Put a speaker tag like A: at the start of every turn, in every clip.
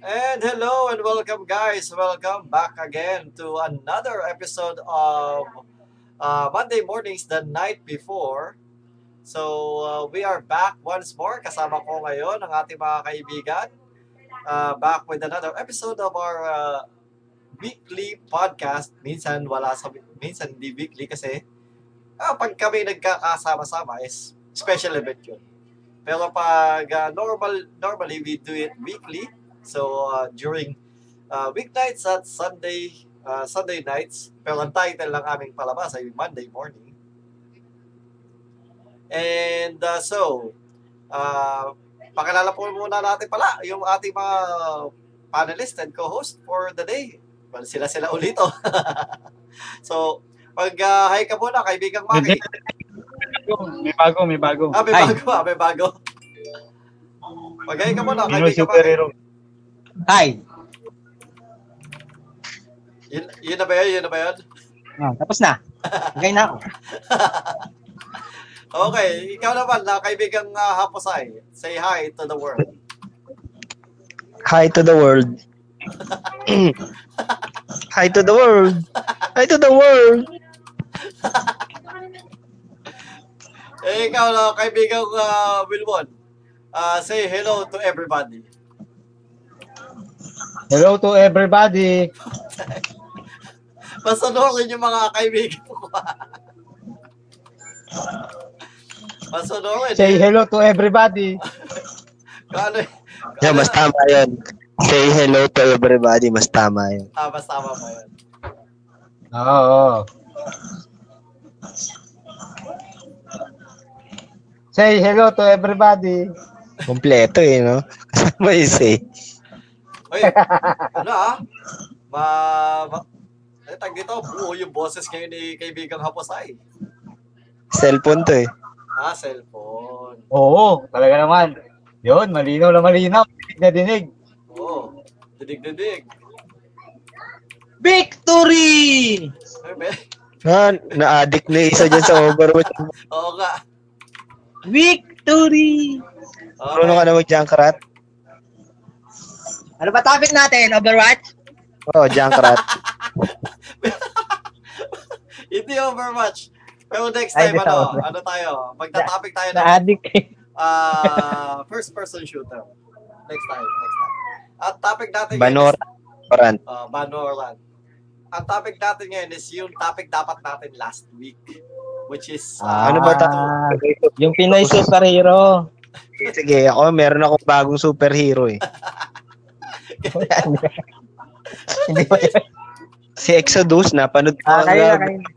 A: And hello and welcome, guys. Welcome back again to another episode of uh, Monday Mornings the Night Before. So, uh, we are back once more. Kasama ko ngayon ang ating mga kaibigan. Uh, back with another episode of our uh, weekly podcast. Minsan wala sa... Minsan hindi weekly kasi ah, pag kami nagkakasama-sama is special event yun. Pero pag ah, normal normally we do it weekly. So uh, during uh, weeknights at Sunday uh, Sunday nights, pero ang title lang aming palabas ay Monday morning. And uh, so, uh, pakilala po muna natin pala yung ating mga panelist and co-host for the day. Well, sila-sila ulito. so, pag uh, hi ka muna, kaibigang Maki.
B: May bago, may bago.
A: Ah, may
B: Ay,
A: bago, ah, may bago. Pag hi ka muna,
B: Pinoy
A: kaibigang Maki.
B: superhero.
C: Hi!
A: Yun, yun na ba yun? Yun na ba yun?
C: Ah, tapos na. Okay na ako.
A: Okay, ikaw naman na kaibigang uh, Haposay. Say hi to the world.
D: Hi to the world. Hi to the world. Hi to the world.
A: Eh, ikaw na kaibigang uh, Wilwon. Uh, say hello to everybody.
B: Hello to everybody.
A: Pasunurin yung mga kaibigan ko. Pasunurin.
B: Say hello to everybody.
A: Kano,
D: Yeah, mas tama yun. Say hello to everybody. Mas tama yun.
A: Ah, mas tama pa yun.
B: Oo. Say hello to everybody.
D: Kompleto eh, no? Kasama yung say.
A: Uy, ano ah? Ma... ma eh, tag dito, buo yung boses ngayon ni kaibigang Haposay.
D: Cellphone to eh.
A: Ah, cellphone.
B: Oo, Oh, talaga naman. Yun, malinaw na malinaw. Dinig na dinig.
A: Oo. Oh, didig-didig.
C: Victory!
A: Ay, may-
D: Ah, na-addict na isa dyan sa Overwatch.
A: Oo nga.
C: Victory!
A: Okay.
D: Marunong ka na mag-junkrat?
C: Ano ba topic natin? Overwatch?
D: Oo, oh, junkrat.
A: Hindi overwatch. Pero next
C: Ay,
A: time,
C: di
A: ano,
C: tawag.
A: ano tayo? Magta-topic tayo ng
C: Na-addict eh.
A: ah, first-person shooter. Next time, next time. At topic natin
D: Banor.
A: ngayon,
D: Orant.
A: uh, Banoran. Ang topic natin ngayon is yung topic dapat natin last week. Which is, ah,
D: Ano ba ta?
C: Ah, Yung Pinoy superhero.
D: Sige, ako meron akong bagong superhero eh. Hindi ba yun? Si Exodus, napanood ko.
C: Ah,
D: ang
C: kanina,
D: gabi.
C: kanina.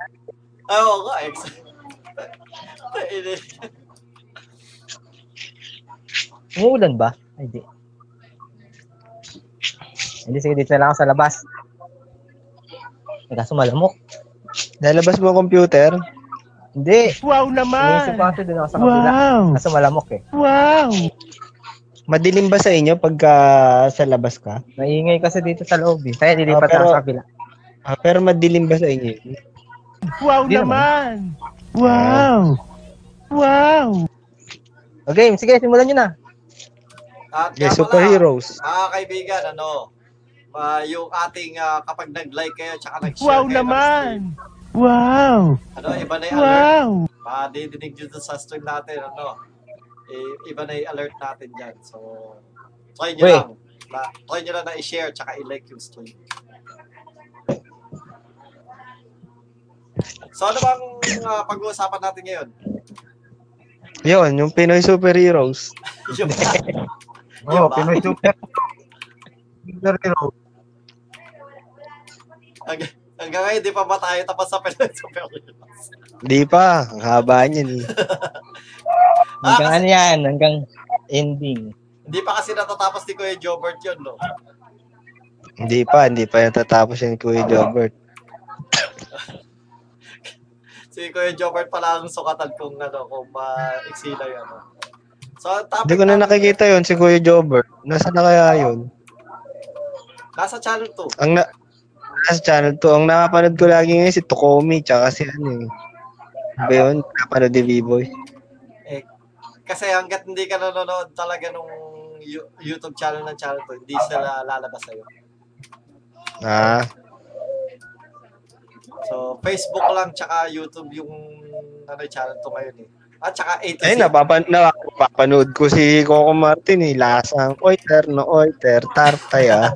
A: ay, oo nga, eh. ex. Ini-
C: Umuulan ba? Ay, di. Hindi, sige, dito na lang ako sa labas. Ay, Kaso malamok.
D: Nalabas mo ang computer?
C: Hindi.
E: Wow
C: Iniisip
E: naman!
C: ko kasi dun ako sa kabila.
E: Wow!
C: Kaso malamok eh.
E: Wow!
D: Madilim ba sa inyo pagka sa labas ka?
C: Maingay kasi dito sa loob eh. Kaya
D: Ah,
C: dilipat
D: pero-
C: lang sa kabila.
D: Ah, pero madilim ba sa inyo?
E: Wow
C: Di
E: naman! Wow! Wow!
C: Okay, sige, simulan nyo na.
A: At
D: Yes,
A: nga pala,
D: superheroes.
A: Mga kaibigan, ano, ah, yung ating ah, kapag nag-like kayo tsaka nag-share
E: Wow
A: kayo ng stream,
E: naman! Wow!
A: ano, iba na yung alert
E: Wow!
A: madidinig dito sa stream natin, ano, i- iba na yung alert natin dyan. So, try nyo
C: Uy.
A: lang. Na, try nyo lang na i-share tsaka i-like yung stream. So, ano bang ah, pag-uusapan natin ngayon?
D: Yun, yung Pinoy superheroes.
A: Yung ba?
B: Oo,
A: Yung ba?
B: Oh, Pinoy super- superhero.
A: Hanggang, hanggang ngayon, di pa ba tayo tapos sa Pinoy Superheroes?
D: Di pa, ang haba niyan eh.
C: Hanggang
A: Ah, kasi-
C: ano yan, hanggang ending.
A: Hindi pa kasi natatapos ni Kuya Jobert yun, no?
D: Hindi pa, hindi pa yan tatapos yan Kuya Jobert.
A: Si Kuya Jobert pala ang sukatan kung ano, kung ma-eksila yun. Ano. So, ang topic
D: Hindi ko na
A: natin-
D: nakikita yon si Kuya Jobert. Nasaan na kaya yun?
A: Nasa channel 2.
D: Ang na nasa channel to, ang napapanood ko lagi ngayon si Tokomi, tsaka si ano eh. Ano Ba yun? Napanood ni B-Boy.
A: Kasi hanggat hindi ka nanonood talaga nung Yu- YouTube channel ng channel to, hindi sila lalabas sa'yo.
D: Ah,
A: So, Facebook lang tsaka YouTube yung ano yung channel to ngayon eh. At tsaka A to Z.
D: ayun, napapan napapanood ko si Coco Martin, eh. Lasang oiter, no oiter, tartay, ah.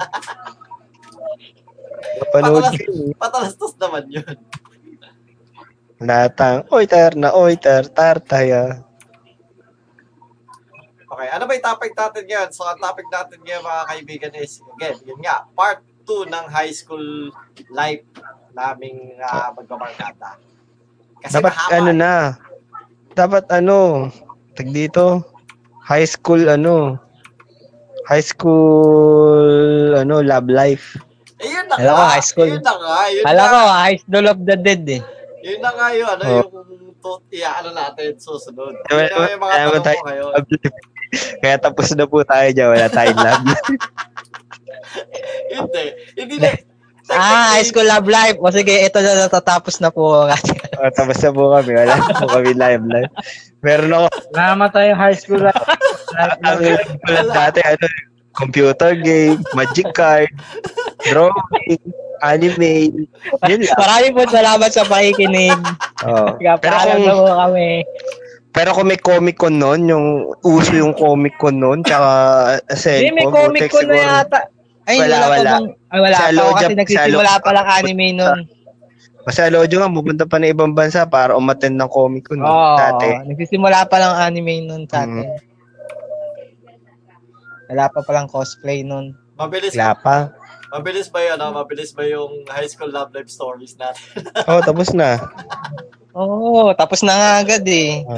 D: Napanood ko, eh.
A: Patalastas naman yun.
D: Latang oiter, na oiter, tartay, ah.
A: Okay, ano ba yung topic natin ngayon? So, ang topic natin ngayon mga kaibigan is, again, yun nga, part 2 ng high school life naming uh, magbabarkada. Kasi
D: dapat
A: mahaba.
D: ano na. Dapat ano, tag dito, high school ano, high school ano, love life.
A: Eh, yun na
C: Alam
A: nga,
C: ko, high school.
A: Yun na nga, yun
C: Kala
A: na.
C: ko, High School of the Dead eh.
A: Yun na nga yun, ano
D: Oh.
A: yung to, iya, ano natin susunod. Yun
D: Kaya-
A: na nga yung mga
D: kaya
A: tanong
D: tayo-
A: ko ngayon.
D: Love life. Kaya tapos na po tayo dyan, wala tayong love life.
A: Hindi, hindi na.
C: Ah, High School Love Life. O sige, ito na natatapos na po ang ating
D: O, tapos na po kami, wala na po kami love life. Meron ako,
B: Namatay yung high school ah. life.
D: ang tulad dati, ano, computer game, magic card, drawing, anime, yun lang.
C: Maraming po salamat sa pakikinig.
D: Oh.
C: Kapaalam na po kami.
D: Pero kung may Comic Con noon, yung uso yung Comic Con noon, tsaka Sencom,
C: Hindi, may comic
D: Butek
C: ko na
D: eh, siguro.
C: yata. Ay,
D: Wala,
C: wala, pa
D: wala.
C: bang- Ay, wala
D: Sa
C: pa ako
D: Lodge,
C: kasi
D: sa
C: nagsisimula
D: Lodge.
C: pa lang anime nun.
D: Mm, Kasi Alojo nga, pupunta pa ng ibang bansa para umattend ng Comic Con
C: Oo,
D: noon, dati. Mm-hmm.
C: nagsisimula pa lang anime nun sa atin. Wala pa palang cosplay nun.
A: Mabilis,
D: Wala pa.
A: mabilis ba yun, ano? Mabilis ba yung high school love life stories natin?
D: Oo, oh, tapos na.
C: Oo, tapos na nga agad eh.
D: Oh,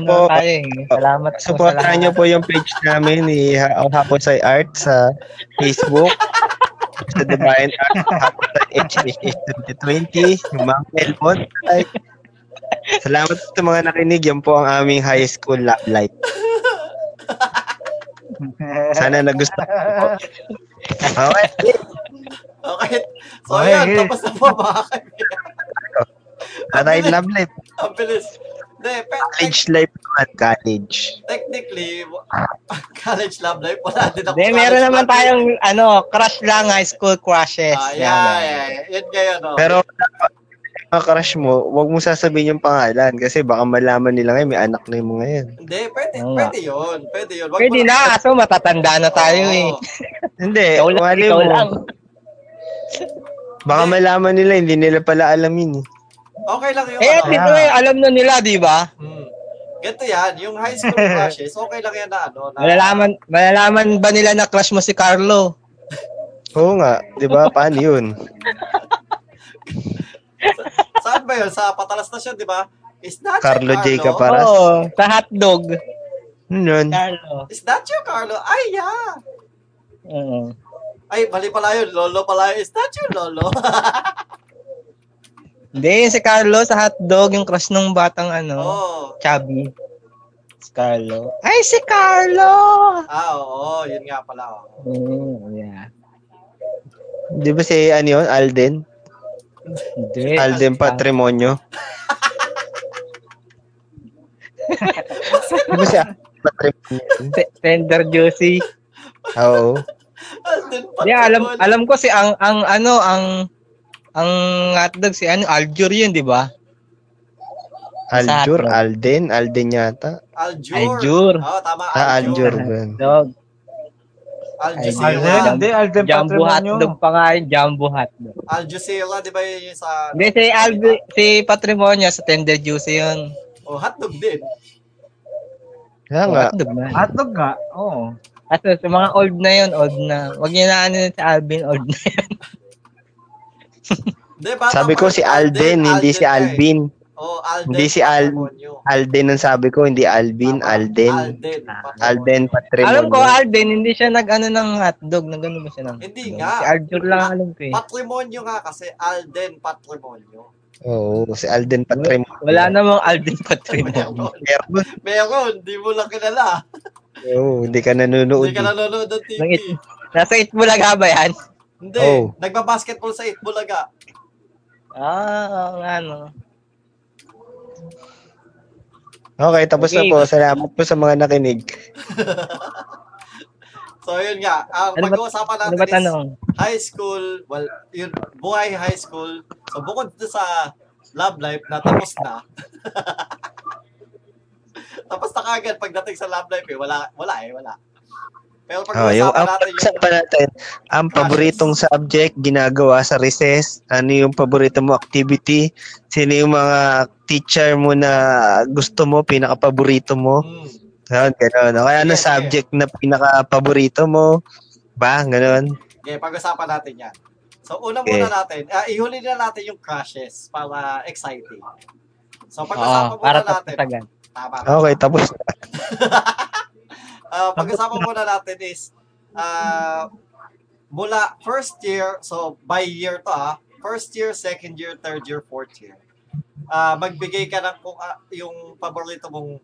D: salamat
C: na
D: po.
C: tayo eh. Salamat po sa
D: Supportahan niyo
C: lahat.
D: po yung page namin ni Ha- ang Hapon sa Art sa Facebook. sa Divine Art, Hapon sa HHH 2020, yung mga Elmon. Ay, Salamat sa mga nakinig. Yan po ang aming high school love life. Sana nagustuhan niyo po. Okay.
A: Okay. So,
D: Okay,
A: ayun,
D: eh.
A: tapos na po mga kaibigan.
D: Tatay love life.
A: Ang bilis. Hindi, pe-
D: College life naman. College.
A: technically, w- college love life, wala din ako.
C: Hindi, meron naman tayong ano, crush lang, high school crushes.
A: Ah, yeah,
C: Yan.
A: yeah, yeah. Yan ngayon, oh. no?
D: Pero mga crush mo, wag mo sasabihin yung pangalan kasi baka malaman nila ngayon may anak na yung mga yan.
A: Hindi, pwede,
C: Oo nga.
A: pwede yun. Pwede yun. Wag
C: Pwede
A: mo-
C: na, kaso matatanda na
A: Oo.
C: tayo eh.
D: Hindi,
C: Ikaw lang,
D: wali
C: ikaw
D: mo.
C: lang.
D: Baka malaman nila, hindi nila pala alam yun. eh.
A: Okay lang yung
C: Eh, at
A: ano.
C: least eh, alam na nila, di ba?
A: Hmm. Ganito yan, yung high school crushes, okay lang yan na ano. Na,
C: Malalaman, malalaman ba nila na crush mo si Carlo?
D: Oo nga, di ba? Paano yun?
A: Saan ba yun? Sa Patalas na siya, di ba? Is that
D: Carlo
A: you,
D: J.
A: Carlo?
D: Capar- Paras.
C: Oo, sa hotdog.
D: Yun Ano Yun.
C: Carlo.
A: Is that you, Carlo? Ay, yeah.
C: Oo.
A: Ay, mali pala yun. Lolo pala yun. Is that you, Lolo?
C: Hindi, si Carlo sa hotdog, yung crush nung batang ano,
A: Oo.
C: chubby. Si Carlo. Ay, si Carlo!
A: Ah, oo. Yun nga pala. oo.
C: Mm, yeah.
D: Di ba si ano yun? Alden?
C: Hindi.
D: Alden Patrimonio. Di ba si Alden Patrimonio?
C: Te- Tender juicy.
D: Oo.
A: Alden
C: Hindi,
A: Patrimonio.
C: alam, alam ko si ang, ang ano, ang, ang hotdog si ano, Aljur yun, di ba?
D: Aljur, Alden, Alden yata.
A: Aljur.
C: Aljur.
A: Oo, tama.
D: Ah,
A: Aljur.
D: Aljur. ba?
C: Dog.
A: Aljusela.
C: Aljur.
B: Alden, hindi, Alden
C: Jumbo hotdog
B: Patrimonio.
C: pa nga yun, jumbo hotdog.
A: Aljusela, di ba yun yung sa...
C: Hindi, si, Albi, si Patrimonio sa Tender Juicy yun.
A: Oh, hotdog din.
D: Kaya nga.
C: Hotdog na.
B: Hotdog nga, Oh. oo.
C: Aso, sa mga old na yun, old na. Huwag niyo na ano si Alvin, old na yun.
A: Hindi, bata
D: Sabi
A: pa
D: ko
A: yun,
D: si Alden, hindi si
A: eh.
D: Alvin.
A: Oh, Alden.
D: Hindi si Al-
A: Patrimonio.
D: Alden ang sabi ko, hindi Alvin,
A: Tama,
D: Alden.
A: Alden. Patrimonio.
D: Alden Patrimonio.
C: Ah, Alam ko, Alvin, hindi siya nag-ano ng hotdog. Nag-ano ba siya ng
A: Hindi
C: hotdog?
A: nga.
C: Ano? Si Arjur lang alam ko eh.
A: Patrimonio nga kasi Alden Patrimonio.
D: Oo, si Alden Patrimonio.
C: Wala namang Alvin Patrimonio.
D: Meron.
A: Meron, di mo lang kilala.
D: Oo, hindi ka nanonood. eh.
A: Hindi ka nanonood ng TV.
C: Nang it, nasa Itbulaga ba yan?
A: Hindi,
D: Oh.
A: nagbabasketball sa Itbulaga.
C: Ah, oo nga no.
D: Okay, tapos na
C: Okay.
D: po. Salamat po sa mga nakinig.
A: So yun nga, ang
C: Ano ba-
A: pag-uusapan
C: Ano
A: natin
C: ba
A: is
C: tanong?
A: high school, well, yun, buhay high school. So bukod dito sa love life na tapos na. tapos na kagad pagdating sa love life eh. Wala, wala eh, wala. Pero
C: Ah,
D: Oh,
A: pag-uusapan
D: yung, ang
A: natin yung
D: pag-usapan natin, ang paboritong subject, ginagawa sa recess, ano yung paborito mo activity, sino yung mga teacher mo na gusto mo, pinaka-paborito mo,
A: Mm.
D: ganun, ganun. O kaya ano
A: Yes,
D: subject na pinaka-paborito mo, ba, ganun.
A: Okay, pag-usapan natin yan. So, una
D: Okay.
A: muna natin, ah, ihuli na natin yung crushes para exciting. So,
C: Oo,
A: pag-usapan muna
C: para
A: natin.
C: tatatagan.
A: Tama.
D: Okay, tapos na.
A: Ah, pag-usapan muna natin is, ah, mula first year, so by year to ah, first year, second year, third year, fourth year. Ah, magbigay ka ng kung ah, yung paborito mong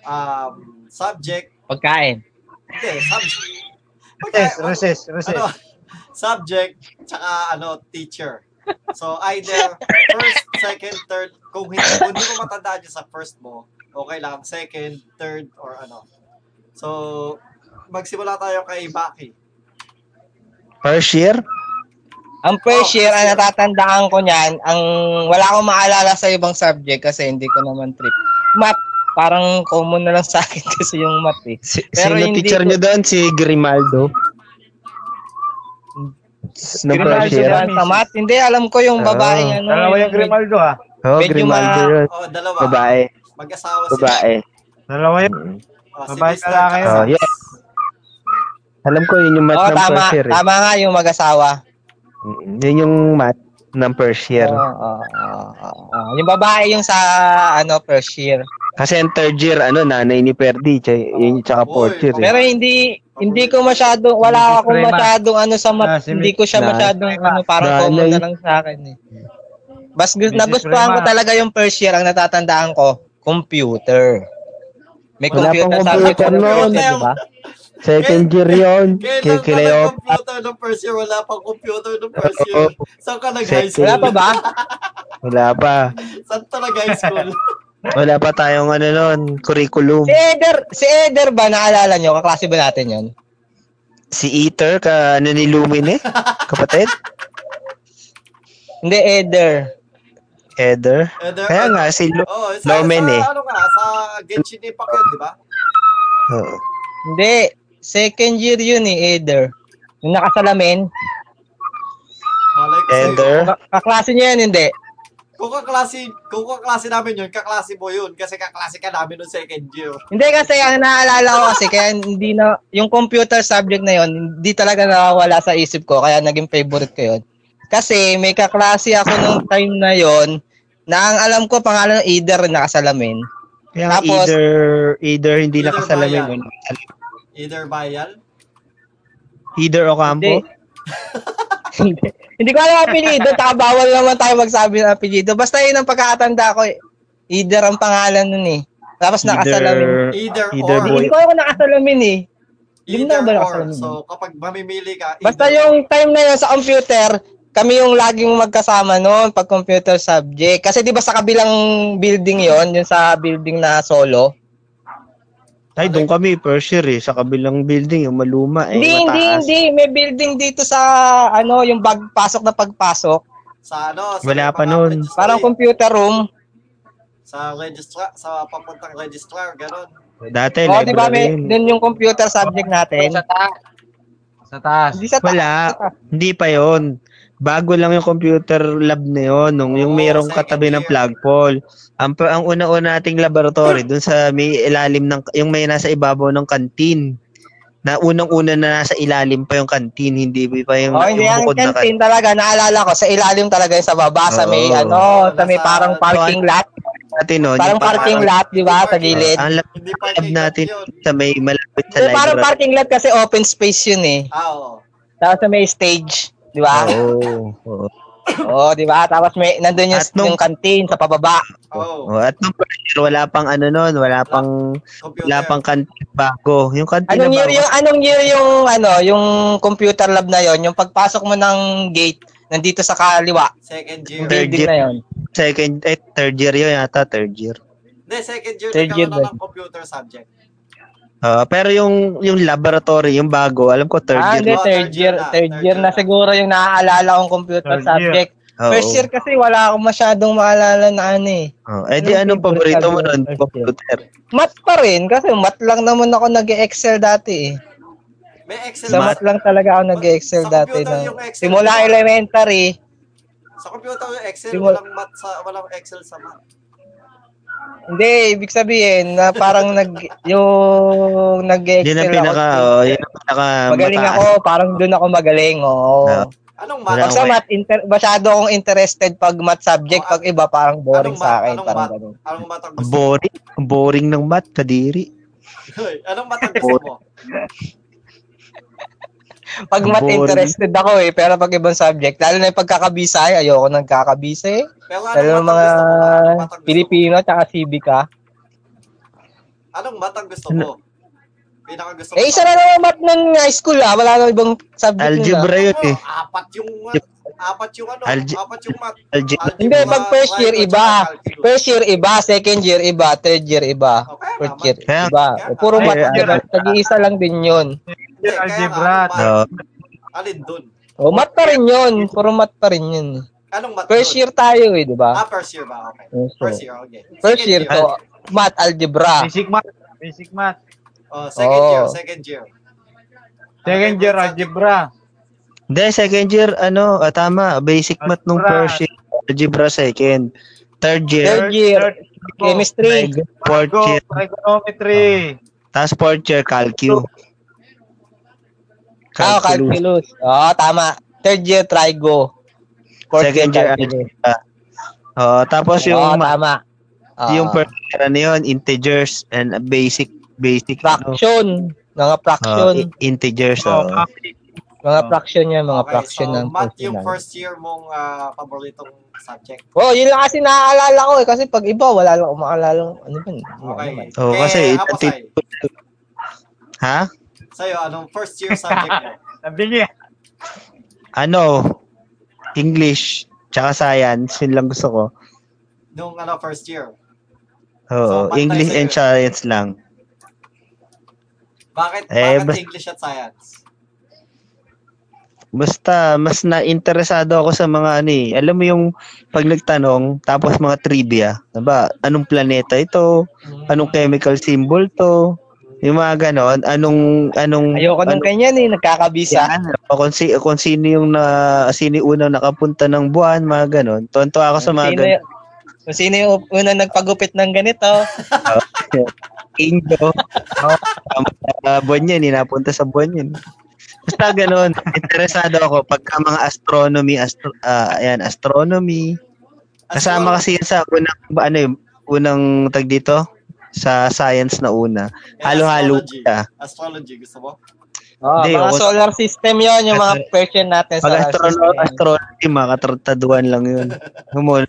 A: um, subject.
C: Pagkain.
A: Hindi, subject.
B: Recess, recess, recess.
A: ano, subject, tsaka ano, teacher. So either first, second, third, kung hindi, kung hindi mo matandaan yung sa first mo, okay lang, second, third, or ano. So, magsimula tayo kay Baki.
D: First year?
C: Ang
A: Oh,
C: first year, ang
A: sure.
C: natatandaan ko niyan, ang wala akong maalala sa ibang subject kasi hindi ko naman trip. Math, parang common na lang sa akin kasi yung math eh.
D: Si,
C: Pero
D: sino
C: hindi
D: teacher
C: ko-
D: nyo doon? Si Grimaldo? No
B: Grimaldo
D: first year?
B: yan.
C: Sila sa math, hindi, alam ko yung
D: Oh.
C: babae. ano,
B: Dalawa yung Grimaldo ah.
D: Oh,
C: Medyo
D: Grimaldo
C: ma-
D: yun.
A: O, dalawa.
D: Babae,
A: Mag-asawa sila.
D: babae.
B: Dalawa yung
A: O, si
B: Babae
A: Mr.
B: lalaki
A: tsaka
D: yun. Oh,
A: si-
D: yeah. Alam ko yun yung math
C: Oo,
D: ng
C: tama,
D: first year. eh.
C: tama nga yung mag-asawa.
D: Mm, Yun yung math ng first year.
C: Oo, oo, oo, oo. Yung babae yung sa ano first year.
D: Kasi ang third year, ano, nanay ni Perdi, tsaka, yun,
A: Oy,
D: tsaka fourth year. eh.
C: Pero hindi hindi ko masyadong
B: Mrs.
C: wala akong
B: Prema.
C: masyadong ano sa
B: Ah,
C: mat,
B: si
C: hindi
B: Mrs.
C: ko siya
D: Na-
C: masyadong
B: Prema.
C: ano parang
D: Nanay.
C: common na lang sa akin eh. Bas gu-
B: Mrs.
C: nagustuhan ko
B: Prema.
C: talaga yung first year ang natatandaan ko, computer. May
A: Wala
C: computer
D: pang
C: subject
D: computer
C: ako
D: noon.
C: dati, di ba?
D: Second year yun, kay
A: Kailan ka
D: Cleo.
A: nag-computer ng first year? Wala pang computer ng first
D: Oo.
A: year. Saan ka nag-high school?
C: Wala pa ba?
D: Wala pa.
A: Saan ka nag-high school?
D: Wala pa tayong, ano, noon, curriculum.
C: Si Eder, si Eder ba naalala niyo? Kaklase ba natin 'yon?
D: Si Ether, ka, ano ni Lumine, kapatid?
C: Hindi Eder.
D: Heather.
A: Either-
D: Kaya nga, si Lu...
A: Oh, sa,
D: Lomen
A: sa
D: eh.
A: ano nga, sa Genshin Impact yun, di ba?
D: Oo.
C: Hindi. Second year yun eh, Eder. Yung nakasalamin.
A: Malay ko sa'yo.
D: Heather.
C: Ka- Kaklase niya yan, hindi.
A: Kung kaklase, kung kaklase namin yun, kaklase mo yun. Kasi kaklase ka namin noong second year.
C: Hindi kasi ang naalala ko kasi kaya hindi na yung computer subject na yon hindi talaga nawawala sa isip ko kaya naging favorite ko yon. Kasi may kaklase ako nung time na yon na ang alam ko pangalan ng Eder na nakasalamin.
D: Kaya nga,
C: Tapos-
D: either, either hindi
A: Either
D: nakasalamin ano.
A: ba yan?
D: mo.
A: Either Bayan.
D: Either Ocampo.
C: Hindi. hindi ko alam ang apelido, taka bawal naman tayo magsabi ng apelido. Basta yun ang pagkakatanda ko. eh. Eder ang pangalan nun eh. Tapos nakasalamin.
D: Either,
A: Either,
D: Ah, Either
A: or.
D: boy.
C: Hindi ko alam kung nakasalamin eh. Yun
A: Either
C: na ba
A: or.
C: nakasalamin?
A: So, kapag mamimili ka, either
C: Basta yung time na yun sa computer, kami yung laging magkasama noon pag computer subject. Kasi di ba sa kabilang building yon yung sa building na solo?
D: Ay, doon kami, first year eh, sa kabilang building, yung maluma eh,
C: hindi, hindi,
D: mataas.
C: hindi. May building dito sa, ano, yung bagpasok na pagpasok.
A: sa ano, sa
D: Wala
A: mga
D: pa nun.
A: registry,
C: Parang computer room.
A: sa registrar, sa papuntang registrar, ganun.
D: Dati,
C: O, Oh, di ba? May,
D: library yun.
C: dun yung computer subject natin.
B: Sa taas. Sa taas.
C: Hindi sa taas.
D: Wala. Hindi pa yon. Bago lang yung computer lab na yon, nung yung
C: Oh,
A: Oo,
D: mayroong
A: second
D: katabi ng
A: year.
D: plug pole. Ang, pa- ang una-una nating laboratory, dun sa may ilalim ng, yung may nasa ibabaw ng kantin. Na unang-una na nasa ilalim pa yung kantin, hindi pa yung,
C: O, Oh, hindi.
D: yung
C: Ang
D: bukod na kantin.
C: canteen talaga, naalala ko, sa ilalim talaga yung sa baba, sa may,
D: Oo.
C: ano, sa may
A: Nasa-
C: parang parking lot.
D: Natin nun,
C: Parang
D: yung parang-
C: parking lot, di ba? Sa gilid.
D: Ang lab,
A: Hindi
D: lab
A: parking lot
D: natin
A: yun.
D: sa may malapit Ah, sa
C: Hindi, parang
D: library.
C: parking lot kasi open space yun eh.
A: Ah, oo.
C: Tapos sa may stage, di ba?
D: Oo. oo.
C: Oo, di ba? Tapos may nandun yung,
D: At nung-
C: yung canteen sa pababa.
A: Oh,
D: Oh, at nung first year, wala pang ano nun, wala pang,
A: computer.
D: wala pang kantin bago. Yung kantin
C: Anong
D: na
C: year
D: bago
C: yung anong year yung ano, yung computer lab na yon, yung pagpasok mo ng gate nandito sa kaliwa,
A: Second year.
C: yung
D: Third
C: building
D: year.
C: na yon.
D: second, eh, third year yun yata, third year.
A: Hindi, second year
C: Third year
A: nagkaroon na
C: ba?
A: ng computer subject.
D: Ah, pero yung yung laboratory, yung bago, alam ko third
C: ah, hindi,
D: year.
A: na.
C: third year.
A: Third year na,
C: Third
A: third
C: year
A: year
C: na
A: na.
C: siguro yung naaalala kong computer
F: Third year.
C: subject.
D: Oo.
C: First year kasi wala akong masyadong maalala na ano eh.
D: Oo. Eh di
C: Anong
D: anong paborito mo
C: favorite
D: nun?
C: subject?
D: Computer.
C: Math pa rin kasi math lang naman ako nag-excel dati eh.
A: May Excel
C: Sa
A: ba?
C: math lang talaga ako nag-excel
A: Sa
C: dati.
A: computer
C: Na,
A: yung Excel
C: simula
A: mo.
C: elementary.
A: Sa computer yung Excel,
C: Simul-
A: walang math sa walang Excel sa math.
C: Hindi, ibig sabihin na parang nag yung
D: Yun
C: nag-excel
D: ang pinaka,
C: ako.
D: oh, yun ang pinaka
C: magaling
D: mataas.
C: ako, parang doon ako magaling. Oo.
D: Ah,
A: Anong
D: Wala eh.
C: Pag
A: math?
C: sa
D: Okay.
C: math, inter- masyado akong interested pag math subject.
A: Oh,
C: Pag iba, parang boring
A: anong
C: sa
A: math?
C: akin.
A: Anong
C: Parang
A: math?
C: ganun.
A: Anong math ang
D: Ang
A: gusto mo?
D: Boring. Ang Boring ng math, kadiri.
A: Hoy, Anong math ang gusto mo?
C: Pag math,
D: Boring.
C: interested ako eh. Pero pag ibang subject, lalo na yung pagkakabisay, ayoko ng kakabisay.
A: Pero anong
C: Lalo
A: math
C: yung
A: ang
C: mga
A: gusto mo? Anong math ang gusto mo?
C: Pilipino, tsaka Civica.
A: Anong math ang gusto mo? Pinaka gusto mo.
C: Ano? Eh, isa na lang yung math ng high school ah. Wala na ibang subject nun, ah.
D: Algebra yun eh.
A: Ano? Apat yung math. Apat yung ano?
D: Alge-
A: apat yung math.
D: Algebra.
A: Algebra,
C: Hindi, pag first year
A: triangle,
C: iba.
A: tsaka calculus.
C: First year iba, second year iba, third year iba.
A: Oh, kaya
C: Fourth
A: naman.
C: year
D: Kaya-
C: iba.
A: kaya-
C: Diba? Puro
F: kaya-
C: math
D: kaya-
C: yun. Nag-iisa lang din yun.
A: Hindi, kaya
F: Algebra.
A: nga, ano,
D: Oo.
A: math? Alin dun?
C: O, Oh, mat pa rin yun. Puro mat pa rin yun.
A: Anong math
C: First
A: dun?
C: year tayo eh, di ba?
A: Ah, first year ba? Okay.
C: Yes, sir.
A: First year, okay.
C: First
A: Second
C: year to, mat, algebra.
F: Basic math. Basic math.
A: Oh, second year,
C: Oo.
A: second year.
F: Second year algebra.
D: Hindi, second year, ano, ah, tama, basic math nung
F: Algebra.
D: first year. Algebra second. Third year.
C: Third year, chemistry.
D: trigo, Fourth
F: Go,
D: year.
F: trigonometry.
D: Tapos fourth year, calcu.
C: Ah, calculus. Oo, tama. Third year, trigo. Fourth year,
D: Second year,
C: calculus.
D: algebra. Oo, tapos
C: Oo,
D: yung ma-
C: Ah, tama. Ah, Oo.
D: yung first year, ano yun, integers and basic, basic, ano,
C: fraction. Mga
D: ah,
C: fraction.
D: i- ah. integers.
F: Oh,
D: oo.
C: Mga
F: Oh.
C: fraction yan, mga
A: Okay,
C: fraction
A: so
C: ng
A: math
C: personal.
A: yung first year mong ah, paboritong subject.
C: Oh, yun lang kasi naaalala ko eh. Kasi pag iba, wala lang umaalala. Ano ba? Ano
A: Okay. Eh,
C: naman.
A: Kay
D: Oo, Oh, kasi
A: Apo
D: ati-
A: Sai,
D: ha?
A: sa'yo, anong first year subject mo?
F: Sabi niya.
D: Ano? English, tsaka science, yun lang gusto ko.
A: Nung ano, first year. So,
D: Oo,
A: pantay
D: English
A: sa'yo
D: and
A: eh.
D: science lang.
A: Bakit,
D: Eh,
A: bakit
D: bas-
A: English at science?
D: Basta, mas na-interesado ako sa mga ano eh. Alam mo yung pag nagtanong, tapos mga trivia. Ano ba? Anong planeta ito? Anong chemical symbol to? Yung mga ganon. Anong, anong,
C: Ayoko
D: anong
C: nung ganyan eh. Nagkakabisa.
D: Ano? yan? O kung, si, kung sino yung na, sino yung unang nakapunta ng buwan, mga ganon. Tonto ako sa mga
C: Sino,
D: ganon.
C: y- kung sino yung unang nagpagupit ng ganito?
D: Indo. Oo, tama sa buwan yun. eh. Napunta sa buwan yun. Basta ganon. Interesado ako pagka mga astronomy, astro, ah, ayan, astronomy, Kasama kasi yun sa unang, ba- ano yung unang tag dito? Sa science na una.
A: Eh,
D: Halo-halo
A: astrology.
D: siya.
A: Astrology, gusto mo?
C: Oh,
D: Hindi,
C: mga
D: ako-
C: solar system yon yung mga question natin sa
D: Pag
C: solar
D: astrono,
C: system.
D: astronomy, mga katartaduan lang yun. Humon,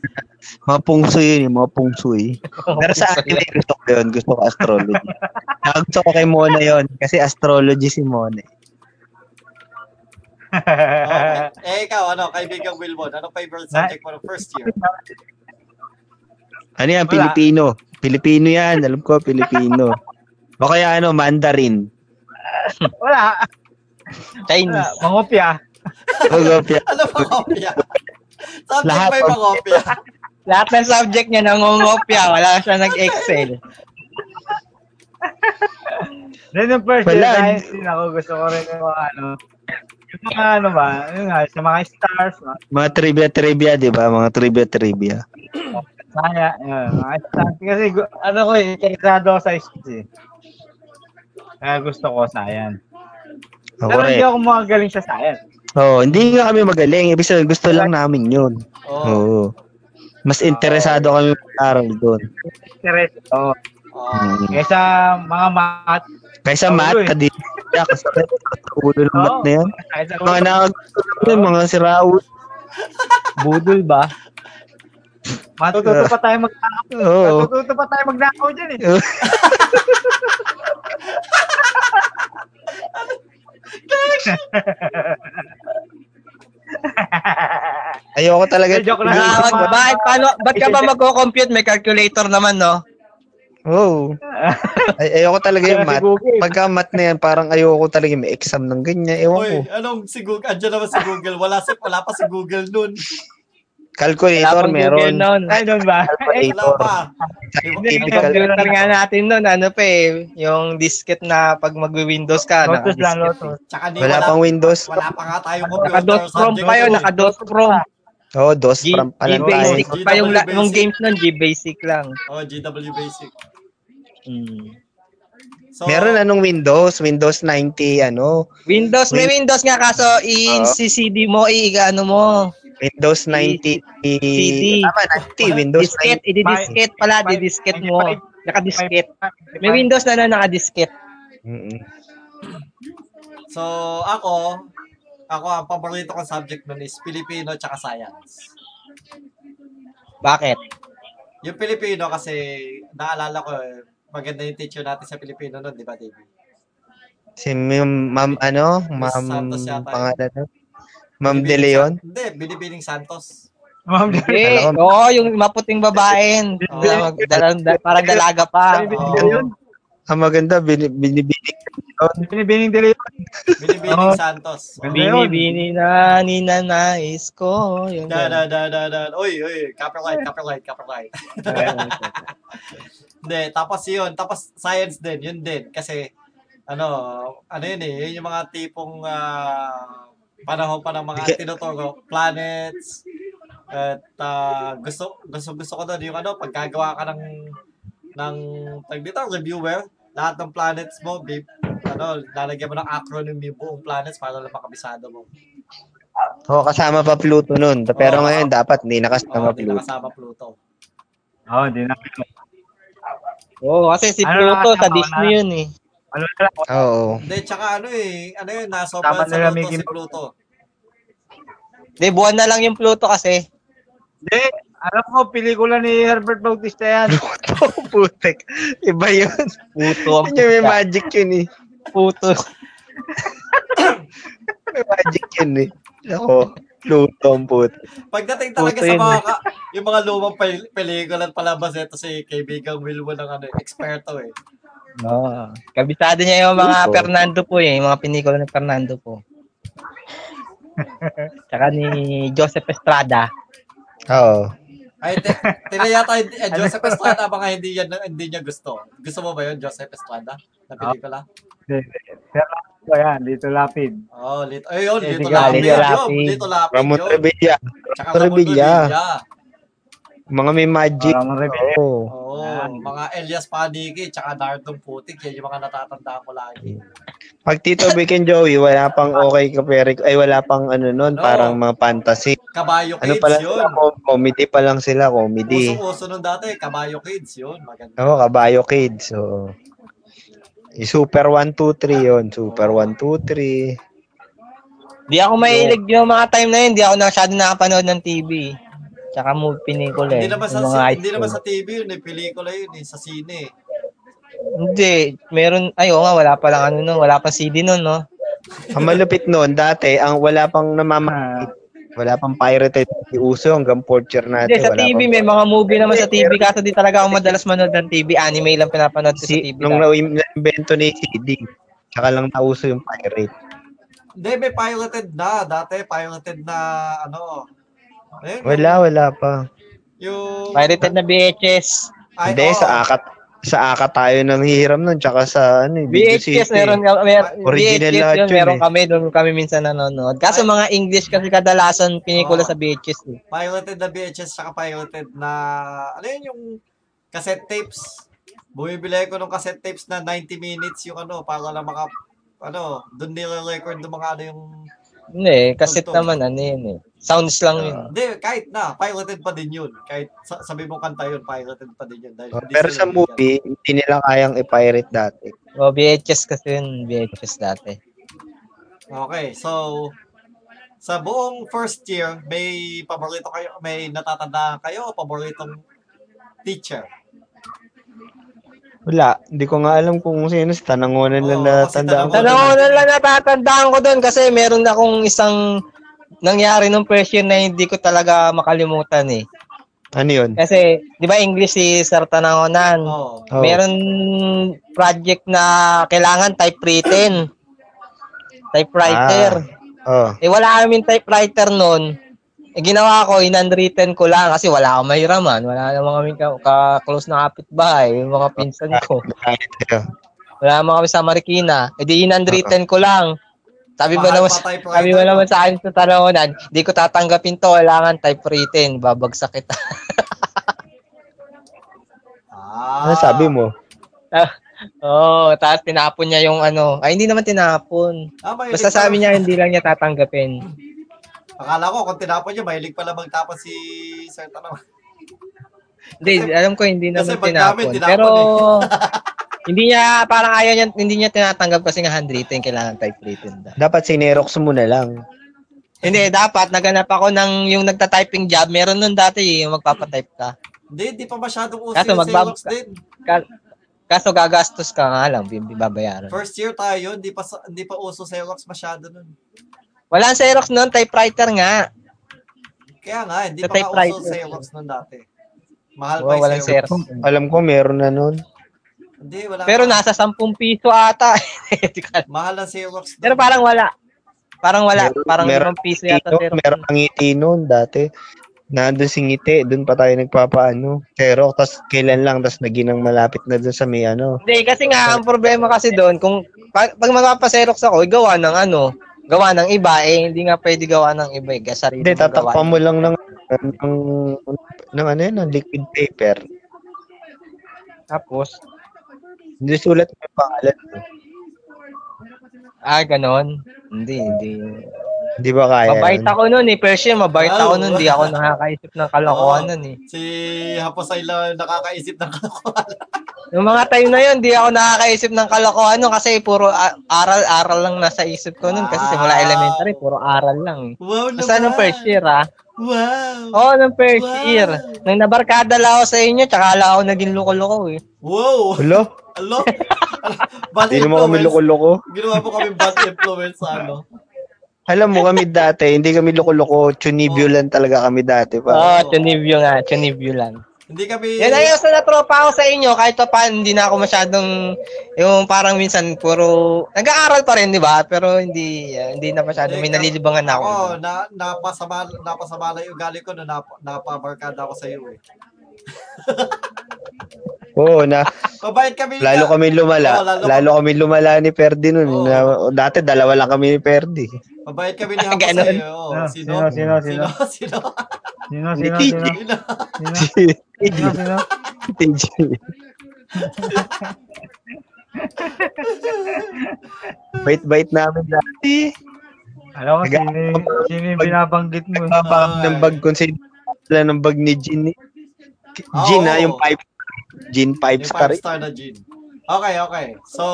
D: mga pungso yun, yung mga pungsoy. Pero sa anime, gusto ko yun. Gusto ko astrology. Saka gusto ko kay Mona yun. Kasi astrology si Mona.
A: Okay. Eh, ikaw, ano, kaibigang Wilbon, anong favorite subject mo ng first year?
D: Ano yan?
F: Wala.
D: Pilipino. Pilipino yan. Alam ko, Pilipino. O kaya ano, Mandarin.
F: Wala.
D: hmm.
F: Wala.
C: Chinese.
F: Mangopya.
D: Pag-
A: Ano ba kopya? subject
D: Lahat
A: may
D: of-
A: mga kopya.
C: Lahat ng subject niya nangungopya. Wala siya nag-excel.
F: Then yung first year
D: Wala,
F: science din
D: hindi-
F: ako, gusto ko rin yung mga ano, yung mga ano ba, yung nga, sa mga stars, mga
D: Mga trivia-trivia, di ba? Mga trivia-trivia.
F: saya, yun, mga stars. Kasi gu- ano ko, eh, interesado ako sa history. Kaya gusto ko science.
D: Oh,
F: Pero hindi
D: correct.
F: ako magaling sa science.
D: Oo, Oh, hindi nga kami magaling. Ibig sabihin, gusto lang namin yun.
A: Oo.
D: Oo. Mas interesado kami mag-aral doon.
F: Interest. Oh.
A: Oo.
D: Mm.
F: Kesa mga math.
D: Kaysa
F: Ulo
D: math,
F: eh.
D: kadiri ka kasi ulo ng
F: Oo.
D: math na yan.
F: Kesa
D: Mga
F: ulo.
D: nakagusto namin, mga siraul.
C: Budol ba?
F: Matututo pa tayo magnakaw.
D: Oo.
F: Matututo pa tayo magnakaw dyan eh.
D: Ayoko talaga.
F: Ay, joke lang.
C: Ah, wag- bakit? Paano, ba't ka ba magko-compute? May calculator naman, no?
D: Oo. Ay, ayoko talaga yung
F: Kaya si
D: mat.
F: Google.
D: Pagka mat na yan, parang ayoko talaga yung may exam ng ganyan. Ewan ko.
A: Uy, anong si Google? Andiyan naman si Google. Wala, si, wala pa si Google nun.
D: Calculator
C: Wala pang
D: meron.
C: Google noon.
F: Ay, doon ba?
A: Wala
D: Calculator.
A: pa.
C: Ang
D: Scientific
C: computer nga natin noon, ano pa eh, yung disket na pag mag-Windows ka,
F: Lotus lang,
C: naka-disket.
F: Lotus.
A: Tsaka ni,
D: Wala
A: wala,
D: pang Windows.
A: wala pa nga tayong computer.
C: Naka-dot
A: sa
C: prom
A: Diyos
C: pa yun,
A: ko.
C: naka-dot prom.
D: Oo, DOS
C: G-
D: from pala tayo.
C: G-Basic pa yung la- yung games noon, G-Basic lang.
A: Oh, GW Basic. Hmm. So,
D: Meron anong Windows? Windows 90, ano?
C: Windows, may Windows nga kaso i-CD mo, i-ano mo,
D: Windows 90.
C: CD.
D: Tama, 90. Windows
C: disket,
D: 90.
C: i-disket pala, didisket mo. Naka-disket. May Windows na na naka-disket.
D: Mm-mm.
A: so ako, ako ang paborito kong subject nun is Filipino tsaka science.
C: Bakit?
A: Yung Filipino kasi naalala ko eh, maganda yung teacher natin sa Filipino nun, di ba, David?
D: Si Ma'am, ma'am ano?
A: Miss
D: Ma'am,
A: Santos yata yun.
D: pangalan na? Ma'am De
A: Binibining
D: Leon?
A: San- Hindi, Binibining Santos.
F: Ma'am,
C: Eh,
D: Alam
C: oo, yung maputing babaen.
A: Oo.
C: Dala- dala- dala- parang dalaga pa.
D: Ano
A: Binibining
C: Oo.
A: De Leon.
D: Ang Ah, maganda, bin- binibining
F: binibining dili.
A: Binibining
F: Oo.
A: Santos. Oh.
F: Bini-
C: Binibini na, ninanais ko. Yun,
A: Da,
C: yun.
A: da, da, da, da. Uy, uy, copyright, copyright, copyright. Hindi, tapos yun, tapos science din, yun din. Kasi, ano, ano yun eh, yun yung mga tipong ah, panahon pa ng mga
D: Sige.
A: tinuturo, planets, at ah, gusto, gusto, gusto ko doon yung ano, pagkagawa ka ng, ng, tag dito, reviewer, lahat ng planets mo, babe, ano, lalagyan mo ng acronym yung buong planets para lang makabisado mo.
D: Oo, kasama pa Pluto nun. Pero
A: Oo.
D: ngayon, dapat hindi
A: Oo,
D: nakasama
A: di
D: Pluto.
A: nakasama Pluto.
F: Oo, di na.
C: Oo, kasi si
F: Ano lang,
C: Pluto sa
F: tama
C: Disney
F: na.
C: yun eh.
F: Ano na lang.
D: Oo.
A: Hindi, tsaka ano eh, ano yun,
F: Tama
A: nasobrahan sa
F: nila,
A: Pluto
F: Mickey
A: si
F: Mouse.
A: Pluto.
C: Di, buwan na lang yung Pluto kasi.
F: Hindi. Alam ko, pelikula ni Herbert Bautista yan.
D: Pluto, putek. Oh, Iba yun.
C: Puto ang
D: Yun yung may magic yun eh.
C: puto.
D: May magic yun eh. Ako, Pluto ang putek.
A: Pagdating talaga
C: Puto
A: sa
C: yun.
A: mga ka- yung mga lumang pel- pelikula at palabas ito si kaibigang Wilwo ng ano, eksperto eh.
C: Oo. Kabisado niya yung mga
D: Puto.
C: Fernando po eh, yung mga pinikula ng Fernando po. Tsaka ni Joseph Estrada.
D: Oo.
A: Ay, te, tinayata yata eh, Joseph Estrada baka hindi, yan, hindi niya gusto. Gusto mo ba yun, Joseph Estrada? Na pelikula?
F: Pero ko yan, dito lapid.
A: Oh, lito. Ayun,
F: Eh,
A: Lito
F: sige,
A: Lapid. Lito
C: Lito Lapid.
A: Lito Lapid.
D: Ramon
A: yun.
D: Revilla.
A: Tsaka Ramon
D: Revilla.
A: Revilla.
D: Mga may magic.
F: Ramon Revilla.
D: Oo.
A: Oo,
F: Yan.
A: Oh, mga Elias Paniki, tsaka Dardong Putik. Yan yung mga natatandaan ko lagi.
D: Pag Tito Vic and Joey, wala pang okay ka pero ay wala pang ano nun,
A: Ano?
D: parang mga fantasy.
A: Kabayo
D: Ano
A: Kids
D: pala
A: yun.
D: sila, com- comedy pa lang sila, comedy.
A: Uso-uso nun dati, Kabayo Kids yun. Maganda.
D: Oo, Kabayo Kids. So, Super 1, 2, 3 yun. Super 1, 2, 3.
C: Di ako mahilig yung mga time na yun, di ako na masyado nakapanood ng TV. Tsaka mo pinikula eh,
A: Hindi naman sa
C: yung mga high
A: hindi naman
C: school.
A: sa TV yun, eh, pelikula yun, eh, sa sine.
C: Hindi, meron, ay oo nga, wala pa lang ano nun, wala pa CD nun, no?
D: Ang malupit noon, dati, ang wala pang namama wala pang pirated si Uso hanggang fourth year
C: Hindi,
D: natin.
C: sa
D: wala
C: TV,
D: pang-
C: may mga movie naman sa TV, kaso di talaga ako madalas manood ng TV, anime lang pinapanood ko sa
D: si,
C: TV.
D: nung
C: dati.
D: na-invento ni CD, tsaka lang nauso yung pirate.
A: Hindi, may piloted na. Dati, piloted na, ano, ayun,
D: Wala, wala pa.
A: yung,
C: Pirated na VHS.
A: ay,
D: Hindi,
A: oo.
D: sa akat sa akat tayo nang hihiram nun, tsaka sa ano, eh, Video City.
C: VHS meron ka- mer-
D: Original
C: VHS
D: lahat
C: yun,
D: yun
C: meron
D: eh.
C: kami doon kami minsan nanonood. Kaso
A: Ay.
C: mga English kasi kadalasan pinikula
A: Oo.
C: sa VHS. Eh.
A: Piloted na VHS, saka piloted na, ano yun, yung cassette tapes. Bumibili ko ng cassette tapes na 90 minutes yung ano, para lang maka, ano, doon nila record ng mga ano yung,
C: Hindi, eh, kaset
A: Tugtog.
C: naman ano yun eh. Sounds lang yun.
A: hindi, kahit na, piloted pa din yun. Kahit sa- sabi mo kanta yun, piloted pa din yun. Dahil hindi
D: Pero
A: sila
D: sa
A: nabigyan.
D: movie, hindi nila kayang i-pirate dati.
C: O VHS kasi yun, VHS dati.
A: Okay, so sa buong first year, may paborito kayo, may natatandaan kayo o paboritong teacher?
D: Wala, hindi ko nga alam kung sino, sa tanangunan lang
A: Oo, kasi
D: natandaan ko.
A: tanangunan.
C: Tanong ko na lang natatandaan ko doon kasi meron akong isang nangyari nung first year na hindi ko talaga makalimutan eh.
D: Ano yun?
C: Kasi, di ba English si Sir Tanangonan?
A: Oh.
D: Oh.
C: Eh, Meron project na kailangan typewritten. Typewriter.
D: Oh.
C: Eh, wala kaming typewriter noon. Eh, ginawa ko, in-handwritten ko lang kasi wala akong mahiraman. Wala namang kaming ka- ka-close na kapitbahay, yung mga pinsan ko.
D: Tayo.
C: Wala naman kami sa Marikina. Eh, di in-handwritten ko lang. Sabi ba
A: Mahal
C: naman,
A: pa
C: sa-
A: typewriter?
C: sabi ba naman sa akin sa tanongan, di ko tatanggapin to, kailangan typewritten, babagsak kita.
A: Ah.
D: Ano sabi mo?
C: Oo, oh, tapos tinapon niya yung ano. Ay, hindi naman tinapon.
A: Ah, mahilig
C: Basta
A: pala.
C: sabi niya, hindi lang niya tatanggapin.
A: Akala ko, kung tinapon niya, mahilig pala magtapon si Sir Tanang.
C: Hindi, alam ko hindi
A: kasi
C: naman
A: pag
C: tinapon.
A: namin, tinapon eh.
C: Pero hindi niya parang ayaw niya hindi niya tinatanggap kasi nga handwritten kailangan typewritten daw.
D: Dapat sinerox mo na lang.
C: Hindi dapat naganap ako ng yung nagta-typing job. Meron nun dati eh, yung magpapatype ka.
A: Hindi, hindi pa masyadong uso
C: Kaso
A: yung
C: magbab-
A: Xerox din.
C: Ka- Kaso gagastos ka nga lang, bib- babayaran.
A: First year tayo, hindi pa, sa- hindi pa uso Xerox masyado nun.
C: Wala ang Xerox noon, typewriter nga.
A: Kaya nga, hindi pa
C: Sa
A: nga uso
C: typewriter.
A: Xerox nun dati. Mahal pa
C: Oo,
A: yung
C: walang
A: Xerox.
C: Xerox.
D: Alam ko meron na nun.
A: Hindi, wala.
C: Pero
A: pa.
C: nasa 10 piso ata. Hindi ko alam.
A: Mahal ang Xerox nun.
C: Pero parang wala. Parang wala.
D: Meron-
C: parang
D: meron
C: limang piso
D: Ito,
C: yata. Xerox.
D: meron ang ngiti nun dati. Nandun si ngiti, dun pa tayo nagpapaano. Xerox, tas kailan lang, tas naginang malapit na dun sa may ano.
C: Hindi, kasi nga, ang problema kasi doon, kung pag, pag magpapaserox ako, eh, gawa ng ano, gawa ng iba, eh, hindi nga pwede gawa ng iba, eh, kasi sarili
D: Hindi,
C: mong
D: tatakpan
C: gawa.
D: mo lang ng, ng, ng ano yun, ng liquid paper.
C: Tapos,
D: Hindi sulat mo yung pangalan. mo.
C: ah, ganon. Hindi, hindi.
D: Hindi ba kaya?
C: Mabait
D: yun?
C: ako nun eh, Persia, mabait
A: Wow.
C: ako nun, hindi ako nakakaisip ng kalokohan nun eh.
A: Si Hapasay lang nakakaisip ng kalokohan.
C: Yung mga time na yun, hindi ako nakakaisip ng kalokohan nun kasi puro a- aral-aral lang nasa isip ko nun kasi simula
A: Wow.
C: elementary, puro aral lang eh.
A: Wow naman!
C: Basta nung first year ah,
A: Wow!
C: Oo, oh, nung first
A: Wow.
C: year. Nung nabarkada lang ako sa inyo, tsaka lang ako naging loko-loko eh.
A: Wow!
D: Hello?
A: Alo! Bad
D: Hindi naman kami
A: influence.
D: loko-loko.
A: Ginawa mo kami bad influence sa ano.
D: Alam mo kami dati, hindi kami loko-loko. Chunibyo
A: Oh.
D: lang talaga kami dati.
C: Oo,
D: Pa.
C: oh, Chonibyo nga, Chonibyo lang.
A: Hindi kami...
C: Yan, ayos na natropa ako sa inyo, kahit pa paano, hindi na ako masyadong, yung parang minsan, puro, nag-aaral pa rin, di ba? Pero hindi, ah, hindi na masyadong, may nalilibangan na ako.
A: Oo, na, napasama, napasama na yung ugali ko na nap, napabarkada ako sa iyo eh.
D: Oo, na,
A: Mabait kami.
D: lalo
A: na-
D: kami lumala.
A: Oo, lalo-
D: lalo, kami lumala ni Perdi nun.
A: Oo.
D: Na- dati, dalawa lang kami ni Perdi.
A: Mabait kami ni Hapasay.
C: Ganon.
A: eh. Oo,
F: Sino?
A: sino?
F: Ah, Sino? Sino?
A: Sino?
F: Sino,
D: Ni
F: sino,
D: TJ.
F: sino?
A: Sino?
F: Sino, sino,
D: TJ.
F: sino?
D: Bait-bait namin dati.
F: Alam ko sino, yung- sino yung binabanggit mo. eh.
D: Nagpapakam ng bag kung sino wala ng bag ni Jin. eh. Jin
A: Ah, Oo.
D: ha, yung five Jin five
A: Yung
D: star.
A: five star na gin. Okay, okay. So,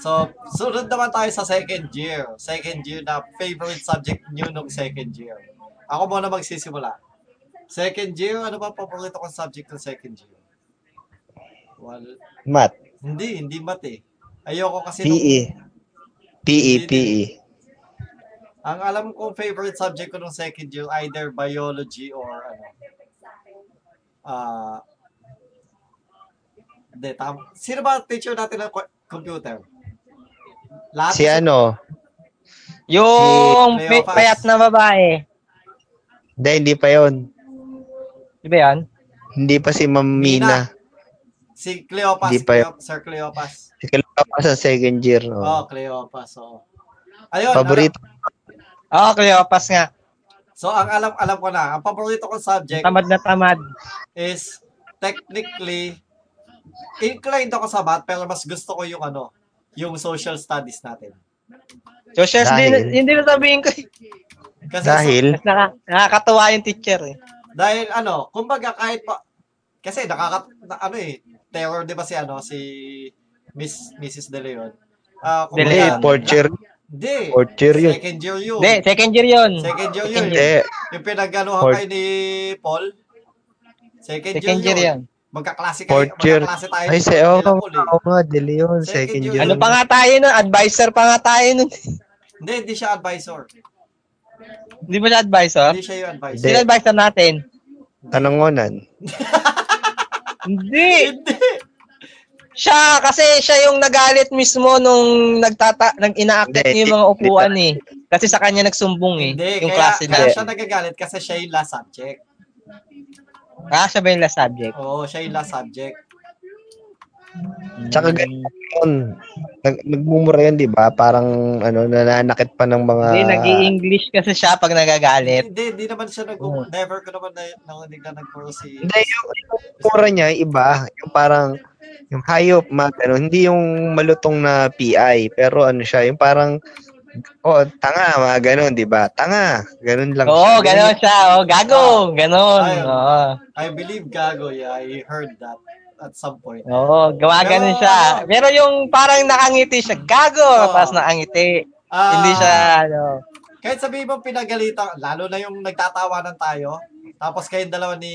A: so, sunod naman tayo sa second year. Second year na favorite subject nyo nung second year. Ako muna magsisimula. Second year, ano ba paborito kong subject ng second year? Well,
D: Mat.
A: hindi, hindi mati. Ayoko kasi nung-
D: PE. PE, PE.
A: ang alam kong favorite subject ko nung second year, either biology or ano. Ah, hindi, tam- Sino ba ang teacher natin ng co- computer? Lahat
D: Si ano?
C: Yung
A: Si
C: may
A: Cleopas.
C: payat na babae.
D: Hindi, hindi pa yon.
C: Di ba yan?
D: Hindi pa si Ma'am Mina.
A: Si Cleopas,
D: Hindi
A: si
D: pa
A: Cleo, Sir Cleopas.
D: Si Kalawa pa sa second year.
A: Oh,
D: Oh.
A: Cleopas. Oh. Ayun,
D: Paborito.
A: alam-
C: Oo, oh, Cleopas nga.
A: so, ang alam alam ko na, ang paborito kong subject
C: Tamad na tamad.
A: is technically inclined ako sa math pero mas gusto ko yung ano, yung social studies natin.
C: Social,
D: Dahil-
C: hindi, hindi na sabihin ko. eh.
A: Kasi
D: Dahil,
C: Mas naka, nakakatuwa yung teacher eh.
A: Dahil ano, kumbaga kahit pa kasi nakaka na, ano eh, terror 'di ba si ano si Miss Mrs. De Leon. Ah,
D: hindi,
C: Dahil-
A: kumbaga,
D: fourth year.
A: Hindi.
D: Fourth year yun.
A: Second year yun.
C: Hindi, second year yun.
A: Second year yun.
C: Second
D: Hindi.
A: Yung pinagganuhan
D: Fourth-
A: kayo ni Paul. Second,
C: Second
A: year
C: year
A: yun.
C: yan.
A: Magkaklase kayo,
D: Fourth year.
A: magkaklase tayo.
D: Ay,
A: ni-
D: si, oh,
A: nila Paul eh.
D: oh, nga, De Leon, second year. Ano
C: Ano pa nga tayo nun? Advisor pa nga tayo nun.
A: Hindi, hindi siya advisor.
C: Hindi ba siya advisor?
A: Hindi siya yung advisor.
D: Hindi.
C: Sino advisor natin?
D: Tanongonan.
C: Hindi!
A: Hindi.
C: Siya, kasi siya yung nagalit mismo nung nagtata, nag inaakyat
D: Hindi,
C: niya yung mga
D: hindi
C: upuan eh. Kasi sa kanya nagsumbong eh.
A: Hindi.
C: yung
A: kaya,
C: klase
A: kaya
C: niya.
A: siya nagagalit kasi siya yung last subject.
C: Ah, siya ba yung last subject?
A: Oo, siya yung last subject.
D: Tsaka ganyan yun. Nag, nagmumura yun, di ba? Parang ano, nananakit pa ng mga...
C: Hindi, nag-i-English kasi siya pag nagagalit.
A: Hindi, hindi naman siya nag- Never ko naman na, nanginig na nagpuro si...
D: Hindi, yung, yung mura niya, iba. Yung parang, yung hayop, mga ganun. Hindi yung malutong na PI, pero ano siya, yung parang, oh, tanga, mga ganun, di ba? Tanga, ganun lang.
C: Oo,
D: siya.
C: ganon siya. Oo, gago. Ganon.
A: Ah. Ayun.
C: Oo.
A: I believe Gago, yeah. I heard that at some point.
C: Oo, gawa
A: Pero- ano?
C: ganun siya. Pero yung parang nakangiti siya, gago.
A: Oo.
C: Tapos nakangiti.
A: Ah,
C: Hindi siya, ano.
A: Kahit sabihin mo pinagalitan, lalo na yung nagtatawanan tayo, tapos kayong dalawa ni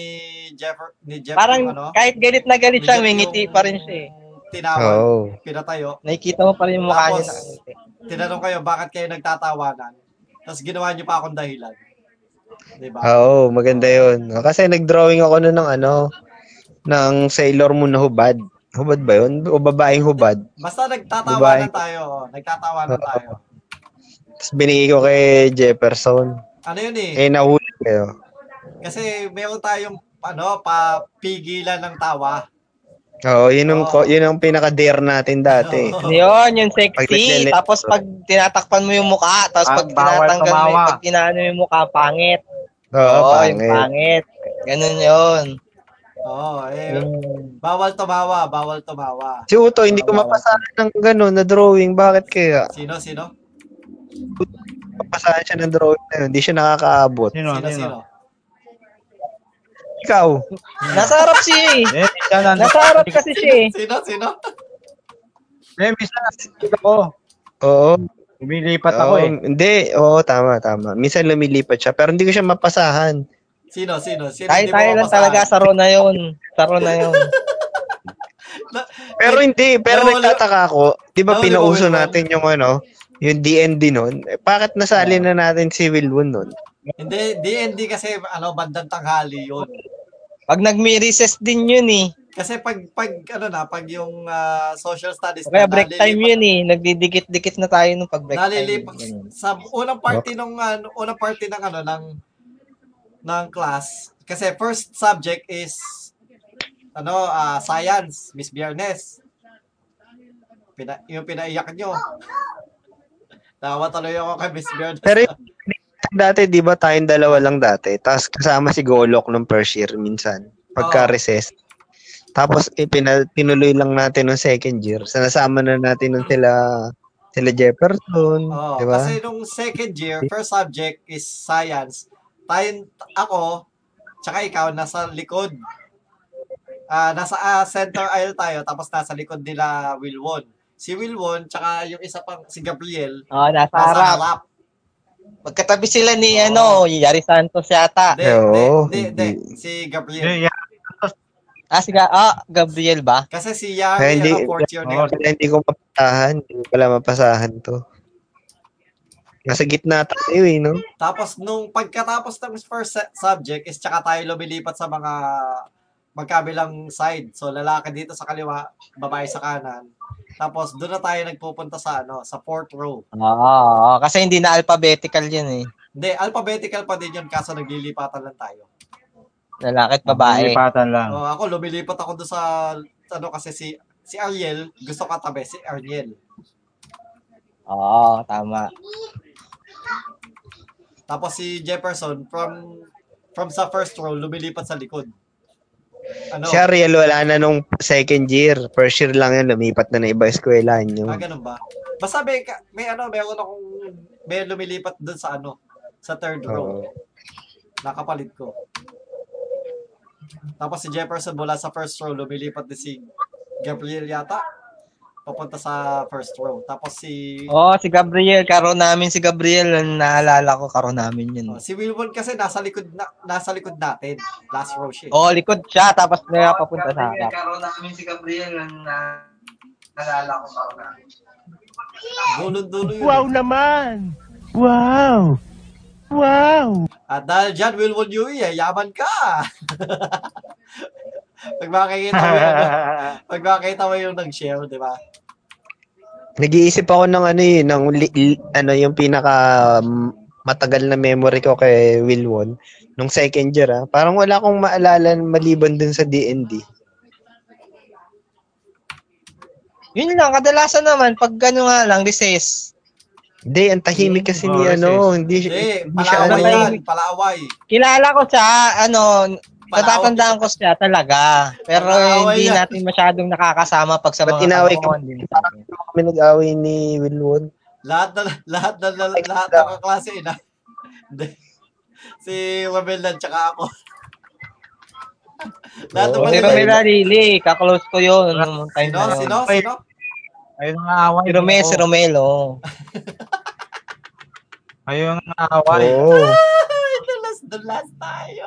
A: Jeff, ni Jeff,
C: Parang
A: yung ano,
C: kahit galit na galit
A: ni
C: siya,
A: Jeff
C: may ngiti
A: yung
C: pa rin siya eh.
A: Tinawan,
D: Oo.
A: pinatayo.
C: Nakikita mo pa rin yung mukha niya
A: Tapos-
C: nakangiti.
A: Tinanong kayo, bakit kayo nagtatawanan? Tapos ginawa niyo pa akong dahilan. Diba? Di ba?
D: Oo, maganda yun. Oh, Kasi nag-drawing ako nun ng ano, ng Sailor Moon na hubad. Hubad ba yun? O babaeng hubad?
A: Basta nagtatawanan
D: Babae.
A: tayo. oh, Nagtatawanan
D: Oo.
A: tayo.
D: Tapos binigay ko kay Jefferson.
A: Ano yun eh?
D: Eh, nahuli kayo.
A: Kasi meron tayong ano, papigilan ng tawa.
D: Oo, yun ang,
A: Oo.
D: ko- yun ang pinaka-dare natin dati.
A: Oo.
C: Ano yun, yung
D: Pag
C: sexy.
D: naglelet-
C: tapos pag tinatakpan mo yung mukha, tapos
F: Ah,
C: pag
F: bawal
C: tinatanggal mo yung,
F: tumawa.
C: pag tinaano yung mukha, pangit.
D: Oo,
C: Oo, yung
D: Oh, pangit.
C: pangit. Ganun yun.
A: Oo, eh,
C: Yung,
A: bawal tumawa, bawal tumawa.
D: Si Uto, hindi ko mapasahan ng gano'n na drawing. Bakit kaya?
A: Sino, sino?
D: Mapasahan siya ng drawing na yun. Hindi siya nakakaabot.
F: Sino?
A: Sino,
F: Sino?
A: sino?
D: Ikaw,
C: nasa harap siya
F: Eh,
C: eh.
F: minsan ano?
C: Nasa harap kasi siya eh.
A: Sino, sino?
F: Eh, minsan nasikip ako.
D: oo.
F: Umilipat
D: oo,
F: ako eh.
D: Hindi, oo, tama, tama. Minsan lumilipat siya, pero hindi ko siya mapasahan.
A: Sino, sino? Sino
C: Tayo,
A: hindi mo
C: tayo lang
A: mapasahan?
C: talaga, saro na yun. Saro na yun.
D: Pero hindi, pero
A: Nawala-
D: nagtataka ako. Di ba
A: Nawala ba,
D: pinauso
A: Wilwon?
D: natin yung ano, yung DND nun? Eh, bakit nasali na natin si Wilwon nun?
A: Hindi, di, hindi kasi ano, bandang tanghali yun.
C: Pag nag-recess din yun eh.
A: Kasi pag, pag ano na, pag yung ah, social studies
C: O Kaya
A: na,
C: break time
A: nalilipat-
C: yun eh. Nagdidikit-dikit na tayo nung pag break
A: nalilipat
C: time.
A: sa unang party nung ano, unang party ng ano ng ng class. Kasi first subject is ano, ah, science, Miss Biernes. Pina, yung pinaiyak nyo. Tawa tuloy ako kay Miss Biernes.
D: Pero yung- dati, di ba tayong dalawa lang dati? Tapos kasama si Golok nung first year minsan.
A: Oo.
D: Pagka-recess. Tapos eh, pina- tinuloy lang natin nung second year. Sinasama na natin nung sila sila Jefferson.
A: Oo,
D: di ba?
A: kasi nung second year, first subject is science. Tayo, ako, tsaka ikaw, nasa likod. Ah, nasa ah, center aisle tayo, tapos nasa likod nila Wilwon. Si Wilwon, tsaka yung isa pang, si Gabriel,
C: Oo, nasa
A: nasa
C: harap.
A: harap.
C: Magkatabi sila ni
A: Oo.
C: ano, Yari Santos yata.
A: Hindi, hindi,
D: Oo,
A: hindi, hindi.
D: hindi.
A: Si
F: Eh,
A: Gabriel.
F: yeah.
C: Ah, si Ga- ah, Gabriel ba?
A: Kasi si
D: Ay,
A: Yari,
D: hindi.
A: ano, fourth year na
F: Oo,
A: yun.
D: Kaya hindi ko mapasahan. Hindi ko pala mapasahan to. Nasa gitna tayo eh, no?
A: Tapos nung pagkatapos ng first se- subject is tsaka tayo lumilipat sa mga magkabilang side. So lalaki dito sa kaliwa, babae sa kanan. Tapos doon na tayo nagpupunta sa ano, sa fourth row.
C: Oo, oo, kasi hindi na alphabetical yun eh.
A: Hindi, alphabetical pa din yun kaso naglilipatan lang tayo.
C: Lalaki at babae.
F: Umilipatan lang.
A: O, ako lumilipat ako doon sa ano kasi si si Ariel, gusto ka tabi si Ariel.
C: Oo, tama.
A: Tapos si Jefferson from from sa first row lumilipat sa likod. Ano?
D: Si Ariel, wala na nung second year. First year lang yun. Lumipat na na iba eskwelahan
A: Ah,
D: yun.
A: ganun ba? Basta may, ka- may ano, meron akong, may lumilipat dun sa ano, sa third row.
D: Oo.
A: Nakapalit ko. Tapos si Jefferson mula sa first row, lumilipat din si Gabriel yata. Papunta sa first row. Tapos si,
C: Oo, si Gabriel. Karo namin si Gabriel. Naalala ko, karo namin
A: oh,
C: yun.
A: si Wilbon kasi nasa likod, na, nasa likod natin. Last row
D: Oh.
A: siya. eh.
C: Oo, likod siya. Tapos may papunta sa harap.
A: Dulo-dulo yun.
E: Wow
A: eh.
E: naman! Wow! Wow!
A: At dahil dyan, Wilwon Yui, eh, yaman ka! pag makikita mo yung, ano, pag makikita mo yung nag-share, di ba?
D: Nag-iisip ako ng ano yun, ng li- li- ano yung pinaka um, matagal na memory ko kay Wilwon nung second year ah. Parang wala akong maalala maliban dun sa D&D.
C: Yun lang, kadalasan naman, pag gano'n nga lang, recess,
D: Hindi, ang tahimik kasi ni
F: Oh,
D: ano, hindi,
A: Hindi,
D: hindi siya ano
A: palaway
D: yun.
A: yan, palaway.
C: Kilala ko siya, ano, natatandaan
A: Palaway.
C: ko siya talaga. Pero
A: Palaway
C: hindi
A: yan.
C: natin masyadong nakakasama pag sa
D: Ba't
C: mga
D: inaway ka?
C: kalokohan din. sabi.
D: Kami nag-away ni Wilwon.
A: Lahat na, lahat na, lahat na kaklase, ina. Hindi. si Romelan, tsaka
D: Oh,
A: ako. lahat
D: Oo,
A: naman
C: Si
D: Iba-
C: Romela Lili, kaklose ko yun. nung time
A: Sino?
C: na yun.
A: Sino? Sino?
F: Ayun ang away.
C: Si Romel, si Romelo.
F: Ayun ang away.
D: Oo.
A: Ah, the last, the last tayo.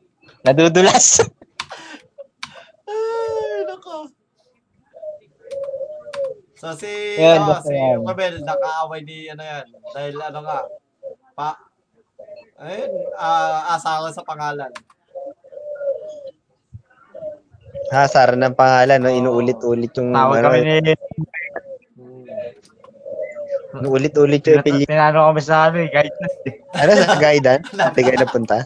C: Nadudulas.
A: Ay, nako. So si,
C: Yan,
A: oh,
C: basta
A: si
C: yan.
A: Romel, nakaaway ni ano yan. Dahil ano nga, pa, ayun, ah, asawa sa pangalan.
D: Ha, Sara Ah, ng pangalan, no? inuulit-ulit yung
F: Tawag
D: ano,
F: kami ni...
A: Hmm.
D: inuulit-ulit yung pili.
F: Pinano kami sa ano eh, guidance eh.
D: Ano sa guidance? Ate guy na punta?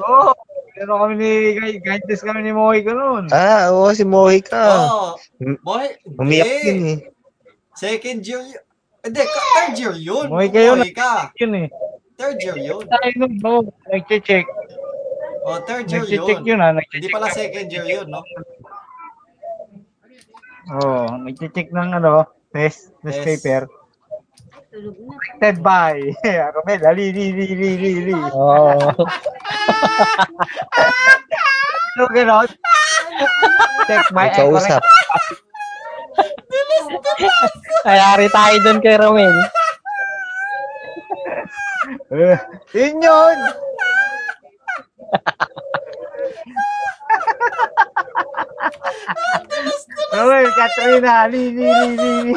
F: Oo. Pinano kami ni... guide- Guidance kami ni Moy ko noon.
D: Ah, oo, si Mohi ka.
A: Oh, boy,
D: Umiyak
A: hindi.
D: yun eh.
A: Second year, y- hindi, ka- third year yun.
F: Buhay kayo
A: Buhay ka.
F: Yun eh.
A: Third year yun.
F: Tayo nun, no? Nag-check.
A: Oh, third year
F: Nag-check
A: yun.
F: yun ah, ha.
A: Hindi
F: Nag-check.
A: pala second year yun, no?
F: Oo. Nag-check ng ano, test,
A: Test.
F: newspaper. Protected by Romel, ali, li, li, li, li, li.
C: Oo.
F: Ano ganon? Check my
D: May kausap.
C: Kayari tayo dun kay Romel.
F: Eh, Yun yun! Romel, Katrina, li, li, li, li, li.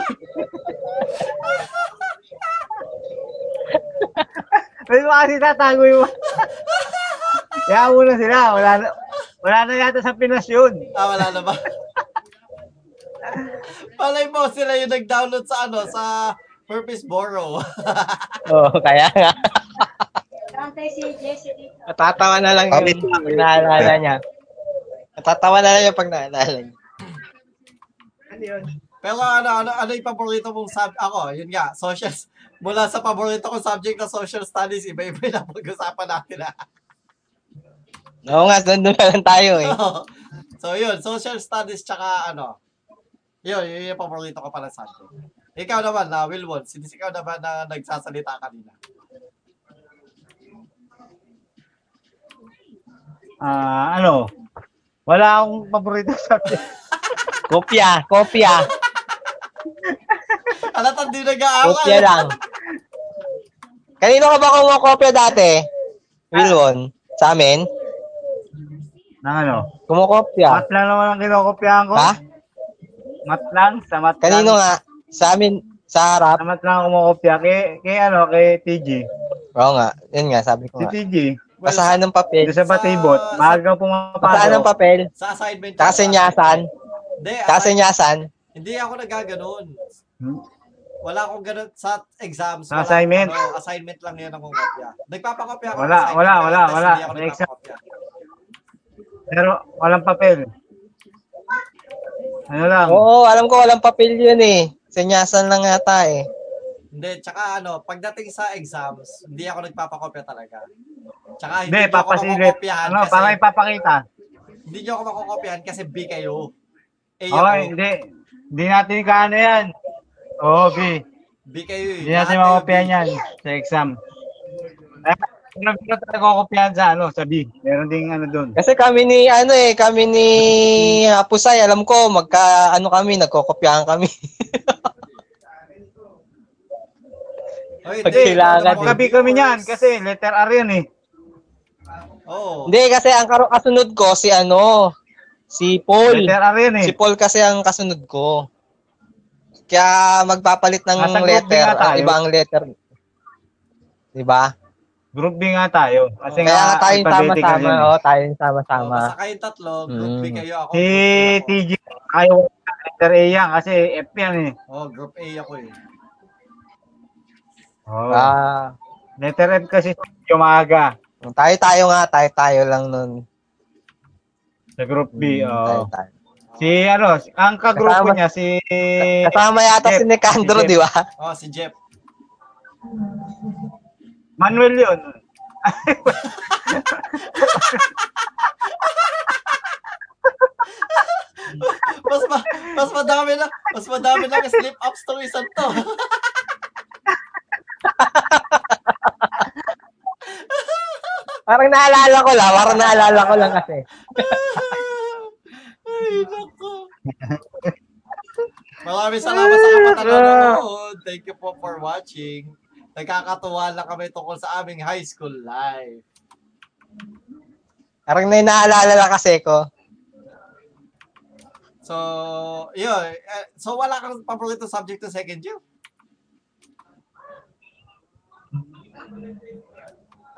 F: Ba't mo kasi tatago yung... Kaya muna sila, wala na, wala na yata sa Pinas yun.
A: Ah, wala na ba? Palay mo, sila yung nag-download sa ano, sa Purpose Borrow.
C: Oo, kaya nga.
G: Kantay si Jesse dito.
C: Natatawa na lang
D: Kami
C: yun pag naalala niya. Natatawa na lang yun pag naalala niya.
A: Pero ano, ano, ano yung paborito mong subject? Ako, yun nga, social, mula sa paborito kong subject na social studies, iba-iba yung napag-usapan natin ah.
C: Oo nga, nandun na lang tayo eh.
A: so yun, social studies tsaka ano, yun, yun yung paborito ko pala subject. Ikaw naman, na Wilwon, since ikaw naman na nagsasalita kanina.
F: Ah, ano? Wala akong paborito sa
C: Kopya, kopya,
A: Alat, hindi nag-aaral.
C: kopya lang. Kanino ka ba kumukopya dati? Wilwon, sa amin?
F: ng ano?
C: Kumukopya.
F: Mat lang naman ang kinokopyahan ko.
C: Ha?
F: Mat lang, sa mat lang.
C: Kanino nga? Sa amin, sa harap.
F: Sa mat lang ako kumokopya. Kay, kay ano, kay TG.
C: Oo nga, yun nga, sabi ko
A: Oh.
F: Si
C: nga.
F: TG.
C: Basahan ng papel.
F: Doon sa Batibot.
A: sa-
F: Maaga
C: Basahan ng
F: pumapasok.
C: papel.
A: Sa assignment. ko- ah,
C: Kasi nyasan.
A: Hindi,
C: Kasi
A: assi-
C: nyasan.
A: Hindi ako nagaganon.
F: Hmm?
A: Wala akong ganun sa exams.
F: Sa
A: wala
F: assignment?
A: akong Ano, assignment lang yun ang kopya. Nagpapakopya ako. ng
F: Wala,
A: assignment,
F: wala,
A: pero
F: wala,
A: test,
F: wala.
A: Hindi ako
F: Sa exam-
A: nagpapakopya.
F: Pero walang papel. Ano lang?
C: Oo, alam ko walang papel yun eh. Sinyasan lang yata eh.
A: Hindi, tsaka ano, pagdating sa exams, hindi ako nagpapakopya talaga. Tsaka hindi,
F: Hindi,
A: niyo ako
F: papasilip.
A: makukopyahan
F: Ano,
A: kasi
F: para ipapakita.
A: hindi niyo ako makukopyahan kasi B kayo. A ako,
F: Okay, hindi. Hindi natin kaano yan. Oo, B.
A: B kayo eh.
F: Hindi natin
A: Lahat kayo B.
F: makakopyahan yan sa exam. Eh, Grabe na tayo kukopyahan sa ano, sa B. Meron ding ano doon.
C: Kasi kami ni, ano eh, kami ni Hapusay, alam ko, magka, ano kami, nagkokopyahan kami.
A: Oy,
C: Pag
A: hindi,
C: kailangan
A: ano,
C: eh.
A: mga
F: Gabi
A: B
F: kami niyan
A: words.
F: kasi letter R yun eh.
A: Oo.
C: Hindi, kasi ang karo kasunod ko, si ano, si Paul.
F: Letter R yun eh.
C: Si Paul kasi ang kasunod ko. Kaya magpapalit ng
F: Nasa group din
C: letter, ah,
F: nga
C: ang
F: tayo.
C: iba ang letter. Di ba?
F: Group B nga tayo. Kasi
C: Kaya nga tayong
F: alphabetical
C: sama-sama.
F: yun eh.
C: Oo, tayong
A: Oh,
C: sama-sama.
A: basta kayong tatlo, group B
C: Mm.
A: kayo ako.
F: Si
A: group B ako.
F: TG, ayaw ka letter A yan kasi F yan eh.
A: Oh, group A ako eh.
F: Oh.
C: Ah,
F: letter F kasi sa umaga.
C: tayo-tayo nga, tayo-tayo lang nun.
F: Sa group B.
C: Mm,
F: Oh.
C: tayo-tayo.
F: Si ano, ang kagrupo
C: Kasama-
F: niya si...
C: Kasama yata si
F: Jeff,
C: Nicandro,
F: si Jeff.
C: di ba?
A: Oh, si Jeff.
F: Manuel yun.
A: Mas ma- mas madami lang, mas madami lang slip ups tong isang to.
C: Parang naalala ko lang, parang naalala ko lang kasi.
A: Ay, nako. Maraming salamat sa mga nanonood. Thank you po for watching. Nagkakatuwa lang kami tungkol sa aming high school life.
C: Parang na naalala lang kasi ko.
A: So, yun. Eh, So, wala kang paborito subject ng second year?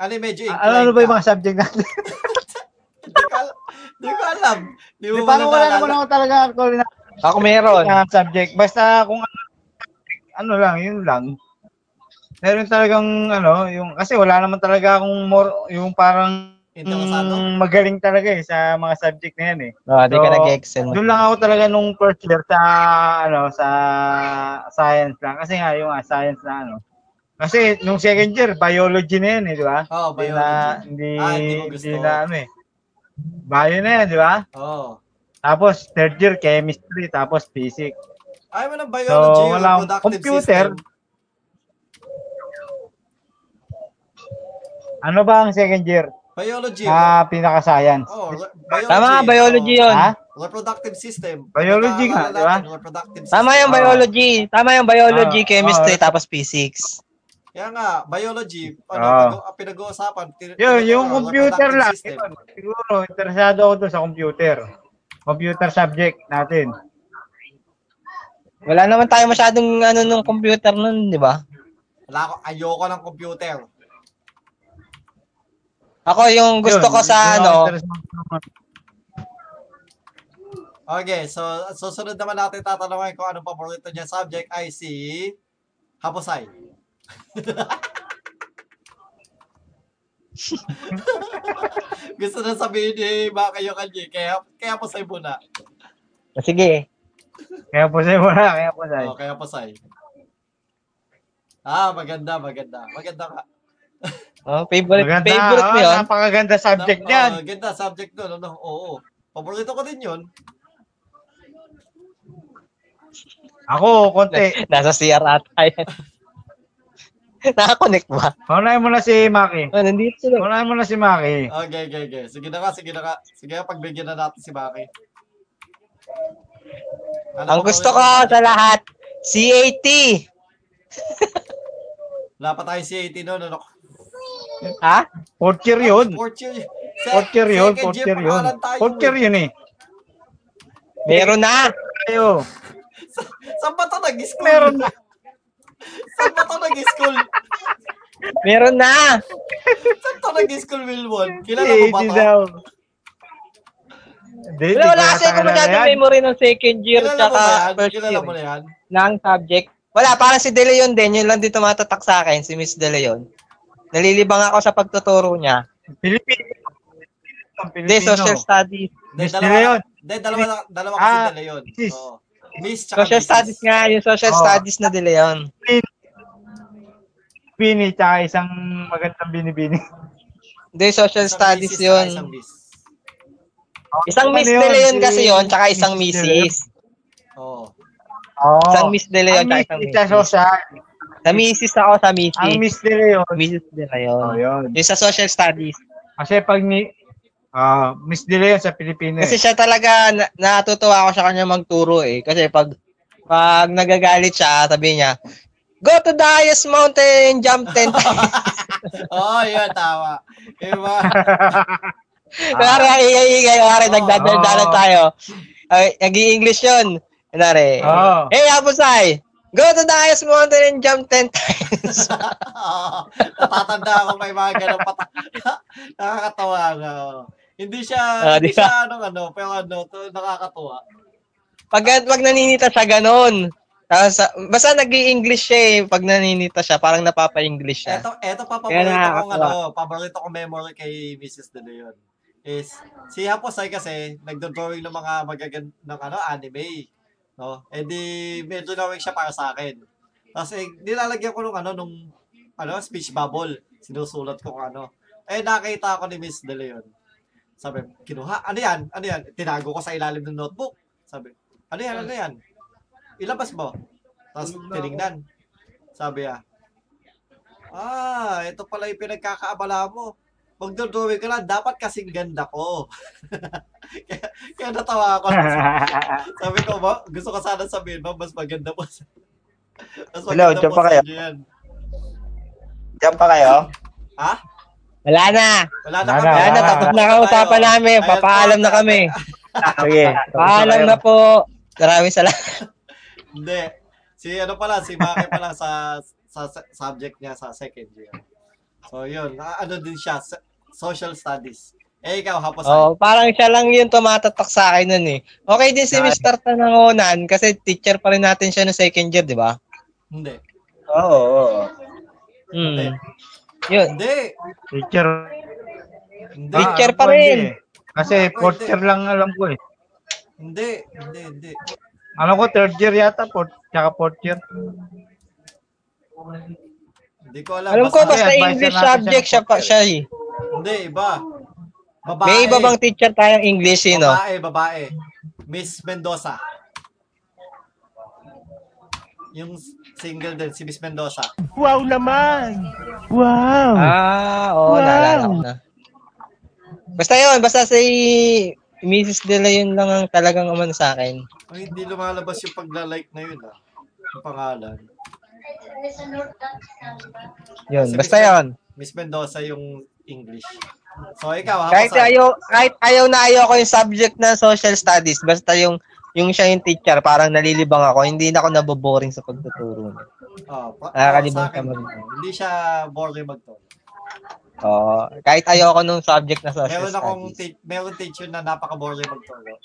A: Ano yung medyo inclined
F: Ano, ano ba yung
A: ka?
F: mga subject natin?
A: Hindi ko alam. Hindi ko alam. Hindi mo
F: Di,
A: wala
F: parang Eh, wala naman ako talaga ako na
C: Ako meron.
A: Ano?
F: na subject. Basta kung ano, ano lang, yun lang. Meron talagang ano, yung kasi wala naman talaga akong more yung parang
A: Interesado?
F: mm, magaling talaga eh sa mga subject na yan eh.
C: Oo, Oh, di ka
F: So,
C: nag-excel.
A: Ano?
F: Doon lang ako talaga nung first year sa ano sa science lang kasi nga yung ah, science na ano. Kasi nung second year biology na yan eh, di ba?
A: Oo,
F: Hindi na
A: Oh, biology.
F: hindi,
A: Ah, hindi mo gusto.
F: hindi na ano eh. Bio na yan, di ba?
A: Oo.
F: Tapos third year chemistry, tapos physics.
A: Ayaw mo ng biology,
F: So,
A: so,
F: wala akong
A: reproductive
F: computer.
A: system.
F: Ano ba ang second year?
A: Biology.
F: Ah, pinaka-science.
A: oh, re- biology. Oh,
C: Tama nga, biology yun.
F: Ha?
A: Reproductive system.
F: Biology nga, diba?
A: Pag-aaralan
F: di ba?
A: natin, Reproductive system.
C: Tama yung
F: Ah.
C: biology. Tama yung biology,
F: Ah,
C: chemistry,
F: ah.
C: tapos physics.
A: Kaya nga, biology, ano,
F: Ah.
A: pag- ah, pinag-uusapan. tin-
F: Yun, yung
A: ano,
F: computer
A: reproductive
F: lang.
A: system.
F: Yun, siguro, interesado ako dun sa computer. Computer subject natin.
C: Wala naman tayo masyadong ano nung computer nun, di ba?
A: Wala ako, ayoko ng computer.
C: Ako yung gusto
F: Yun,
C: ko sa
F: yun
C: ano,
F: ang interesado ko.
A: Okay, so susunod naman natin tatanungin kung anong paborito niya subject ay si Haposay. Gusto na sabihin ni Baka yung kanji, kaya, kaya Haposay muna.
C: sige.
F: Kaya po sa'yo wala, kaya po sa'yo.
A: Oh, kaya Haposay. Ah, maganda, maganda. Maganda ka.
C: Oh, favorite
F: Maganda,
C: favorite mo
F: ah,
C: yun.
F: Napakaganda subject
A: Nap-
F: niyan.
A: oh, ganda, subject doon. Ano? Oo. Paborito ko din yun.
F: Ako, konti.
C: Nasa CR ata yan. Nakakonect ba?
F: Unahin mo na si Maki.
C: Oh, nandito sila.
F: Unahin mo na si Maki.
A: Okay, okay, okay. Sige na ka, sige na ka. Sige na, pagbigyan na natin si Baki. Ano
C: Ang
A: paborito
C: gusto ko
A: mo?
F: ah,
C: sa lahat, CAT.
A: Wala pa tayo si 18 noon, ano?
C: Ha?
F: Fourth year yun.
A: Fourth year. Se-
F: Fourth year yun,
A: second
F: fourth year yun.
A: pangalan tayo
F: Fourth year
A: eh.
F: yun eh.
C: Meron na.
F: Tayo.
A: Sa- Saan ba ito nag-school?
F: Meron na.
A: Saan ba ito nag-school?
C: Meron na.
A: Saan ito nag-school, Wilwon? Kilala mo
F: Eh,
A: ba
F: di
A: ito?
F: daw. Hindi,
C: Wala, wala kasi ako masyadong memory ng second year
A: Kilala mo
C: tsaka
A: na yan?
C: first
A: Kilala
C: year
A: mo na yan?
C: ng subject. Wala, parang si De Leon din. Yun lang din tumatatak sa akin, si Miss De Leon. Nalilibang ako sa pagtuturo niya.
F: Pilipino.
C: De,
F: Pilipino.
C: social studies.
A: Hindi,
F: Miss
A: dalawa,
F: De Leon.
A: Hindi, dalawa, dalawa
F: Ah,
A: kasi dala yun.
F: Mrs.
A: Oo. Miss tsaka
C: Social
A: Mrs.
C: studies nga, yung social
F: Oo.
C: studies na De Leon.
F: Bini, tsaka isang magandang binibini.
C: Hindi, social
A: Isang
C: studies
A: Mrs. tsaka
C: yun.
A: Isang miss.
C: Isang
F: Ano
C: Miss
F: yun?
C: De Leon
F: Si
C: kasi yun, tsaka isang
F: Miss De Leon.
C: Mrs.
A: Oo.
F: Oo.
C: Isang Miss De Leon,
F: Ang
C: tsaka
F: Miss
C: isang
F: sa
C: Mrs.
F: social.
C: Sa Mrs. ako, sa
F: Ang
C: Mrs.
F: Miss De Leon.
C: Mrs. De
F: Oh,
C: Leon.
F: yun.
C: Yung sa social studies.
F: Kasi pag ni... Ah, Miss De Leon sa Pilipino.
C: Kasi
F: eh.
C: siya talaga, na, natutuwa ako sa kanya magturo eh. Kasi pag, pag nagagalit siya, sabi niya, Go to the highest mountain, jump 10 times.
A: Oo, Oh, yun, tama. Iba.
C: Kunwari, ah. ingay-ingay, kunwari,
A: Oo.
C: nagdadaldalan
F: Oo.
C: tayo. Ay, nag-i-English yun. Kunwari,
F: Oo.
C: hey, Apusay, Go to the highest mountain and jump 10 times.
A: Oo. natatanda ako may mga ganun pata. nakakatawa nga. oo. Hindi siya,
C: Ah,
A: hindi
C: di ba?
A: siya ano, ano, pero ano, to, nakakatuwa.
C: pag, pag naninita siya, ganun. Tapos, ah, basta nag english siya eh. Pag naninita siya, parang napapa-English siya.
A: Eto, eto pa paborito
C: Kaya
A: kong
C: nakakatawa.
A: ano, paborito kong memory kay Mrs. De Leon. Is si Haposay kasi nagdo-drawing ng mga magagan ng ano, anime. No? Eh di medyo drawing siya para sa akin. Tapos eh, nilalagyan ko nung ano nung ano speech bubble, sinusulat ko kung ano. Eh nakita ko ni Miss De Leon. Sabi, kinuha, ano yan? Ano yan? Tinago ko sa ilalim ng notebook. Sabi, ano yan? Ano yan? Ilabas mo. Tapos tinignan. Sabi ah, Ah, ito pala yung pinagkakaabala mo. Magdodrawing ka lang, dapat kasing ganda ko. kaya, kaya natawa ako. Sabi ko, ma, gusto ko sana sabihin, ma, mas maganda po. sa- mas
D: Wala,
A: maganda
D: diyan
A: po
D: pa
A: sa
D: kayo.
A: inyo yan.
D: Diyan pa kayo?
A: Ha?
C: Wala na.
A: Wala na
F: Wala
A: kami.
C: Wala na.
F: Wala.
C: Tapos na kausapan namin. Papaalam na kami.
D: Sige.
C: Paalam na po. Maraming salamat.
A: Hindi. Si ano pala, si Maki pala sa, sa, sa subject niya sa second year. So yun, na- ano din siya, so- social studies. Eh, ikaw, hapos
C: Oh, parang siya lang yung tumatatak sa akin nun eh. Okay din si Mr. Tanangonan kasi teacher pa rin natin siya no second year, di ba?
A: Hindi.
D: Oo, oo, oo.
C: Hmm. Yun.
A: Hindi.
F: Teacher.
A: Hindi.
F: Ah,
C: Teacher
F: alam
C: pa
F: ko,
C: rin.
F: hindi eh. Kasi fourth year lang alam ko eh.
A: Hindi. Hindi. Hindi.
F: Alam ko third year yata, fourth, tsaka fourth year.
A: Hindi ko alam.
C: Alam ko
A: Basta-
C: basta
F: advisor
C: English
F: natin siya
C: subject
F: ng
C: siya pa
F: teacher.
C: siya eh.
A: Hindi, iba. Babae.
C: May iba bang teacher tayong English eh, no?
A: Babae, babae. Miss Mendoza. Yung single din, si Miss Mendoza.
E: Wow naman! Wow!
C: Ah, oo,
E: Wow.
C: naalala ko na. Basta yun, basta si Mrs. De Leon lang ang talagang umano sa akin.
A: Ay, hindi lumalabas yung pagla-like na yun, ah. Yung pangalan.
C: Yun,
A: Si
C: basta
A: Mr.
C: yun.
A: Miss Mendoza yung English. So, ikaw,
C: Kahit
A: Haposay.
C: ayaw, kahit ayaw na ayaw ko yung subject na social studies, basta yung yung siya yung teacher, parang nalilibang ako. Hindi na ako naboboring sa pagtuturo niya.
A: Oh, pa- oh,
C: Nakakalimutan
A: sa akin,
C: mo rin.
A: Hindi siya boring magturo.
C: Oo. Kahit ayaw ko nung subject na social
A: Meron akong
C: studies.
A: ti- meron teacher na napaka-boring magturo.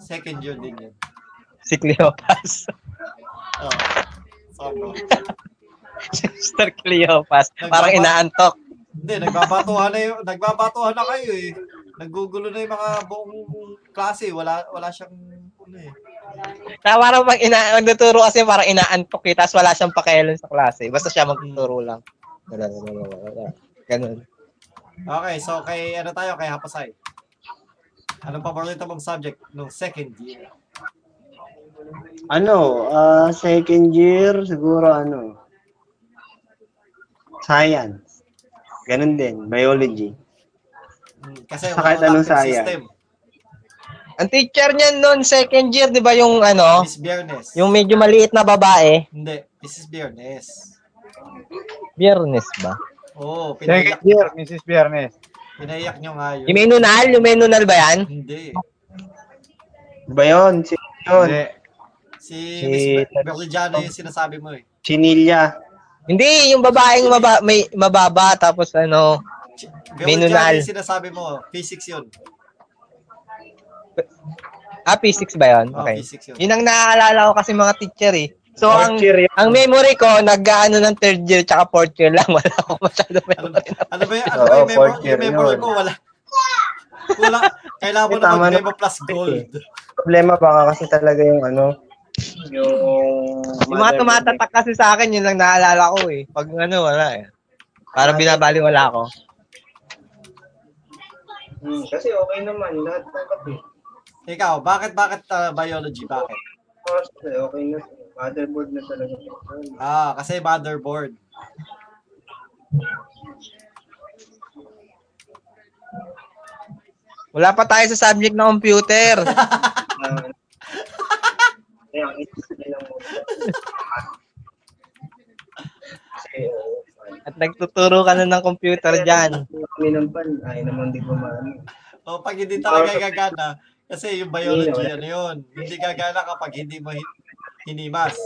A: Second year din yun.
C: Si Cleopas.
A: Oh. Sobra.
C: si Mr. Cleopas.
A: Nagbaba-
C: Parang inaantok.
A: Hindi, nagbabatuhan na yung, nagbabatuhan na kayo eh. Nagugulo na yung mga buong klase. Wala, wala siyang, ano eh.
C: Na parang pag ina nagtuturo kasi parang inaantok eh, tapos wala siyang pakialam sa klase. Basta siya magtuturo lang. Wala, wala, wala, wala. Ganun.
A: Okay, so kay, ano tayo, kay Hapasay. Anong paborito mong subject nung second year?
H: Ano, ah, second year, siguro ano, science. Ganun din, biology.
A: Hmm, Kasi
H: Sa kahit anong saya.
C: Ang teacher niya noon, second year, di ba yung ano,
A: Miss Biernes.
C: yung medyo maliit na babae,
A: Hindi, Mrs. Biernes.
C: Biernes ba?
A: Oo, oh,
F: Second
A: pinaiyak,
F: year, Mrs. Biernes.
A: pinaiyak nyo nga yun.
C: Yung may nunal, yung may nunal ba yan?
A: Hindi.
H: Di ba yun? Si, yun,
F: Hindi.
A: Si
H: Si-
A: Miss Be- Berligiana yung sinasabi mo eh.
H: Chinilla.
C: Hindi, yung babaeng maba, may mababa, tapos ano,
A: Ch-
C: May
A: Berligiana
C: nunal.
A: yung sinasabi mo. Physics yun.
C: ah, P6 ba yan?
A: Oh,
C: Okay.
A: physics yun.
C: Yun ang naaalala ko kasi mga teacher eh. So,
H: Fourth
C: ang
H: year yun.
C: ang memory ko, nag-ano ng third year tsaka fourth year lang. Wala ako masyado
A: Ano
C: memory.
A: ba, ano ba, ano ba
H: Oo,
A: yung memory,
H: fourth year
A: yung memory
H: yun.
A: mo? Wala. Wala. Kailangan mo
H: Eh,
A: na
H: tama na.
A: mag-memo plus gold.
H: Problema baka kasi talaga yung ano, yung...
C: Yung mga tumatatak kasi sa akin, yun lang naalala ko eh. Pag ano, wala eh. Parang binabaliwala ako.
H: Hmm, kasi okay naman, lahat tanggap eh.
A: Ikaw, bakit, bakit ah, biology? Bakit?
H: Kasi eh, okay na, motherboard na talaga.
A: Ah, kasi motherboard.
C: Wala pa tayo sa subject na computer.
H: Ah, Kaya ang isip nilang mo. Kasi, oo, fine.
C: At nagtuturo ka na ng computer dyan.
H: Kami ng pan, ay naman di ko maano.
A: O pag hindi talaga gagana, kasi yung biology,
H: Hindi, wala.
A: ano yun, hindi gagana kapag hindi mo hi- hinimas.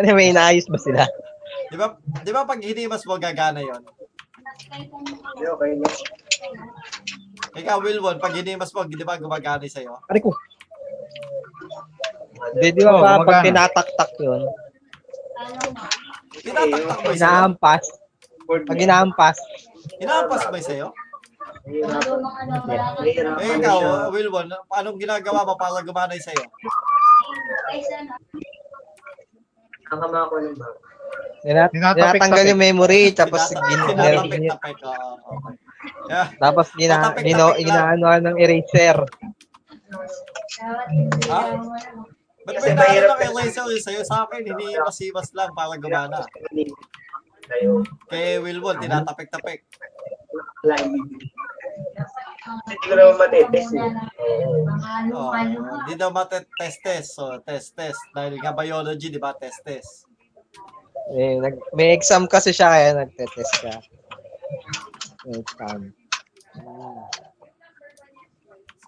C: Ano may inaayos ba sila?
A: Di ba, di ba pag hinimas mo, gagana yon
H: Okay, next.
A: Ikaw, Wilwon, pag hinimas mo, di ba gumagana sa'yo?
C: Ari ko. Di, di ba
F: Oo,
C: pa,
F: gumagana.
C: pag tinataktak yun,
A: Tinataktak ba sa'yo?
C: inaampas, pag inaampas,
A: Hinahampas ba sa'yo? Eh, ikaw, Wilwon, anong ginagawa mo para gumanay sa'yo?
H: Ang kama ko ng bag.
C: nina-
F: Tinatapik-tapik.
C: tinatanggal yung memory, tapos gin- gin-
A: Tinatapik-tapik. oo, okay. Yeah.
C: tapos gina,
A: Tinatapik-tapik
C: gino,
A: lang.
C: ginaanoan ng eraser.
A: Ba't
H: Kasi
A: may naano
H: mahirap
A: lang eraser yun sa'yo? Sa akin, hinihimas-himas lang para gumana.
H: Tayo.
A: Kay Wilwon, tinatapik-tapik.
H: Hindi ko naman
A: Ano
H: matetest eh.
A: Oh, hindi daw matetestes. So, test-test. Dahil nga biology, di ba? Test-test.
C: Eh, nag, may exam kasi siya kaya nagtetest ka. May exam.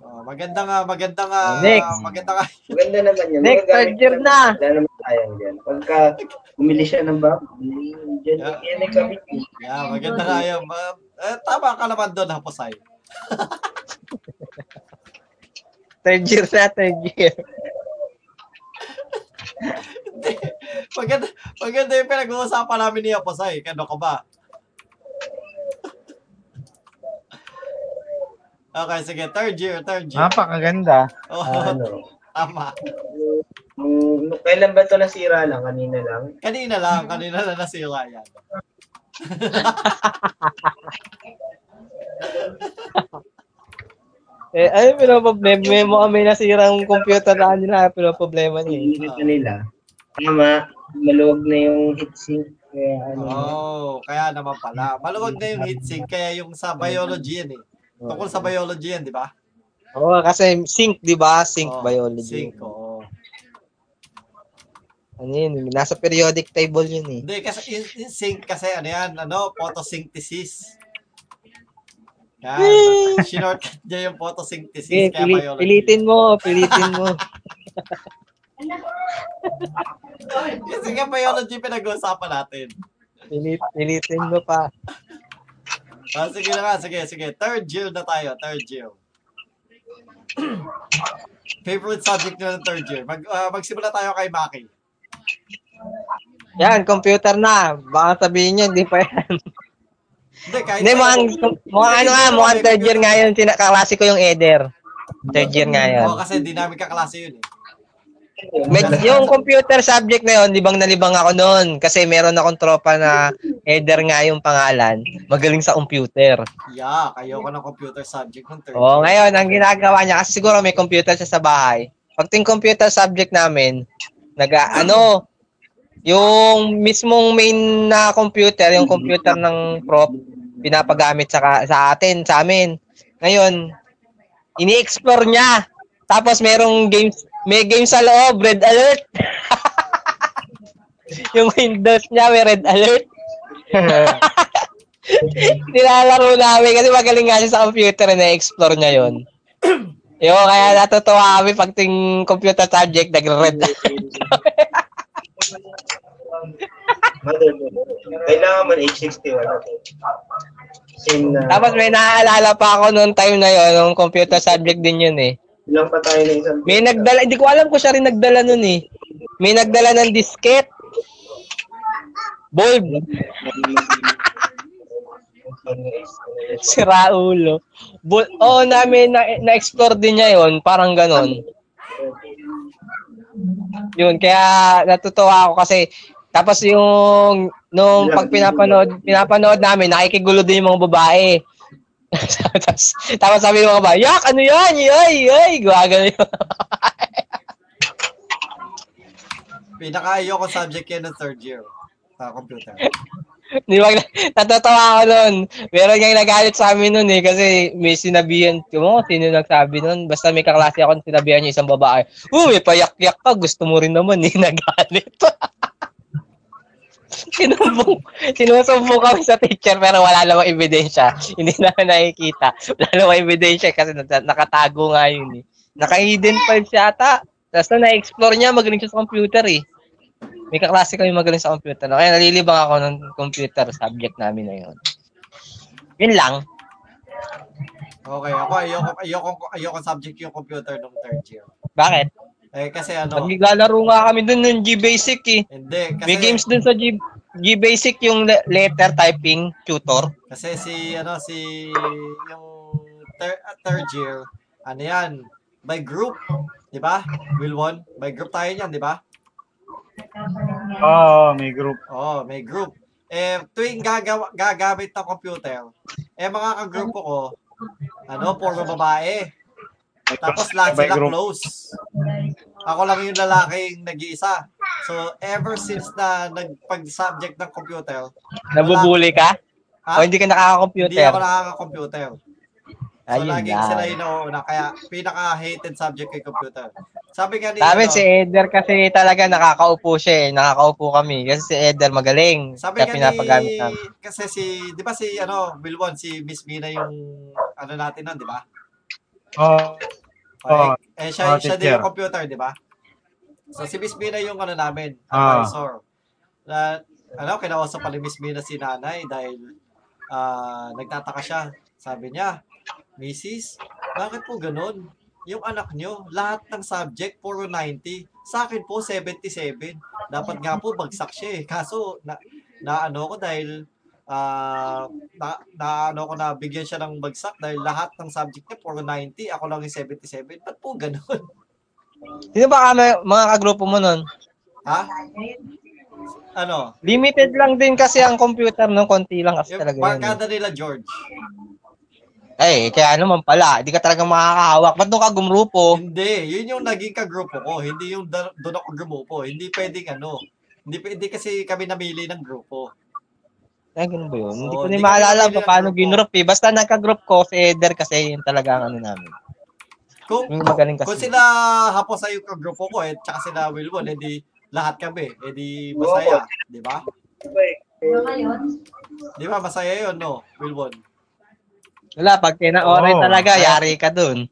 A: So, maganda nga, maganda nga.
C: Next.
A: Maganda nga.
H: Maganda naman yan.
C: Next, third year na.
H: Wala naman sayang dyan. Pagka bumili siya ng bag, bumili dyan.
A: Yeah.
H: Yan ay kabit. eh.
A: Yeah, maganda nga yun. Ma- eh, tama ka naman doon, Haposay.
C: Third year na, third year.
A: Hindi. maganda, maganda yung pinag-uusapan namin ni Haposay. Kano ka ba? Okay, sige. Third year, third year.
F: Napakaganda.
A: Oo,
H: Ah, ano.
A: tama.
H: Nung, nung kailan ba ito nasira lang? Kanina lang?
A: Kanina lang, kanina lang nasira yan.
C: Eh, ano pinoproblema? May mo kami nasirang computer na kanila,
D: Ah.
C: pinoproblema niya. eh.
H: Hindi ka nila. Tama. Maluwag na yung heatsink. Kaya ano.
A: Oh, kaya naman pala. Maluwag na yung heatsink, kaya yung
H: Ano?
A: sa biology yan eh. Tungkol sa biology yan, di ba?
C: Oo, kasi sync, di ba? Sync
A: Oo,
C: biology.
A: Sync, oo.
C: Ano yun, nasa periodic table yun eh.
A: Hindi, kasi in, in sync kasi ano yan, ano, photosynthesis. Yan, shortcut niya yung photosynthesis,
C: Eh,
A: kaya
C: pili-
A: biology.
C: pilitin mo, pilitin mo.
A: Kasi nga biology pinag-uusapan natin.
C: Pilit, pilitin mo pa.
A: Ah, sige na nga, sige, sige. Third year na tayo, third year. Favorite subject na ng third year. Mag, ah, magsimula tayo kay Maki.
C: Yan, computer na. Baka sabihin niyo, hindi pa yan.
A: Hindi, kahit
C: Hindi, mukhang, mukhang ano nga, mukhang third year nga yun. Sinakalase ko yung Eder. Third year nga yun.
A: Oo, kasi di namin kaklase yun eh.
C: Med- yung computer subject na yun, libang na libang ako noon. Kasi meron akong tropa na Eder nga yung pangalan. Magaling sa computer.
A: Yeah, kayo ko ng computer subject ng third
C: Oo,
A: year.
C: Oh, ngayon, ang ginagawa niya, kasi siguro may computer siya sa bahay. Pag ting computer subject namin, nag ano, yung mismong main na computer, yung computer ng prop, pinapagamit sa, ka- sa atin, sa amin. Ngayon, ini-explore niya. Tapos merong games, may game sa loob, red alert. yung Windows niya may red alert. Nilalaro namin kasi magaling nga siya sa computer na explore niya yon. Yo, kaya natutuwa kami pag ting computer subject nagre-red.
H: Mother, kailangan mo ng 861 ako. Same na.
C: Tapos may naaalala pa ako noong time na yon, nung computer subject din yun eh.
H: Ilang pa tayo ng isang
C: May nagdala, hindi ko alam kung siya rin nagdala nun eh. May nagdala ng disket. Bulb. Sira ulo. Bul- Oo, namin na, na-explore din niya yon parang ganon. Yun, kaya natutuwa ako kasi tapos yung nung pag pinapanood, pinapanood namin, nakikigulo din yung mga babae. tapos, tapos sabi ng mga babae, yak, ano yan? Yoy, yoy! Gawagano yun.
A: Pinaka-ayoko subject yan ng third year sa computer.
C: Di ba? Natatawa ako nun. Meron nga nagalit sa amin nun eh. Kasi may sinabihan. Kung mo, sino nagsabi nun? Basta may kaklase akong sinabihan niya isang babae. Oh, may payak-yak ka. Gusto mo rin naman eh. Nagalit. Sinumbong, sinusumbong kami sa teacher pero wala namang ebidensya. Hindi namin nakikita. Wala namang ebidensya kasi nata- nakatago nga yun eh. Naka-hidden files yata. Tapos na na-explore niya, magaling siya sa computer eh. May kaklase kami magaling sa computer. Kaya nalilibang ako ng computer subject namin na yun. Yun lang.
A: Okay, ako ayoko, ayoko, ayoko subject yung computer nung third year.
C: Bakit?
A: Eh, kasi
C: Pag
A: ano,
C: naglalaro nga kami dun ng G-Basic eh.
A: hindi, kasi,
C: May games dun sa G- G-Basic yung le- letter typing tutor.
A: kasi si, ano, si, yung ter- ah, third year, ano yan, by group, di ba? Wilwon, by group tayo yan, di ba?
C: Hmm.
F: Oo, may group.
A: Oo, Oh, may group. Eh, tuwing gagawa, gagamit ng computer, eh, mga kagrupo ko, ano, puro babae. Tapos lahat
F: By
A: sila
F: group.
A: close. Ako lang yung lalaking nag-iisa. So, ever since na nagpag-subject ng computer,
C: Nabubuli ka?
A: ha?
C: O Oh, hindi ka
A: Hindi ako
C: nakaka-computer?
A: nakaka-computer. So,
C: Ayun
A: laging
C: lang.
A: sila yung nauuna. Kaya, pinaka-hated subject kay computer. Sabi nga ni,
C: Sabi
A: ano,
C: si Eder kasi talaga nakakaupo siya eh. Nakakaupo kami. Kasi si Eder magaling.
A: sabi
C: Kaya
A: nga
C: pinapagamit
A: ni,
C: namin.
A: kasi si, di ba si, ano, Wilwon, si Miss Mina yung, ano natin nun, di ba?
F: Oo.
A: Okay.
F: Oo.
A: eh, siya,
F: Oo,
A: siya din yung
F: teacher.
A: computer, di ba? So, si Miss Mina yung ano namin,
F: Ah.
A: advisor. Na, ano, kinausap pala ni Miss Mina si nanay dahil ah, nagtataka siya. Sabi niya, Mrs., bakit po ganun? Yung anak nyo, lahat ng subject, puro 90. Sa akin po, 77. Dapat nga po, bagsak siya eh. Kaso, na, na ano ko dahil ah, na, na ano ko na bigyan siya ng bagsak dahil lahat ng subject niya puro 90, ako lang yung 77. Ba't po ganun?
C: Sino ba kami, mga kagrupo mo nun?
A: Ha? Ano?
C: Limited lang din kasi ang computer nung konti lang kasi
A: Yung
C: talaga yun.
A: barkada nila George.
C: eh. Ay, kaya naman pala, di ka talaga makakahawak. Ba't nung kagumrupo?
A: Hindi, yun yung naging kagrupo ko. Hindi yung da- doon ako gumupo. Hindi pwedeng ano. Hindi, pa- hindi kasi kami namili ng grupo.
C: Ay, Eh, ganun ba yun? hindi
A: Oo,
C: ko
A: hindi
C: na
A: ko
C: maalala
A: nabili
C: pa
A: ang
C: paano
A: grupo.
C: ginrop eh. Basta nagka-group ko si Eder kasi yun talaga ang ano namin.
A: Kung,
C: Yung magaling Hmm, kasi.
A: kung sila hapos ay yung kagrupo ko, eh, tsaka sila Wilwon, edi lahat kami. Edi masaya. Di ba? Di ba masaya yun, no? Wilwon.
C: Wala, pag kinaoray
F: Oo.
C: talaga, yari ka dun.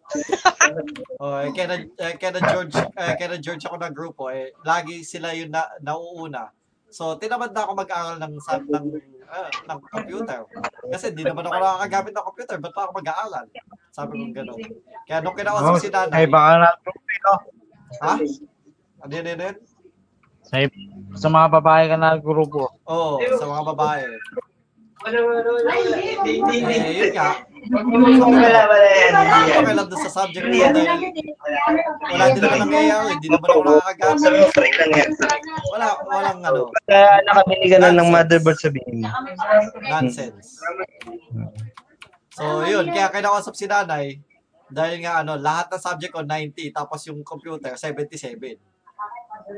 A: Oh, eh, kaya, na- eh, kaya na George, eh, kaya na George ako ng grupo, eh, lagi sila yung na, nauuna. So, tinamad na ako mag-aaral ng, sa, ng, ah, ng computer. Kasi di naman ako nakakagamit ng computer, ba't pa ako mag-aaral? Sabi ko gano'n. Kaya nung kinausap
F: Oh,
A: si
F: ay,
A: nanay,
F: baka na group eh, no?
A: ha? Ano yun yun? yun?
F: Sa, sa mga babae ka na grupo.
A: Oo, Oh, sa mga babae. Eh, yun nga. Hindi ako alam doon sa subject ko dahil wala din naman nangyayari, di naman ako nakakagamit.
H: Sabi mo, freak lang yan.
A: Wala, walang ano,
D: Basta nakabili ka na ng motherboard sabihin mo.
A: nonsense.
C: Mm.
A: So, yun. Kaya kinakausap si nanay, dahil nga ano, lahat ng subject ko 90, tapos yung computer 77.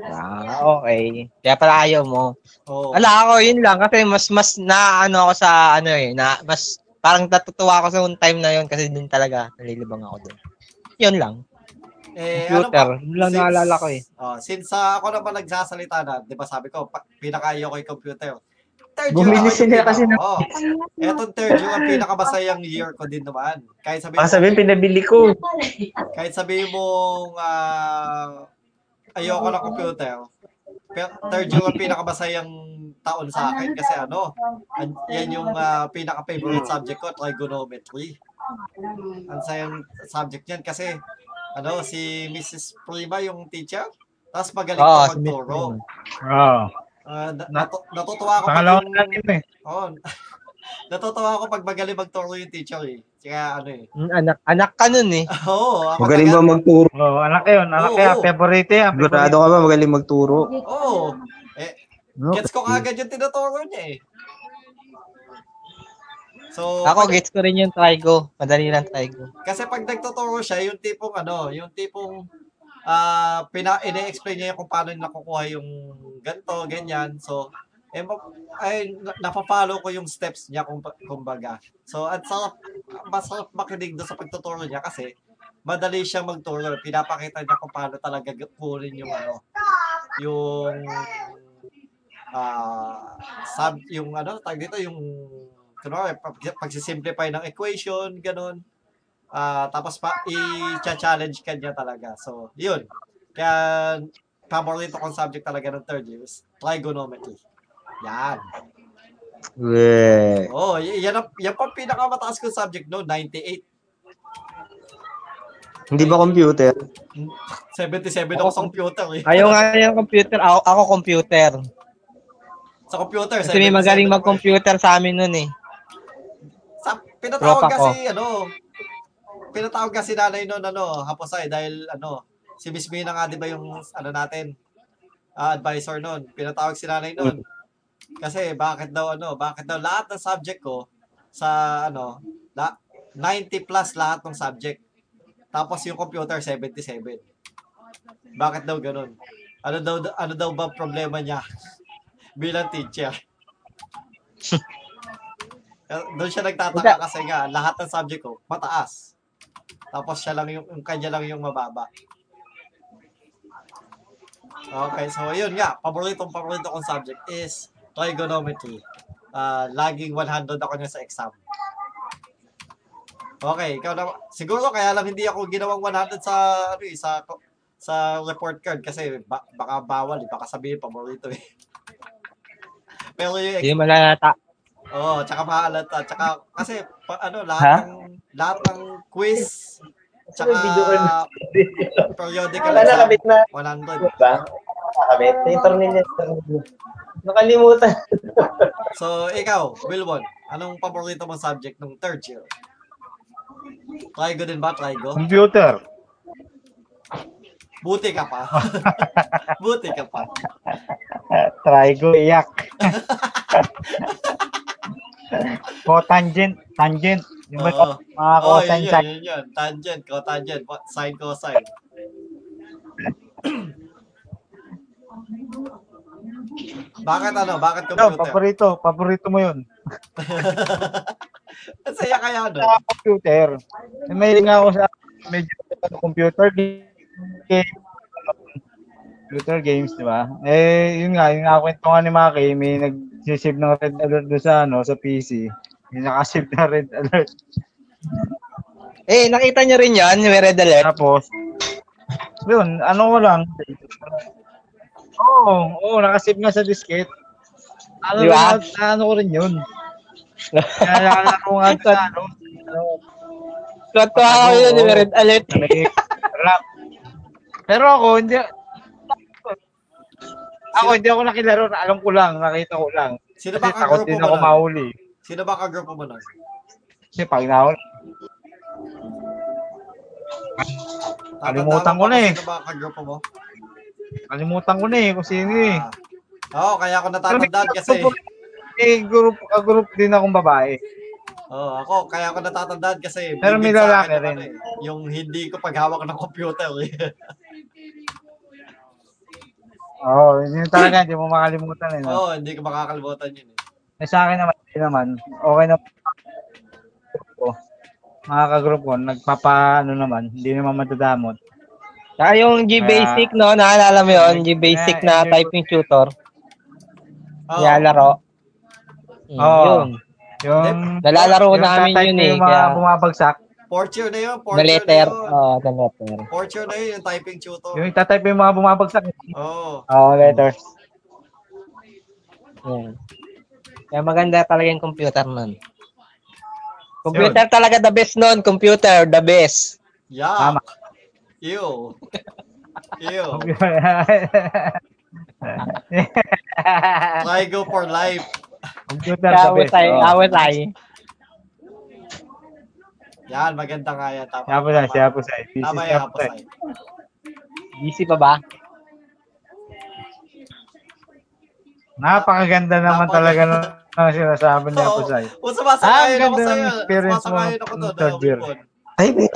C: Ah, okay. Kaya pala ayaw mo.
A: Oo.
C: Wala ako, yun lang. Kasi mas, mas na ano ako sa ano eh, na mas parang natutuwa ako sa one time na yun kasi dun talaga nalilibang ako dun. Yun lang.
A: eh,
C: Computer. Yun lang naalala ko eh.
A: Oh, since ah, ako naman nagsasalita na, di ba sabi ko, pa- pinakaayaw ko yung computer. Third
D: Bumili
A: ako yung
D: sila kasi
A: pinaka- Oo. Etong third year, ang pinakamasayang year ko din naman. Kahit sabihin
D: Baka
A: mo,
D: sabihin, pinabili ko.
A: kahit sabihin mong ah, ayoko ng computer, pe- third year ang pinakamasayang taon sa akin kasi ano, an- yan yung ah, pinaka-favorite subject ko, trigonometry. Ang sayang subject niyan kasi ano, si Mrs. Prima yung teacher, tapos magaling
C: Oo,
A: pa
C: Ah, si Miss
A: magturo.
C: Prima.
F: Oo.
A: Ah, na- natu- natutuwa ako pag
F: Oh. Pangalawa
A: yung,
F: na natin eh.
A: oh, natutuwa ako pag magaling magturo yung teacher eh. Kaya ano eh.
C: Mm, Anak, anak ka nun eh.
A: Oo, ako
D: Magaling
A: taga-
D: ba magturo?
F: Oo, Oh, anak yun. Anak
A: Oo,
F: yan.
A: oo.
F: Favorite yan.
D: Sigurado
F: Favorite.
D: ka ba magaling magturo?
A: Oo. Eh, gets ko kagad yung tinuturo niya eh. So,
C: Ako,
A: pag-
C: gets ko rin yung trigo. Madali lang trigo.
A: kasi pag nagtuturo siya, yung tipong ano, yung tipong ah pina ine-explain niya kung paano nila kukuha yung ganto, ganyan. So, eh, ma- ay, na- napapalo ko yung steps niya kung, kumbaga. So, at sarap, masarap makinig doon sa pagtuturo niya kasi madali siya magturo. Pinapakita niya kung paano talaga g- kunin yung ano, yung ah sub, yung ano, tag dito, yung kunwari, pag, pagsisimplify ng equation, ganun. Ah, tapos pa i-challenge kanya talaga. So, yun. Kaya paborito kong subject talaga ng third year is trigonometry. Yan.
D: Yeah.
A: Oh, y- yan ang, yan pa ang pinakamataas kong subject no, 98.
D: Hindi ba computer?
A: 77 ako sa computer eh.
C: Ayaw nga niya ng computer. Ako, ako computer.
A: Sa computer.
C: Kasi may
A: 77
C: magaling
A: ako eh.
C: mag-computer sa amin nun eh.
A: Sa, pinatawag
C: Tropa ko.
A: kasi, ano, pinatawag kasi nanay nun, ano, Haposay, dahil, ano, si Miss Mina nga, di ba yung, ano natin, ah, advisor nun, pinatawag si nanay nun. Kasi, bakit daw, ano, bakit daw lahat ng subject ko, sa, ano, la, 90 plus lahat ng subject. Tapos yung computer, 77. Bakit daw ganun? Ano daw, ano daw ba problema niya bilang teacher? Eh, Doon siya nagtataka kasi nga lahat ng subject ko mataas. Tapos siya lang yung, yung kanya lang yung mababa. Okay, so yun nga, paboritong paborito kong subject is trigonometry. Ah, laging 100 ako niya sa exam. Okay, ikaw na siguro kaya lang hindi ako ginawang 100 sa ano eh, sa sa report card kasi ba, baka bawal, eh, baka sabihin paborito eh. Pero yung
C: Hindi mo nalata.
A: Oo, oh, tsaka mahalata. Tsaka, kasi, pa,
B: Ha?
A: ano, lahat ng, lahat ng quiz, tsaka
H: Video call na.
A: periodical
H: Wala
A: exam,
H: nakabit na.
A: 100.
H: Diba? Nakabit. Yung tornilyo. yung tornilyo. Nakalimutan.
A: So, ikaw, Wilbon, anong paborito mong subject nung third year? Trigo din ba, Trigo?
F: Computer.
A: Buti ka pa. Buti ka pa.
F: Ah, Trigo iyak. cotangent. Oh, Tangent. Yung may
A: Oo.
F: mga
A: oh, yun,
F: cosine
A: yun,
F: sign.
A: yun, yun. Tangent, cotangent, what- sine, cosine. Bakit ano? Bakit
F: No,
A: computer?
F: paborito. Paborito mo yun.
A: Ang saya kaya doon.
F: Sa computer. Eh, May nga ako sa medyo computer game. Computer games, di ba? Eh, yun nga, yung nakakwento nga ni Maki, may nagsisave ng red alert doon sa, ano, sa PC. May nakasave ng red alert.
C: Eh, nakita niyo rin yan, yung Red Alert.
F: Tapos, yun, ano ko lang. Oo, oh, oo, nakasave nga sa diskette. Ano,
C: Di
F: na,
C: ba?
F: na, ano ko rin yun. Kaya ako nga sa, ano, ano,
C: Tuwa-tuwa ako yun, yung Red Alert.
F: na may rap. Pero ako, hindi, ako, hindi ako nakilaro. na Alam ko lang, nakita ko lang.
A: Sino ba
F: Kasi
A: kagrupo
F: takot din
A: mo
F: ako
A: nun?
F: mahuli.
A: Sino ba kagrupo mo nun?
F: Kasi pag nahuli,
A: Tatandaan
F: Kalimutan
A: mo
F: ko
A: ba kung
F: na eh.
A: Sino ba kagrupo mo?
F: kalimutan ko na eh kung sino eh.
A: Ah. Oo, kaya ako natatandaan Ah, kasi.
F: May group, group din akong babae.
A: Oo, ako, kaya ako natatandaan kasi.
F: Pero may
A: bibig sa
F: lalaki
A: akin yung
F: rin.
A: ano eh, yung hindi ko paghawak ng computer eh.
F: Oo, oh, yun talaga, hindi mo makalimutan eh. No?
A: Oo, hindi ko makakalimutan yun eh.
F: Eh, sa akin naman, hindi naman. Okay na ko. Mga kagroup ko, nagpapaano naman, hindi naman matadamot.
C: Saka Ah, yung G-Basic, no? Naalala mo yun? G-Basic na typing tutor.
A: Oo.
C: Nilalaro. Mm,
F: Oo.
C: yun.
F: Yung,
C: Nalalaro
F: yung
C: namin
F: tatype
C: yun
F: na
C: eh,
F: Yung mga
C: kaya-
F: bumabagsak,
A: Fourth year na yun,
C: The
A: fourth year na
C: letter.
A: yun.
C: Oo, the letter.
A: Fourth year na yun, yung typing tutor.
F: yung tatype yung mga bumabagsak.
A: Oo.
F: Oo, oh, letters.
C: Yan. Kaya maganda talaga yung computer nun. Computer talaga the best nun. Computer, the best.
A: Yeah.
F: Tama.
A: Ew. Ew. Trigo for life.
F: Computer
C: Kaya
F: the
C: was
F: best.
C: I,
F: oo.
C: I was I.
A: Yan, maganda nga yan. Tama,
F: Siya
A: tama.
F: po sa, siya po sa. This
A: Tama yan,
F: is siya po sa.
A: Haposay.
C: Easy pa ba?
F: Napakaganda naman
A: Napaka-
F: talaga ng sinasabi niya po sa.
A: Kung sumasangayin
F: Ah, ang
A: ako
F: ganda
A: sa'yo,
F: ng experience mo
A: sumasangayin ako
F: nung
A: doon,
F: third
A: uh,
F: year.
A: Wilbon.
D: Ay, may,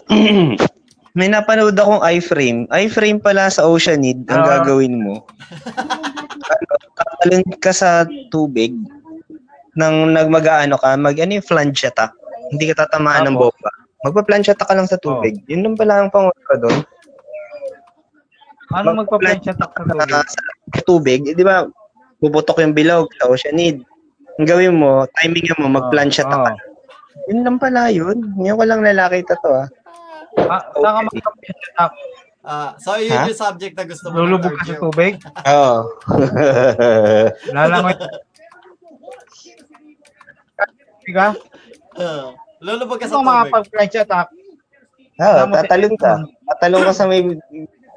D: may napanood akong iframe. Iframe pala sa Oceanid ang
F: Ah.
D: gagawin mo. ano, tatalon ka sa tubig nang nagmagaano ka, mag ano yung flange attack. Hindi ka tatamaan ng
F: Apo. Oh.
D: boba. Magpa-flange attack ka lang sa tubig. Yun lang pala ang pangulo ko doon.
F: Ano magpa-plan siya tak sa tubig?
D: Ah, Sa tubig, eh, di ba, bubutok yung bilog sa Oceanid. Ang gawin mo, timing mo, mag-flange attack ka.
F: Oo.
D: Yun lang pala yun. Ngayon ko lang lalaki ito to ah.
F: Ah, saan ka magpa-plan siya tak?
A: Ah, so yun
D: Ha?
A: yung subject na gusto mo.
F: Lulubog ka sa
A: i-argue.
F: tubig?
D: Oo.
F: Ah. Lalangoy ka?
A: Ah, lulubog ka sa
F: Ano
A: tubig.
F: makapag-french attack?
D: Oo, Ah, tatalon ka. Tatalon ka sa may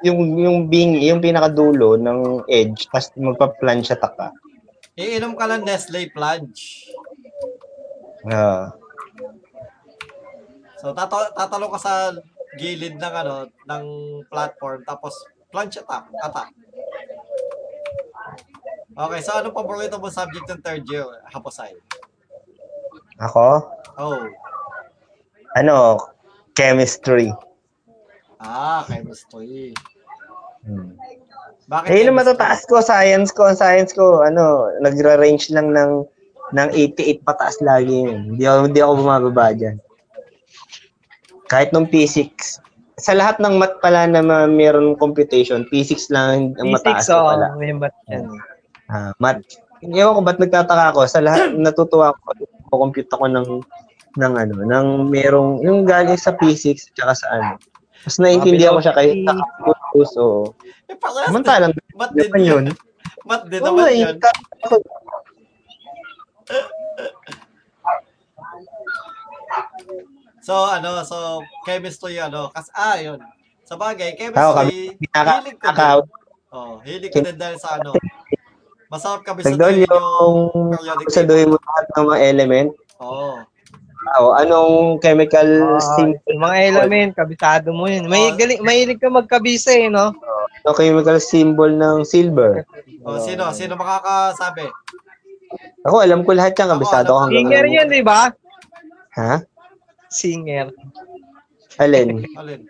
D: yung yung bing yung pinakadulo ng edge tapos magpa-plunge attack ka.
A: Iinom ka lang Nestle Plunge.
D: Oo.
A: So tato- tatalo ka sa gilid ng ano ng platform tapos plunge attack, attack. Okay, so anong paborito mo subject ng third year, Haposay?
D: Ako?
A: Oh,
D: Ano? Chemistry.
A: ah, chemistry.
D: Hmm.
F: Eh,
A: Bakit?
D: Ayun ang
A: chemistry?
D: matataas ko, science ko. Ang science ko, ano, nagra-range lang ng ng 88 pataas lagi yun. Hindi ako, hindi ako bumababa dyan. Kahit nung physics. Sa lahat ng math pala na ma- mayroon computation, physics lang ang mataas ko
C: Physics, oo.
D: pala.
C: May math yan.
D: Ah, mat. Ewan ko ba't nagtataka ako. Sa lahat, natutuwa ako. Kukompute ako ng, ng ano, ng merong, yung galing sa physics, tsaka sa ano. Mas naiintindihan ko siya kahit sa calculus, oo.
A: Eh, parehas din.
D: Samantalang,
A: Ba't din
D: naman yun.
A: Ba't din
D: Oo,
A: naman
D: eh,
A: yun?
D: ta- ako-
A: So, ano, so, chemistry, ano, kas, ah, yun. Sa bagay,
D: Oo, kami
A: chemistry,
D: pinaka-
A: hilig ko din.
D: pinaka-
A: Oh, hilig ko din dahil sa ano. Masarap kami sa
D: Nagdoon yung
A: periodic Oh. table.
D: saduhin mo lahat ng mga element.
A: Oo.
D: Oo, anong chemical
C: Ah,
D: symbol,
C: yung mga element, kabisado mo yun. May,
A: Oo.
C: galing, mahilig ka magkabisa eh, no?
D: anong chemical symbol ng silver?
A: Oh, sino? Sino makakasabi?
D: Ako, alam ko lahat
A: Ako,
D: yan. Kabisado
A: alam
D: ko
A: ko.
D: hanggang
C: Singer yun, di ba?
D: Ha?
C: Singer.
D: Alin?
A: Alin?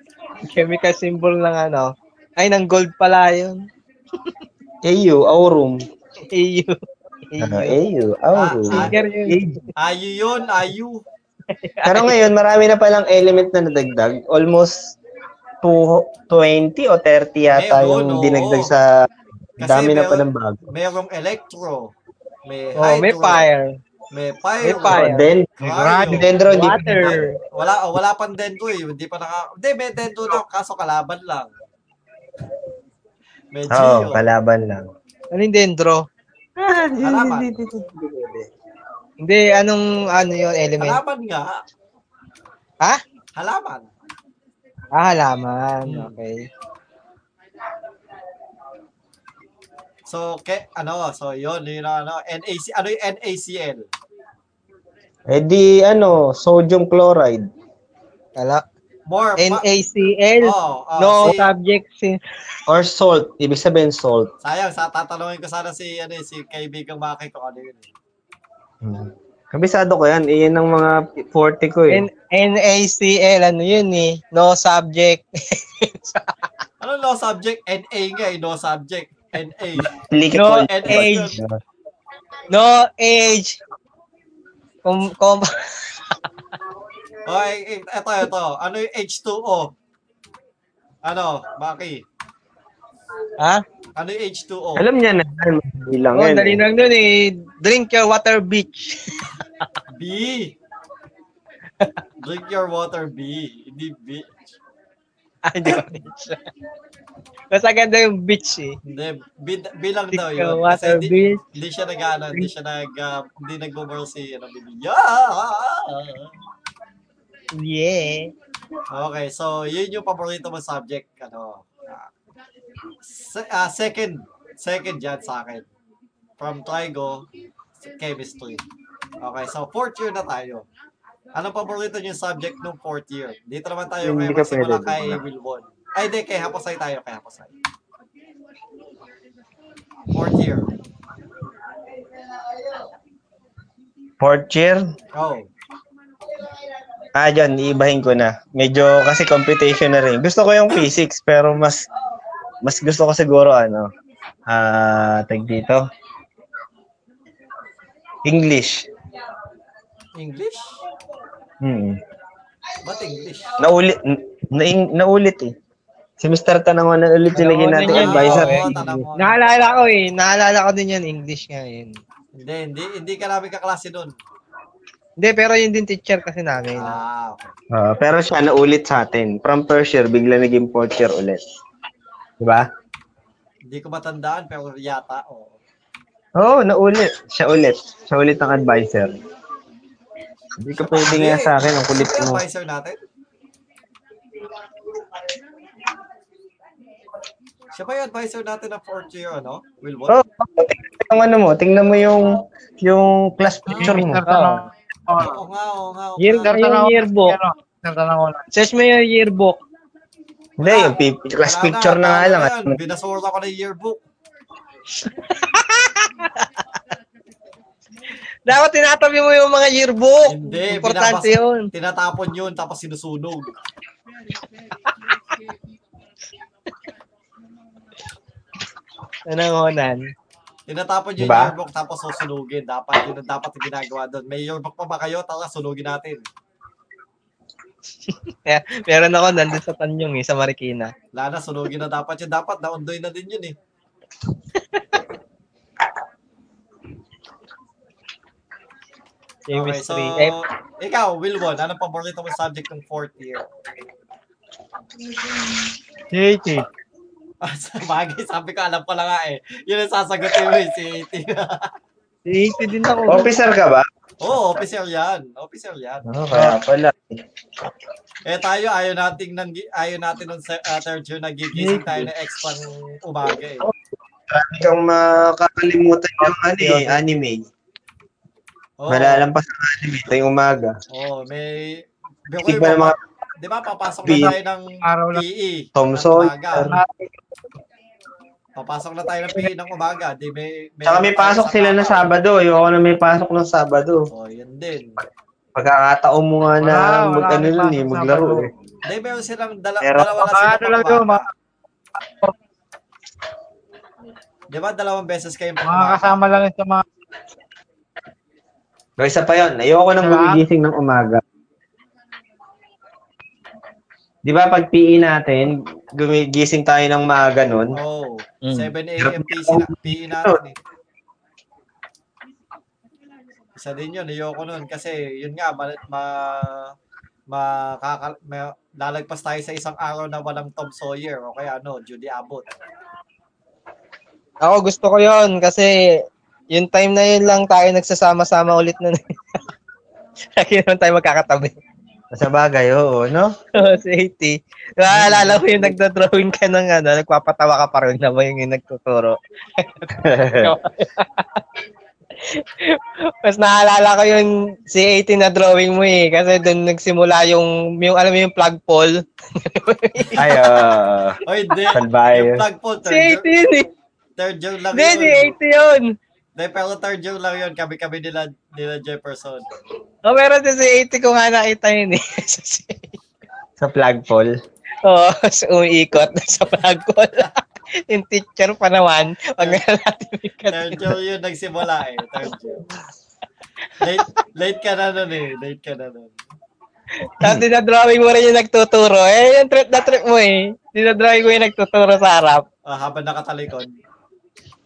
C: Chemical symbol ng ano. Ay, ng gold pala yun.
D: AU, Aurum.
C: AU.
D: Ano,
C: AU.
D: AU, Aurum.
A: Ah,
C: Singer yun.
A: Ayu yun, ayu.
D: Pero ngayon, marami na palang element na nadagdag. Almost two- 20 o 30 yata
A: Meron,
D: yung
A: oo.
D: dinagdag sa
A: Kasi
D: dami na
A: meron-
D: pa ng bago.
A: Merong electro. May hydro.
C: Oh, may fire.
A: May fire.
C: May fire.
D: Oh, then,
A: Cryo.
D: dendro, hindi ko
C: Water.
A: Wala, oh, wala pang dendro eh. Hindi pa naka... Hindi, may dendro na. Kaso kalaban lang. May
D: Oo,
A: Geo.
D: kalaban lang.
C: Ano yung dendro?
A: Kalaban.
C: Hindi, anong ano yun, element?
A: Halaman nga.
C: Ha?
A: Halaman.
C: Ah, halaman.
A: Hmm.
C: Okay.
A: So, ke, ano, so yun, yun ang ano, NAC, ano yung NaCl?
D: Eh di, ano, sodium chloride.
C: Kala.
A: More, pa-
C: NaCl.
A: Oh, oh,
C: no
A: si-
C: subject sin-
D: Or salt. Ibig sabihin salt.
A: sayang, sa tatanungin ko sana si, ano, eh, si kaibigang Maki kung ano yun. eh.
D: Hmm. Kabisado ko yan. Iyan ang mga 40 ko eh.
C: N- NaCl ano yun eh. No subject.
A: Ano no subject? NA nga, eh, no subject. NA.
D: Likit
C: No
D: ko.
A: age.
C: No age. Com, com,
A: Oh, eh, eh, eto, eto. Ano yung H2O? Ano, Maki?
C: ha?
A: Ano yung H2O?
D: Alam niya na. Bilang
C: Oh,
D: yan.
C: dali
D: eh.
C: lang dun eh. Drink your water bitch.
A: B. Drink your water, B. Hindi B.
C: Ah, hindi ko bitch. Mas ganda yung bitch eh.
A: Hindi, B, B lang
C: Drink
A: Ano daw
C: your
A: yun. Kasi
C: water
A: hindi,
C: bitch.
A: Hindi siya nag ano, hindi siya nag uh, hindi nagmumura si ano baby. Yeah!
C: Yeah.
A: Okay, so yun yung paborito mo subject ano. ah, se- ah, second second dyan sa akin. From Trigo sa chemistry. Okay, so fourth year na tayo. Anong paborito yung subject nung fourth year? Dito naman tayo ngayon
D: Hindi ka pwede
A: magsimula
D: dito.
A: kay Wilbon. Ay, di, kay Haposay tayo, kay Haposay. Fourth year.
D: Fourth year?
A: Oh.
D: Ah, dyan. Iibahin ko na. Medyo kasi computation na rin. Gusto ko yung physics pero mas mas gusto ko siguro ano. Ah, tag dito. English.
A: English?
D: Hmm.
A: Ba't English?
D: Naulit, na, naulit eh. Semester tanong na ulit yung lagyan
C: Tanongan
D: natin
C: yan,
D: advisor.
A: oo, tanong mo.
C: Naalala ko eh. Naalala ko din yan. English nga yun.
A: Hindi, hindi, hindi ka namin kaklase doon.
C: Hindi, pero yun din teacher kasi namin.
A: Ah, okay.
D: Ah, pero siya naulit sa atin. From first year, bigla naging fourth year ulit. Di ba?
A: Hindi ko matandaan pero yata oo.
D: Oo, oh, naulit. Siya ulit. Siya ulit ang advisor. Hindi ka pwede nga sa akin ang kulit
A: Ano yung
D: mo.
A: advisor natin? Siya ba yung advisor natin ng fourth year, ano? Wilbon?
D: Oo, oh, tingnan mo ano mo. Tingnan mo yung yung class picture mo.
E: Tartanong.
A: Oo nga, oo nga. Oo
E: Year,
A: nga.
E: tartanong.
C: Yung yearbook.
E: Tartanong ko lang.
C: Search mo yung yearbook.
D: Hindi, yung pi- class
A: Wala
D: picture na nga
A: tama
D: lang.
A: yan. Binasura ko na yung yearbook.
C: Dapat tinatabi mo yung mga
D: Oh,
C: yearbook.
A: Hindi,
C: Importante
A: binabas-
C: yun.
A: Tinatapon yun tapos sinusunog.
C: Ano Nanangonan.
A: Tinatapon yung
D: Diba?
A: yearbook tapos susunugin. Dapat yun ang dapat yung ginagawa doon. May yearbook pa ba kayo? Tara, sunugin natin.
C: Eh, Meron ako nandun sa Tanyong eh, sa Marikina.
A: Lana, sunugin na dapat yun. Dapat naundoy na din yun eh. Okay, so,
C: Chemistry. Eh,
A: ikaw, Wilbon, anong paborito mong subject ng fourth year?
F: Creative.
A: Ah, Sa bagay, sabi ko, alam ko lang nga eh. Yun ang sasagutin mo eh, si AT.
C: si Iti din ako.
D: Officer ka ba?
A: Oo, officer yan. Officer yan.
D: Oo, kaya pala.
A: Eh tayo, ayaw natin, ng, ayaw natin ng third year nagigising tayo ng ex pang umaga eh.
D: Marami kang makakalimutan yung ano eh, anime.
A: Oo,
D: Malalampas ang anime tayong umaga.
A: oo, may...
D: Tignan ng mga
A: Di ba, papasok na tayo ng
F: Araw lang.
A: PE. ng
D: Tom Sawyer.
A: umaga. Papasok na tayo ng PE ng umaga. Di may... may
D: Tsaka may pasok sila na Sabado. Ayoko na may pasok ng Sabado.
A: Oh, yun din.
D: Pagkakataon mo nga na
F: Wala, wala
D: mag, ano
F: kang
D: nun eh,
F: pasok
D: maglaro
F: Sabado.
D: eh.
A: Hindi, meron silang dala,
D: Pero-
A: dalawa lang sila
F: Ano lang yun,
A: pang
F: mga-
A: Di ba dalawang beses kayo
F: Mga
A: pang
F: kasama lang yun sa mga
D: O, isa pa yun. Ayoko nang
F: Diba?
D: gumigising ng umaga. Di ba pag PE natin, gumigising tayo ng maaga nun?
A: Oh,
C: Mm.
A: 7
D: Hirap
A: a.m.
D: na
A: PC
D: ako.
A: na, PE natin eh. Isa din yun, ayoko nun. Kasi yun nga, ma, ma, makaka, ma- lalagpas tayo sa isang araw na walang Tom Sawyer o kaya ano, Judy Abbott.
C: Ako gusto ko yon kasi yung time na yun lang tayo nagsasama-sama ulit nun. eh. Lagi naman tayo magkakatabi.
D: Sa bagay, oo, no?
C: Oo, si AT. Naalala ko yung nagdodrawing ka ng ano, nagpapatawa ka pa rin na ba yung, yung nagtuturo. Mas naalala ko yung si AT na drawing mo eh, kasi doon nagsimula yung, yung alam mo yung plug pole.
D: Ay, oo.
A: O hindi, yung
D: Salbahe.
A: plug po,
C: si
A: third year,
C: AT yun eh.
A: third year lang
C: Hindi, si
A: yun.
C: AT yun.
A: Hindi, pero third year lang yun, kami-kami nila, nila Jefferson.
C: O Oh, meron din si AT ko nga nakita yun eh. So, si-
D: Sa flag pole.
C: Oo, so Oh, umiikot na sa bagol. yung teacher pa naman, pag
A: Third
C: nalatimikat.
A: year yun, nagsimula eh, third year. Late, late ka na nun eh, late ka na nun.
C: Tapos dinadrawing mo rin yung nagtuturo. Eh, yung trip na trip mo eh. Dinadrawing mo yung nagtuturo sa harap.
A: Ah, habang nakatalikod.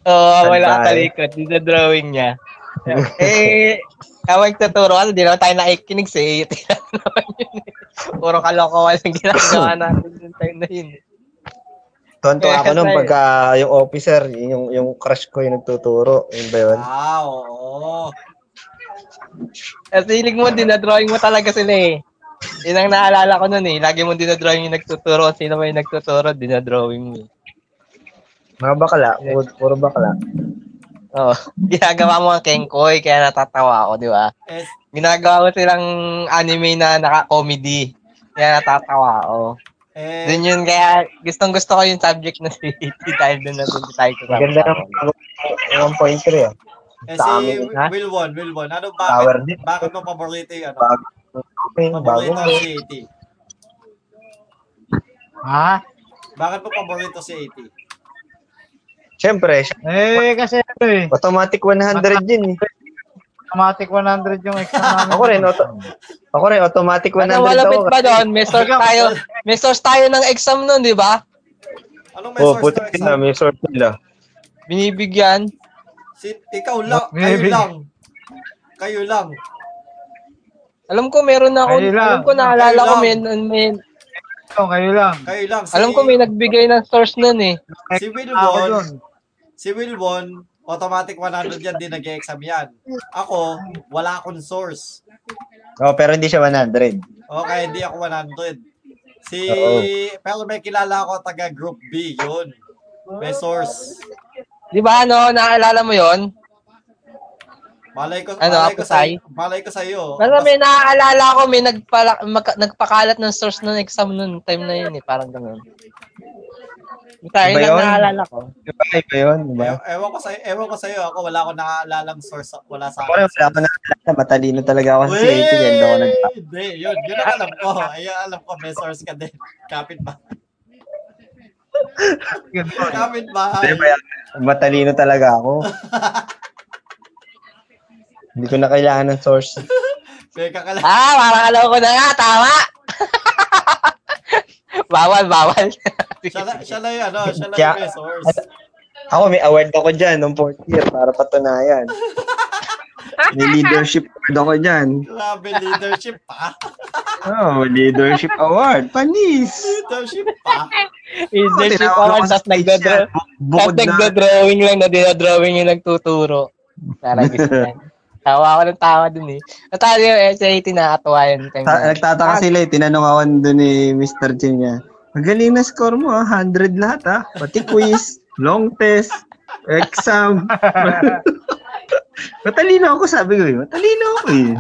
C: Oo,
D: Saan
C: wala
D: ba, eh?
C: ka talikod. Dinadrawing niya. eh, kawag tuturo kasi di naman tayo nakikinig sa iyo. naman yun eh. Puro kalokohan yung ginagawa natin yung time na yun.
D: Tonto ako nun
C: Kaya-
D: pagka yung officer, yung, yung crush ko yung nagtuturo. Yun ba yun?
A: Ah, oo.
C: At hilig mo, dinadrawing mo talaga sila eh. Yun ang naalala ko nun eh. Lagi mo dinadrawing yung nagtuturo. Sino ba yung nagtuturo, dinadrawing mo eh.
D: Mga bakla. Puro, puro bakla.
C: Oo. Ginagawa mo ang kengkoy, kaya natatawa ako, di ba?
A: Eh,
C: Ginagawa mo silang anime na naka-comedy. Kaya natatawa ako.
A: eh,
C: Doon yun, kaya gustong gusto ko yung subject na si Iti dahil doon na doon tayo kasama.
D: Maganda ng ng 1.3 ah.
A: eh
D: Sa
A: si
D: amin, ha?
A: Wilwon, Wilwon, ano
D: Power
A: bakit,
D: din.
A: bakit mo paborito yung ano?
D: Bago. Bago.
A: Paborito ang si AT?
F: Ha?
A: Bakit mo paborito si AT?
D: Siyempre,
F: Eh, kasi ano eh.
D: automatic 100 yun eh.
F: Automatic 100 yung exam namin.
D: Ako rin, auto, ako rin, automatic 100
C: Ano,
D: ako.
C: malapit pa doon? May source tayo, may source tayo ng exam nun, di ba?
A: Anong may
D: Oh,
A: source
D: puti
A: ng
D: na,
A: exam?
D: may ah. sort nila.
C: Binibigyan.
A: Si, ikaw lang,
F: Maybe.
A: kayo lang. Kayo lang.
C: Alam ko meron na ako,
F: Kayo lang.
C: alam ko naalala
A: Kayo
C: ko
A: lang.
C: may, may
F: lang, kayo lang.
A: Kayo lang. Si,
C: Alam ko may nagbigay ng source nun eh.
A: Si
F: Ah, Ako
A: Wilbon,
F: dun.
A: si Wilbon, automatic 100 yan, di nag-exam yan. Ako, wala akong source.
D: Oh, pero hindi siya 100.
A: Okay, hindi ako 100. Si,
D: Oo.
A: pero may kilala ako taga Group B, yun. May source.
C: Di ba ano, naalala mo yon?
A: Malay ko,
C: Ano,
A: malay ko sa,
C: apatay?
A: malay ko sa iyo.
C: Parang may naaalala ko, may nagpala, mag- nagpakalat ng source ng exam nun, time na yun eh, parang ganun. Tayo
D: Iba
C: lang
D: yun?
C: naaalala ko.
D: Diba? Iba yun, diba?
A: Ew- ewan ko sa ewan ko sa iyo, ako wala akong nakaalalang source, wala sa
D: Ako rin, wala ko naalala. Matalino talaga ako sa CIT. Kaya daw ako nag...
A: Wey! Hindi, yun. Yun ang alam ko. Ayun, alam ko. May source ka din. Kapit ba? Kapit ba?
D: Hindi ba Diba yan? Matalino talaga ako. hindi ko na kailangan ng source.
A: May kakala.
C: Ah, parang alam ko na nga, tama! bawal, bawal.
A: Siya na, siya na yun, ano? Siya na
D: Kaya-
A: yung may source.
D: Ako, may award ako dyan nung fourth year para patunayan. May leadership award ako dyan.
A: Grabe, leadership pa.
D: Oh, leadership award. Panis!
A: Leadership pa.
C: Leadership
D: Tinawag ako
C: award,
D: sa
C: tapos
D: stage
C: nagdodra-
D: yan. Bu-
C: tapos
D: Bukod na,
C: nagdodrawing lang na dinadrawing yung nagtuturo. Naragis na. Tawa ako ng tawa dun eh. Natali yung SAT na yun. Time
D: ta-
C: na.
D: nagtataka sila eh. Tinanong ako doon ni Mr. Chin niya. Magaling na score mo ah. 100 lahat ah. Pati quiz, long test, exam. Matalino ako sabi ko eh. Matalino ako eh.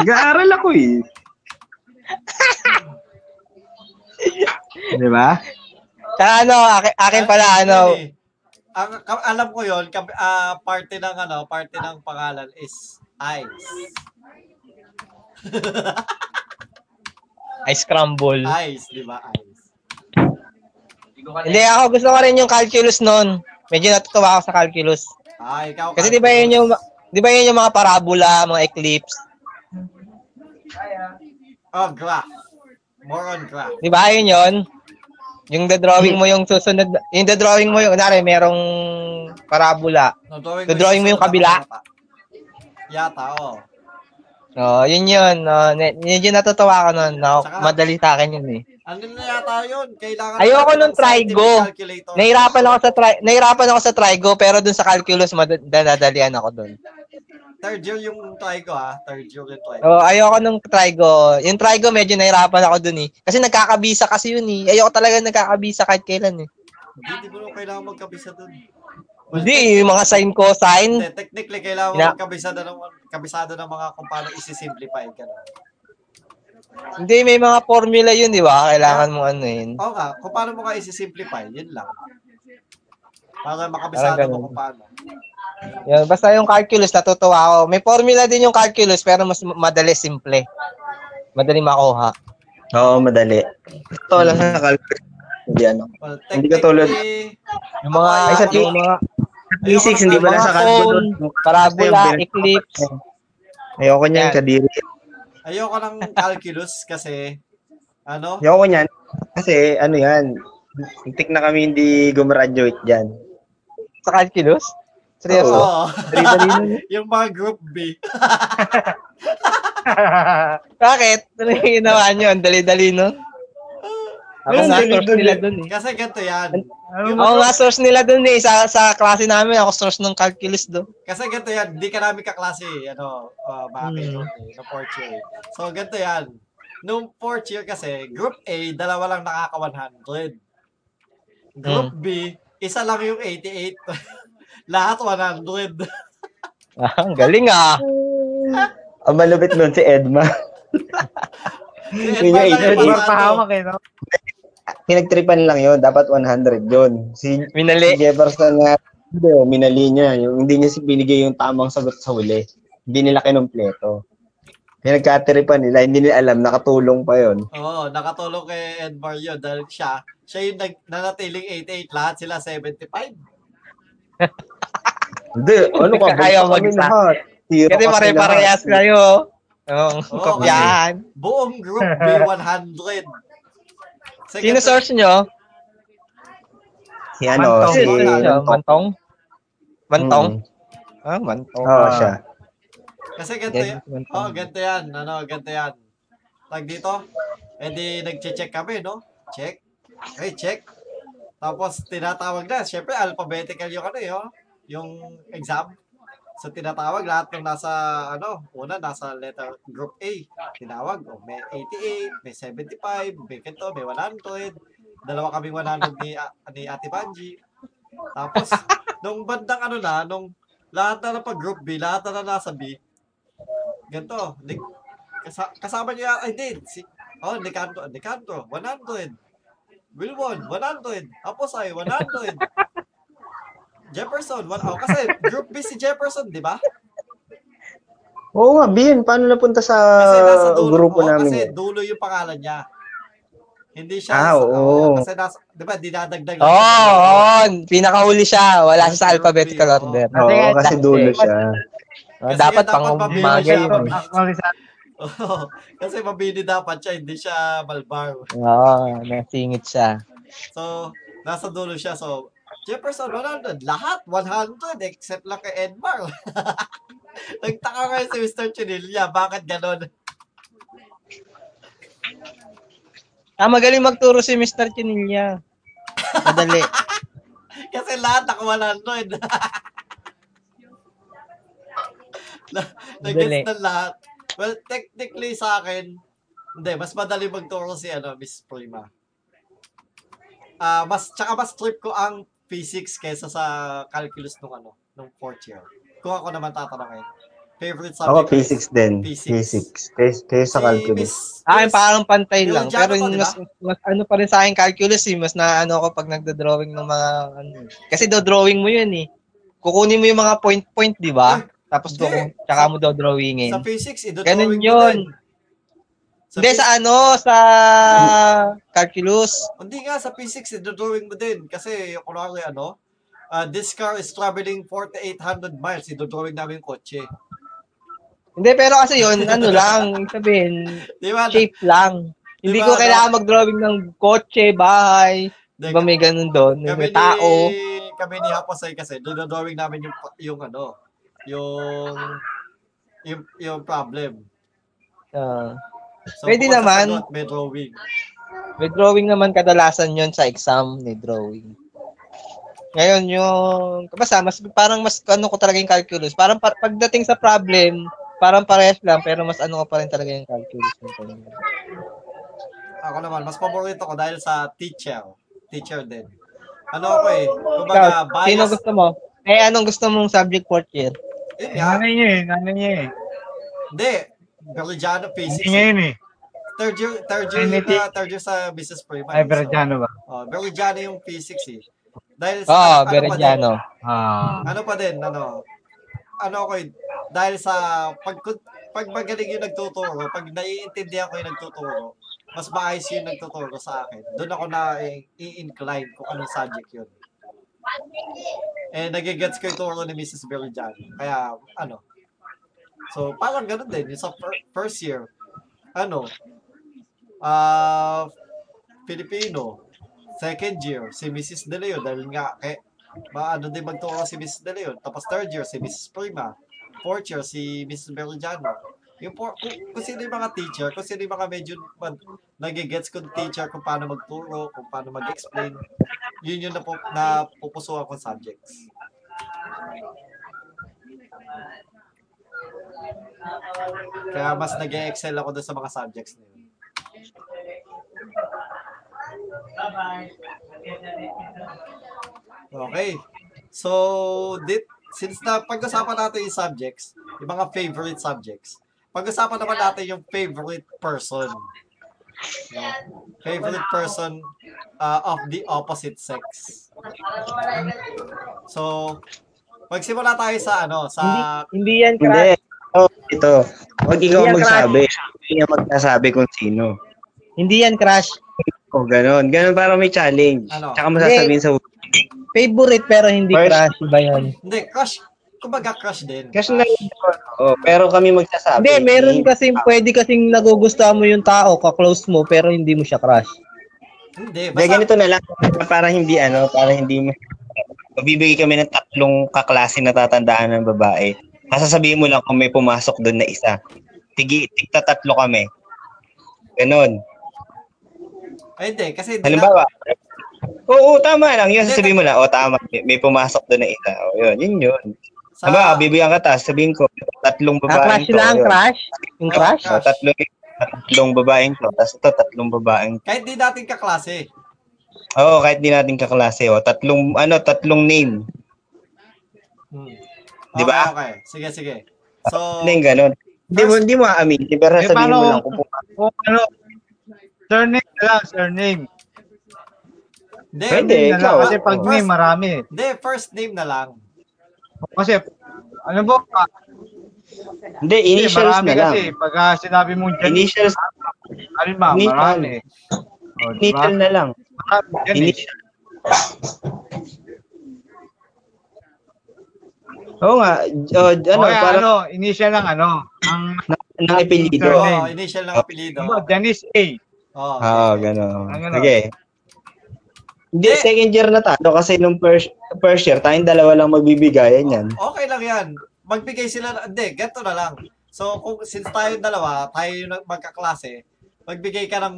D: Nag-aaral ako eh. Di ba?
C: Tsaka ano, akin, akin pala,
A: Ah,
C: ano,
A: yun eh. Ang, ka- alam ko yun, kap- ah, parte ng ano, parte ng pangalan is Ice.
C: ay scramble.
A: Ice, di ba? Ice.
C: Hindi, ako gusto ko rin yung calculus noon. Medyo natutuwa ako sa calculus.
A: Ah, ikaw.
C: Kasi di ba yun yung, di ba yun yung mga parabola, mga eclipse?
A: Oh, graph. More on graph.
C: Di ba yun yun? Yung drawing mo yung susunod, na- yung drawing mo yung, kunwari, merong parabola.
A: No, drawing,
C: Dodrawing mo yung
A: susunod
C: kabila?
A: na yata. Yata, oh.
C: Oo, Oh, yun yun. No, ne- medyo natutuwa ako noon. No,
A: Tsaka-
C: madali sa akin yun eh.
A: Ano na yata yun? Kailangan
C: Ayoko
A: natin
C: nung
A: ng scientific
C: trigo.
A: Calculator.
C: Nahirapan ako sa tri- nahirapan ako sa trigo pero dun sa calculus madadalian ako dun.
A: Third year yung trigo ha. Third year yung trigo.
C: Oh, ayoko nung trigo. Yung trigo medyo nahirapan ako dun eh. Kasi nagkakabisa kasi yun eh. Ayoko talaga nagkakabisa kahit kailan eh.
A: Hindi, di mo naman kailangan magkabisa dun.
C: Hindi, yung mga sine cosine.
A: Hindi, technically, kailangan
C: Ina-
A: mo magkabisado ng, kabisado ng mga kung paano isisimplify ka na.
C: Hindi, may mga formula yun, di ba? Kailangan mo ano yun.
A: Oo nga, kung paano mo ka isisimplify, yun lang. Para
C: Parang
A: makabisado
C: ganun.
A: mo kung paano.
C: Yun, basta yung calculus, natutuwa ako. May formula din yung calculus pero mas madali simple. Madali makuha.
D: Oo, madali. Ito lang sa calculus. Hindi ano.
A: Well,
D: Hindi ka tulad-
A: technically,
C: Yung mga,
A: Ay, sa
C: yung mga, E
D: Physics, hindi ba
C: Mga
D: nasa
C: cone,
D: calculus?
C: parabola,
D: Basta yung binasa-
C: eclipse.
D: Ayoko niyan,
C: Yan.
D: kadiri.
A: ayoko ng calculus kasi, ano,
D: Ayoko niyan. Kasi ano yan, muntik na kami hindi gumraduate dyan.
C: sa calculus? Seryoso?
A: Oo.
D: Dali-dali
A: yung mga group B.
C: Bakit? Ano yung ginawa nyo? Ang dali-dali, no? Ako
F: Ayun,
C: nga,
F: dali-dali.
C: source nila dun eh.
A: Kasi ganito yan.
C: Ako nga, source nila dun eh. Sa, sa klase namin, ako source ng calculus do.
A: Kasi ganito yan, hindi ka namin kaklase, ano, uh, mga
C: Hmm.
A: kaibigan eh, na fourth year. So, ganito yan. Nung fourth year kasi, group A, dalawa lang nakaka-100. Group B, isa lang yung 88. Lahat 100.
C: Ah, ang galing ah.
D: Ang malupit nun si Edma.
A: Edmar lang
D: Edmar
A: yung
F: Edward
A: pasado.
F: pahamak eh, no?
D: Pinagtripan lang yun, dapat 100 yun. Si, si
C: Minali.
D: Jefferson nga, hindi, oh, minali niya. Yung, hindi niya si- binigay yung tamang sagot sa huli. Hindi nila kinumpleto. Pinagkatripan nila, hindi nila alam, nakatulong pa yun.
A: Oo, nakatulong kay Edmar yun dahil siya, siya yung nag, nanatiling 88, lahat sila 75.
D: Hindi, ano ka,
C: Kaya
D: basta kami
C: mag-isa.
D: lahat. Zero
C: Kasi
D: kasi
C: pare-parehas
D: lahat.
C: kayo. Oo,
A: Oo,
C: kopyahan.
A: Buong group B, 100. Sa
C: Sino
A: ganito-
C: source nyo?
D: Si ano,
F: Mantong,
D: si
C: Sino source nyo? Mantong? Mantong?
D: Mm.
C: Ah, mantong.
D: Oo, siya.
A: Kasi ganito
C: Yan,
A: Oh, Ah, yan. Oo, ganito yan. Ano, ganito yan. Tag dito. And di nagche-check kami, no? Check. Okay, check. Tapos tinatawag na. Siyempre, alphabetical yung ano, yun, yung exam. So tinatawag lahat ng nasa ano, una nasa letter group A. Tinawag, oh, may 88, may 75, may ganito, may 100. Dalawa kaming 100 ni, A- ni Ate Banji. Tapos, nung bandang ano na, nung lahat na na pag group B, lahat na na nasa B, ganito, ni, kasa- kasama niya, ay hindi, si, oh, Nicanto, Nicanto, 100. Wilwon, 100. Aposay, 100. Jefferson, 100. Oh, kasi group B si Jefferson, di ba?
I: Oo nga, Bin, paano napunta sa
A: Kasi nasa dulo,
I: Ah, grupo
A: oo,
I: namin?
A: Kasi
I: yun?
A: dulo yung pangalan niya. Hindi siya,
I: Ah, oo. Ah,
A: oo, kasi nasa, di ba, dinadagdag
C: Oo, oh, pinakahuli siya. Wala siya sa alphabetical
A: Oo.
C: order.
I: Oo, kasi dulo
C: eh.
I: siya.
C: Oh, dapat pang
A: mabini
C: umaga
A: siya,
C: yun. eh.
A: mabini. Oo, kasi mabini dapat siya, hindi siya malbar.
C: Oo, oh, nasingit siya.
A: So, nasa dulo siya. So, Jefferson 100. Lahat 100 except lang kay Edmar. Nagtaka kayo si Mr. Chinilla. Bakit ganon?
C: Ah, magaling magturo si Mr. Chinilla. Madali.
A: Kasi lahat ako 100. Na- Nag-gets
C: Madali.
A: na lahat. Well, technically sa akin, hindi, mas madali magturo si ano, Miss Prima. Ah, mas tsaka mas trip ko ang physics kaysa sa calculus nung ano, nung fourth year. Kung ako naman tatanungin. Favorite subject
I: Ako,
A: ko is-
I: physics din.
A: Physics.
I: Physics. Kay- Kaya sa calculus.
A: Miss-
C: Ah, yung
A: Miss-
C: parang pantay
A: Yung
C: lang.
A: Jano
C: Pero
A: pa,
C: yung
A: di ba?
C: mas, mas ano pa rin sa akin calculus eh. Mas naano ako pag nagda-drawing ng mga ano. eh. Kasi do-drawing mo yun eh. Kukunin mo yung mga point-point, di ba? Tapos
A: Hindi.
C: kukun, tsaka mo do-drawingin.
A: Sa physics, idodrawing
C: Ganun
A: mo
C: yun.
A: din. Sa
C: Hindi,
A: phys-
C: sa ano, sa calculus.
A: Hindi nga, sa physics, idodrawing mo din. Kasi, kunwari, ano, ah, this car is traveling 4,800 miles. Idodrawing namin yung kotse.
C: Hindi, pero kasi yun, ano lang, ibig sabihin,
A: Di ba?
C: shape lang. Hindi
A: Di ba,
C: ko
A: ano?
C: kailangan mag-drawing ng kotse, bahay. Di ba may ganun doon?
A: kami
C: May tao.
A: Ni, kami ni Haposay kasi, dodrawing namin yung, yung ano, yung, yung, yung problem.
C: Ah.
A: So,
C: Pwede
A: bukod sa
C: naman.
A: sagot, may drawing.
C: May drawing naman kadalasan yon sa exam, may drawing. Ngayon yung, basta mas, parang mas ano ko talaga yung calculus. Parang par- pagdating sa problem, parang parehas lang, pero mas ano ko pa rin talaga yung calculus. ng time.
A: Ako naman, mas paborito ko dahil sa teacher. Teacher din. Ano ako eh, kumbaga,
C: Sino
A: bias.
C: gusto mo? Eh, anong gusto mong subject fourth year?
A: Yun nga,
F: Ano niya eh, ano niya eh.
A: ah, Hindi. Berligiano
F: Hindi
A: physics.
F: niya yun eh.
A: Third year, third year, yun
F: Trinity.
A: na, third year sa business prima.
F: Ay, Verdiano ba?
A: Oh, Berligiano yung physics eh. Dahil
C: Oo, oh,
A: sa, ano, ano pa din,
C: Berediano.
F: Ah.
A: ano pa din, ano, ano ako eh, dahil sa, pag, pag magaling yung nagtuturo, pag naiintindihan ko yung nagtuturo, mas maayos yung nagtuturo sa akin. Doon ako na eh, i-incline kung anong subject yun. Eh, nagigets ko yung turo ni Mrs. Berligiano. Kaya, ano, so parang ganun din, yung sa fir- first year, ano, ah Filipino. Second year, si Mrs. De Leon. Dahil nga, eh, maano din magturo si Mrs. De Leon. Tapos third year, si Mrs. Prima. Fourth year, si Mrs. Berligiano. Yung por- kung, kung sino yung mga teacher, kung sino yung mga medyo mag, nagigets kong teacher kung paano magturo, kung paano mag-explain. Yun yung napu- napupusuan kong subjects. Kaya mas nag excel ako dun sa mga subjects na yun. Okay. So, dit, since na pag-usapan natin yung subjects, yung mga favorite subjects, pag-usapan naman natin yung favorite person. No? Favorite person uh, of the opposite sex. So, magsimula tayo sa ano, sa
C: Hindi, hindi yan
I: Hindi.
C: crush.
I: Oh, ito. Huwag ikaw
C: Hindi yan
I: magsabi. Hindi niya magsasabi kung sino.
C: Hindi yan crush.
I: O, ganon. Ganon parang may challenge.
A: Ano?
I: Tsaka masasabihin sa...
C: Favorite pero hindi
I: First-
C: crush. Iba yan.
A: hindi, crush, kumbaga crush din.
I: Kasi na Oo, Oh, pero kami magsasabi.
C: Hindi, meron kasi pwede kasing nagugustuhan mo yung tao, ka-close mo, pero hindi mo siya crush.
A: Hindi,
I: Hindi,
A: basta,
I: ganito na lang. Para hindi ano, para hindi mo... Mabibigay kami ng tatlong kaklase na tatandaan ng babae. Masasabihin mo lang kung may pumasok doon na isa. Tigi, tigta tatlo kami. Ganon.
A: Ay, hindi. Kasi hindi na-
D: Halimbawa, oo, tama lang. Yun, sasabihin mo na, o tama, may, may pumasok doon na isa. O, yun, yun, yun.
A: sa,
D: Halimbawa, bibigyan ka ta, sabihin ko, tatlong
C: Ah,
D: babaeng
C: crush
D: to.
C: lang,
D: yun.
C: crush? Yung crush?
D: O, tatlong, tatlong babaeng to, tapos ito, tatlong babaeng.
A: kahit di natin kaklase.
D: Oo, kahit di natin kaklase, o, tatlong, ano, tatlong name.
A: Hmm.
D: Di
A: Okay,
D: ba?
A: okay. Sige, sige. So,
D: Ano yung ganun? Hindi mo, hindi mo aaminin, pero
F: Eh,
D: sabihin mo
F: paano-
D: lang kung pumasok.
F: Kung ano, surname na lang, surname.
A: hindi.
D: Pwede,
F: Name na lang.
D: ikaw.
F: Kasi pag name, marami.
A: Hindi, first name na lang.
F: Kasi, ano ba,
D: Hindi, Diba?
F: kasi
D: initials
F: marami
D: na lang.
F: kasi. Pag ah, sinabi mo dyan,
D: Initials,
F: alin ba,
D: initial.
F: marami. O, di ba?
D: initial na lang.
F: Marami yan eh.
D: Initial. Oo nga, o,
F: O
D: ano,
F: kaya
D: parang
F: ano, initial lang ano. Ang
D: ng apelido.
F: Surname.
A: Oo, Oh, initial ng apelido. Oh.
F: ano, Janice A.
A: Oo.
D: Oo, gano'n.
F: Ah, ganun.
D: Sige. Hindi,
A: Eh.
D: second year na tayo kasi nung first, first year, tayong dalawa lang magbibigayan yan.
A: Okay lang yan. Magbigay sila, na- hindi, ganito na lang. So, kung since tayo dalawa, tayo yung nag- magkaklase, magbigay ka ng,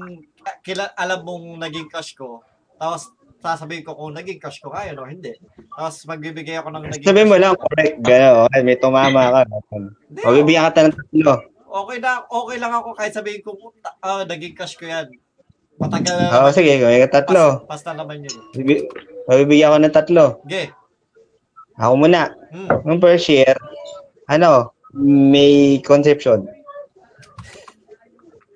A: kila, alam mong naging crush ko, tapos sasabihin ko kung naging crush ko kayo o hindi. Tapos magbibigay ako ng naging
D: Sabi mo lang, correct, gano'n. Okay, may tumama ka.
A: Hindi, oh,
D: O, bibigyan ka ta ng tatlo.
A: okay, na, okay lang ako kahit sabihin ko, "Puta, ah, naging crush ko yan. Matagal na
D: Oo,
A: naman.
D: sige,
A: Pas,
D: may Ah, tatlo.
A: pas na naman yun.
D: Bibi- O, bibigyan ko ng tatlo.
A: Sige.
D: Ako muna.
A: Hmm.
D: Nung first year, ano, may conception.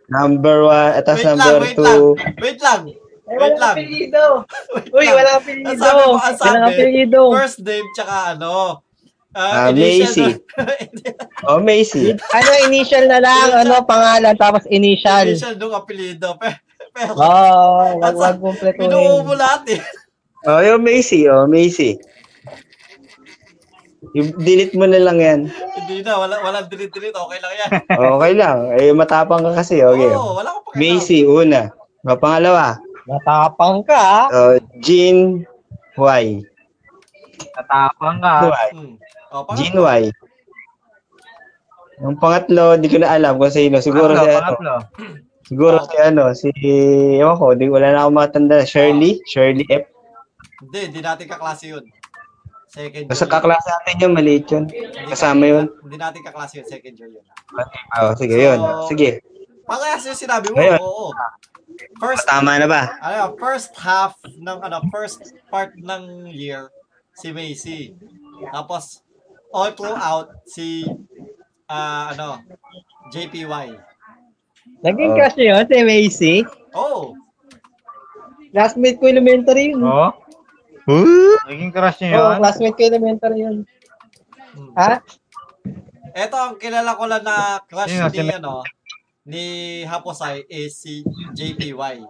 D: Number one, atas
A: Wait lang,
D: number
A: wait lang.
D: two.
A: Wait lang. Wait lang. Wait
C: Uy,
A: lang.
C: wala
A: Ang
C: kang apelido.
A: sabi mo, ang
C: Wala kang
A: sabi,
C: apelido.
A: first name tsaka ano. Uh,
D: Ah,
A: initial
D: Macy. O, Macy.
C: Ano, initial na lang. Ano, pangalan, tapos
A: nung,
C: initial.
A: initial nung apelido. Pero, pero
C: Oo, oh, wag, wag mong
A: binuo mo
C: pletuhin.
A: lahat eh.
D: O, Oh, yung Macy, o, Macy. I- delete mo na lang yan.
A: Hindi na, wala, walang delete-delete. Okay lang yan.
D: Okay lang. Eh, matapang ka kasi. Okay.
A: Oo,
F: Oh,
A: wala akong pakialam.
D: Macy, una. O, pangalawa.
C: Matapang ka, ah.
D: O, Jean Y.
F: Natapang ka.
D: Y.
A: Hmm. O,
D: Jean
A: pangatlo.
D: Y. Yung pangatlo, di ko na alam kung sino. Siguro
F: Pangatlo,
D: si ano.
C: eh.
F: pangatlo.
D: Siguro
A: Oh.
D: si ano. Si, ewan ko, di, wala na ako matanda. Shirley? Shirley F.
A: Hindi, hindi natin kaklase yun. Second year.
D: Basta
A: yun.
D: kaklase natin yun, maliit yun.
A: Hindi
D: Kasama
A: ka-
D: yun.
A: Hindi natin kaklase yun. Second year yun.
D: O, sige, yun. Sige.
A: Pangyayas yung sinabi mo.
D: Ngayon.
A: Oo. First
D: Tama na ba?
A: ano, first half ng ano, first part ng year si Macy. Tapos all throughout si ah ano, JPY.
C: Naging
D: Oo.
C: crush niyo yun si Macy.
A: Oh,
C: Classmate ko elementary yun.
F: Oo.
J: Ooh,
F: Naging crush niya
C: Oo,
F: yun.
C: classmate ko elementary yun.
A: Hmm.
C: Ha?
A: Ito ang kilala ko lang na crush
F: Sino,
A: ni
F: si Ma-
A: ano ni Haposay is si JPY.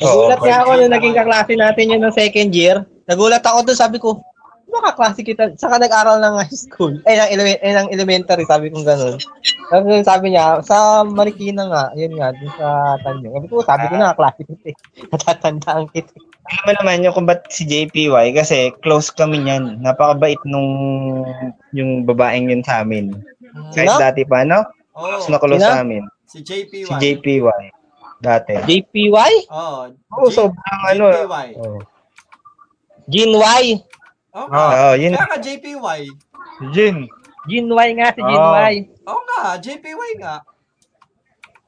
C: Nagulat
D: Oo.
C: nga ako nung naging kaklase natin yun ng second year. Nagulat ako doon, sabi ko, makaklase kita. Saka nag-aral ng high school. Eh, ng, ele- eh, ng elementary, sabi ko ganun. Tapos yun, sabi niya, sa Marikina nga, yun nga, dun sa Tanyo. Sabi ko, sabi ko na, kaklase kita eh. Natatandaan kita. eh.
D: Alam mo naman yung kung ba't si JPY kasi close kami niyan. Napakabait nung yung babaeng yun sa amin. Kahit
C: Sino?
D: dati pa, no? Close na
A: Oh,
D: close
C: Sino?
D: sa amin.
A: si
D: Si
A: JPY.
D: JPY. Dati.
C: JPY?
A: Oh,
D: Oo,
A: J-
D: sobrang ano.
A: JPY.
D: Oo,
C: Gene Y?
A: Oh,
F: Ah.
A: nga.
D: Oo, yun.
A: Kaya nga JPY.
F: Si Jin.
C: Gene Y nga si Gene
F: Oo.
C: Y.
A: Oh nga, JPY nga.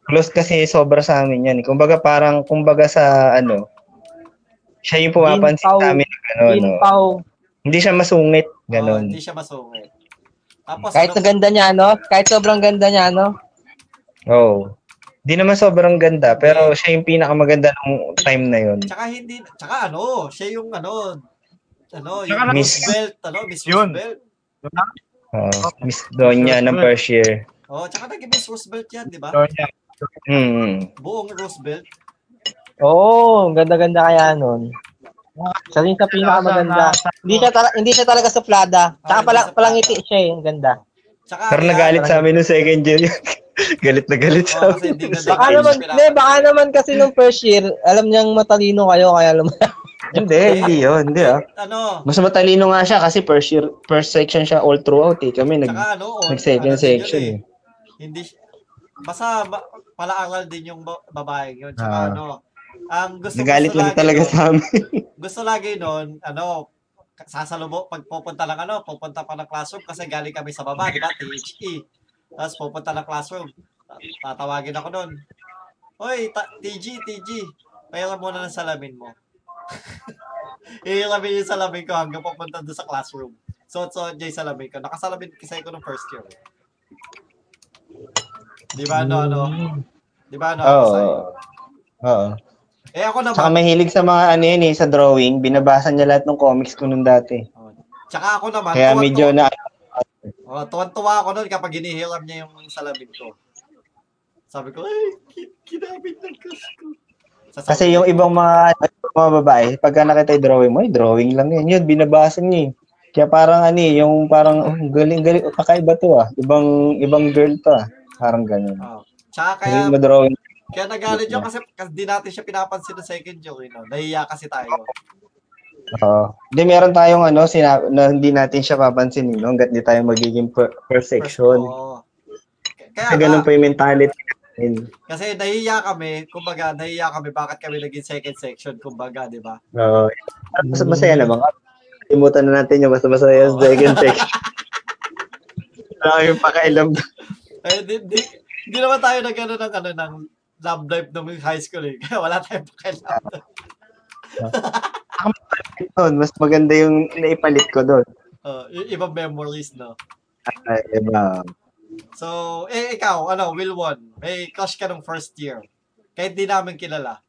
D: Close kasi sobra sa amin yan. Kumbaga parang, kumbaga sa ano, siya yung pumapansin
C: Ginpaw.
D: sa amin. na Ganun,
C: Gene
D: no?
C: Pao.
D: Hindi siya masungit.
A: Oh,
D: Ganun.
A: hindi siya masungit. Tapos
C: Kahit
A: ano,
C: ang ganda niya, no? Kahit sobrang ganda niya, no?
D: Oo. Hindi naman sobrang ganda,
A: Hindi.
D: pero siya yung pinakamaganda nung time na yun.
A: Tsaka hindi, tsaka ano, siya yung ano, ano, yung
F: Tsaka lang-
D: Miss-
A: Roosevelt, ano, Miss
F: Yun.
A: Roosevelt.
D: Oo. Miss Donya
A: Hmm.
D: ng first year.
A: Oh, tsaka naging Miss Roosevelt yan, di ba?
F: Doon niya.
D: Hmm.
A: Buong Roosevelt.
C: Oo, ang ganda-ganda kaya nun. Siya rin sa pinakamaganda.
F: Sa- sa-
C: Hindi siya, tala- hindi siya talaga suplada. Tsaka
A: hindi
C: pala,
A: suplada.
C: palangiti siya eh, ang ganda.
A: Tsaka
D: Pero
A: kaya,
D: nagalit sa amin nung second year yun. galit na galit
A: Oo,
D: sa
A: kasi
D: amin.
A: hindi
D: nung
A: na
C: Baka
D: second
A: Hindi
C: naman,
D: year.
A: siya
C: hindi, baka naman kasi nung first year, alam niyang matalino kayo, kaya alam
D: Hindi, hindi yun. Hindi ah.
A: ano,
D: Mas matalino nga siya kasi first year, first section siya all throughout eh. Kami nag,
A: tsaka ano, all,
D: nag
A: ano din yun
D: second section
A: eh.
D: eh.
A: Hindi, siya- basta ba, palaaral din yung ba- babaeng yun. Tsaka
D: Ah.
A: ano, Ang gusto
I: Nagalit
A: gusto
I: lang
A: lagi
I: talaga
A: nun-
I: sa amin.
A: gusto lagi noon, ano, sasalubo, pag pupunta lang, ano, pupunta pa ng classroom kasi galing kami sa baba, di ba, THE. Tapos pupunta ng classroom, Ta- tatawagin ako noon. Hoy, ta- TG, TG, pahiram muna ng salamin mo. Hihiramin yung salamin ko hanggang pupunta doon sa classroom. So, so, yung salamin ko. Nakasalamin kasi ko ng first year. Di ba, ano, ano? Di ba, ano, ako
I: Mm. Oo.
A: sa'yo?
I: Oo.
A: Eh, ako naman.
I: Tsaka mahilig sa mga ano yun eh, sa drawing. Binabasa niya lahat ng comics ko nung dati.
A: Tsaka ako naman.
I: Kaya
A: tuwan-tuwa-
I: medyo na...
A: Oh, tuwan-tuwa ako noon kapag hinihiram niya yung salamin ko. Sabi ko, ay, ki- kinabit ng crush ko. Sasabi
I: Kasi yung ibang mga, mga babae, pagka nakita yung drawing mo, "Ay, drawing lang yun. Yun, binabasa niya eh. Kaya parang ano eh, yung parang oh, galing galing oh, kakaiba to ah. Ibang ibang girl to ah. Parang ganun.
A: Oh. Tsaka
I: Kaya
A: kaya,
I: madrawing.
A: kaya nagalit yun kasi, kasi di natin siya pinapansin ng second joke, you know? Nahiya kasi
I: Ah,
A: tayo.
I: Oo. Hindi meron tayong ano sina- na hindi natin siya papansinin no? hangga't hindi tayo magiging per-
A: First,
I: perfection.
A: oo. K-
I: Kasi
A: Kaya
I: ganun
A: nga,
I: pa yung mentality natin.
A: kasi nahiya kami, kumbaga, nahiya kami bakit kami naging second section, kumbaga, di ba?
I: Oo. Mas masaya naman. Kalimutan na natin yung mas masaya sa
A: Oo.
I: second section. Wala yung pakialam.
A: Eh, di, di, di naman tayo nag ano, ng, ano, ng love life nung high school eh. Kaya wala tayong pakialam.
I: doon. Mas maganda yung naipalit ko doon.
A: Oh, i- ibang memories, no?
I: Ay, diba?
A: So, eh, ikaw, ano, Wilwon, may crush ka nung first year. Kahit di namin kilala.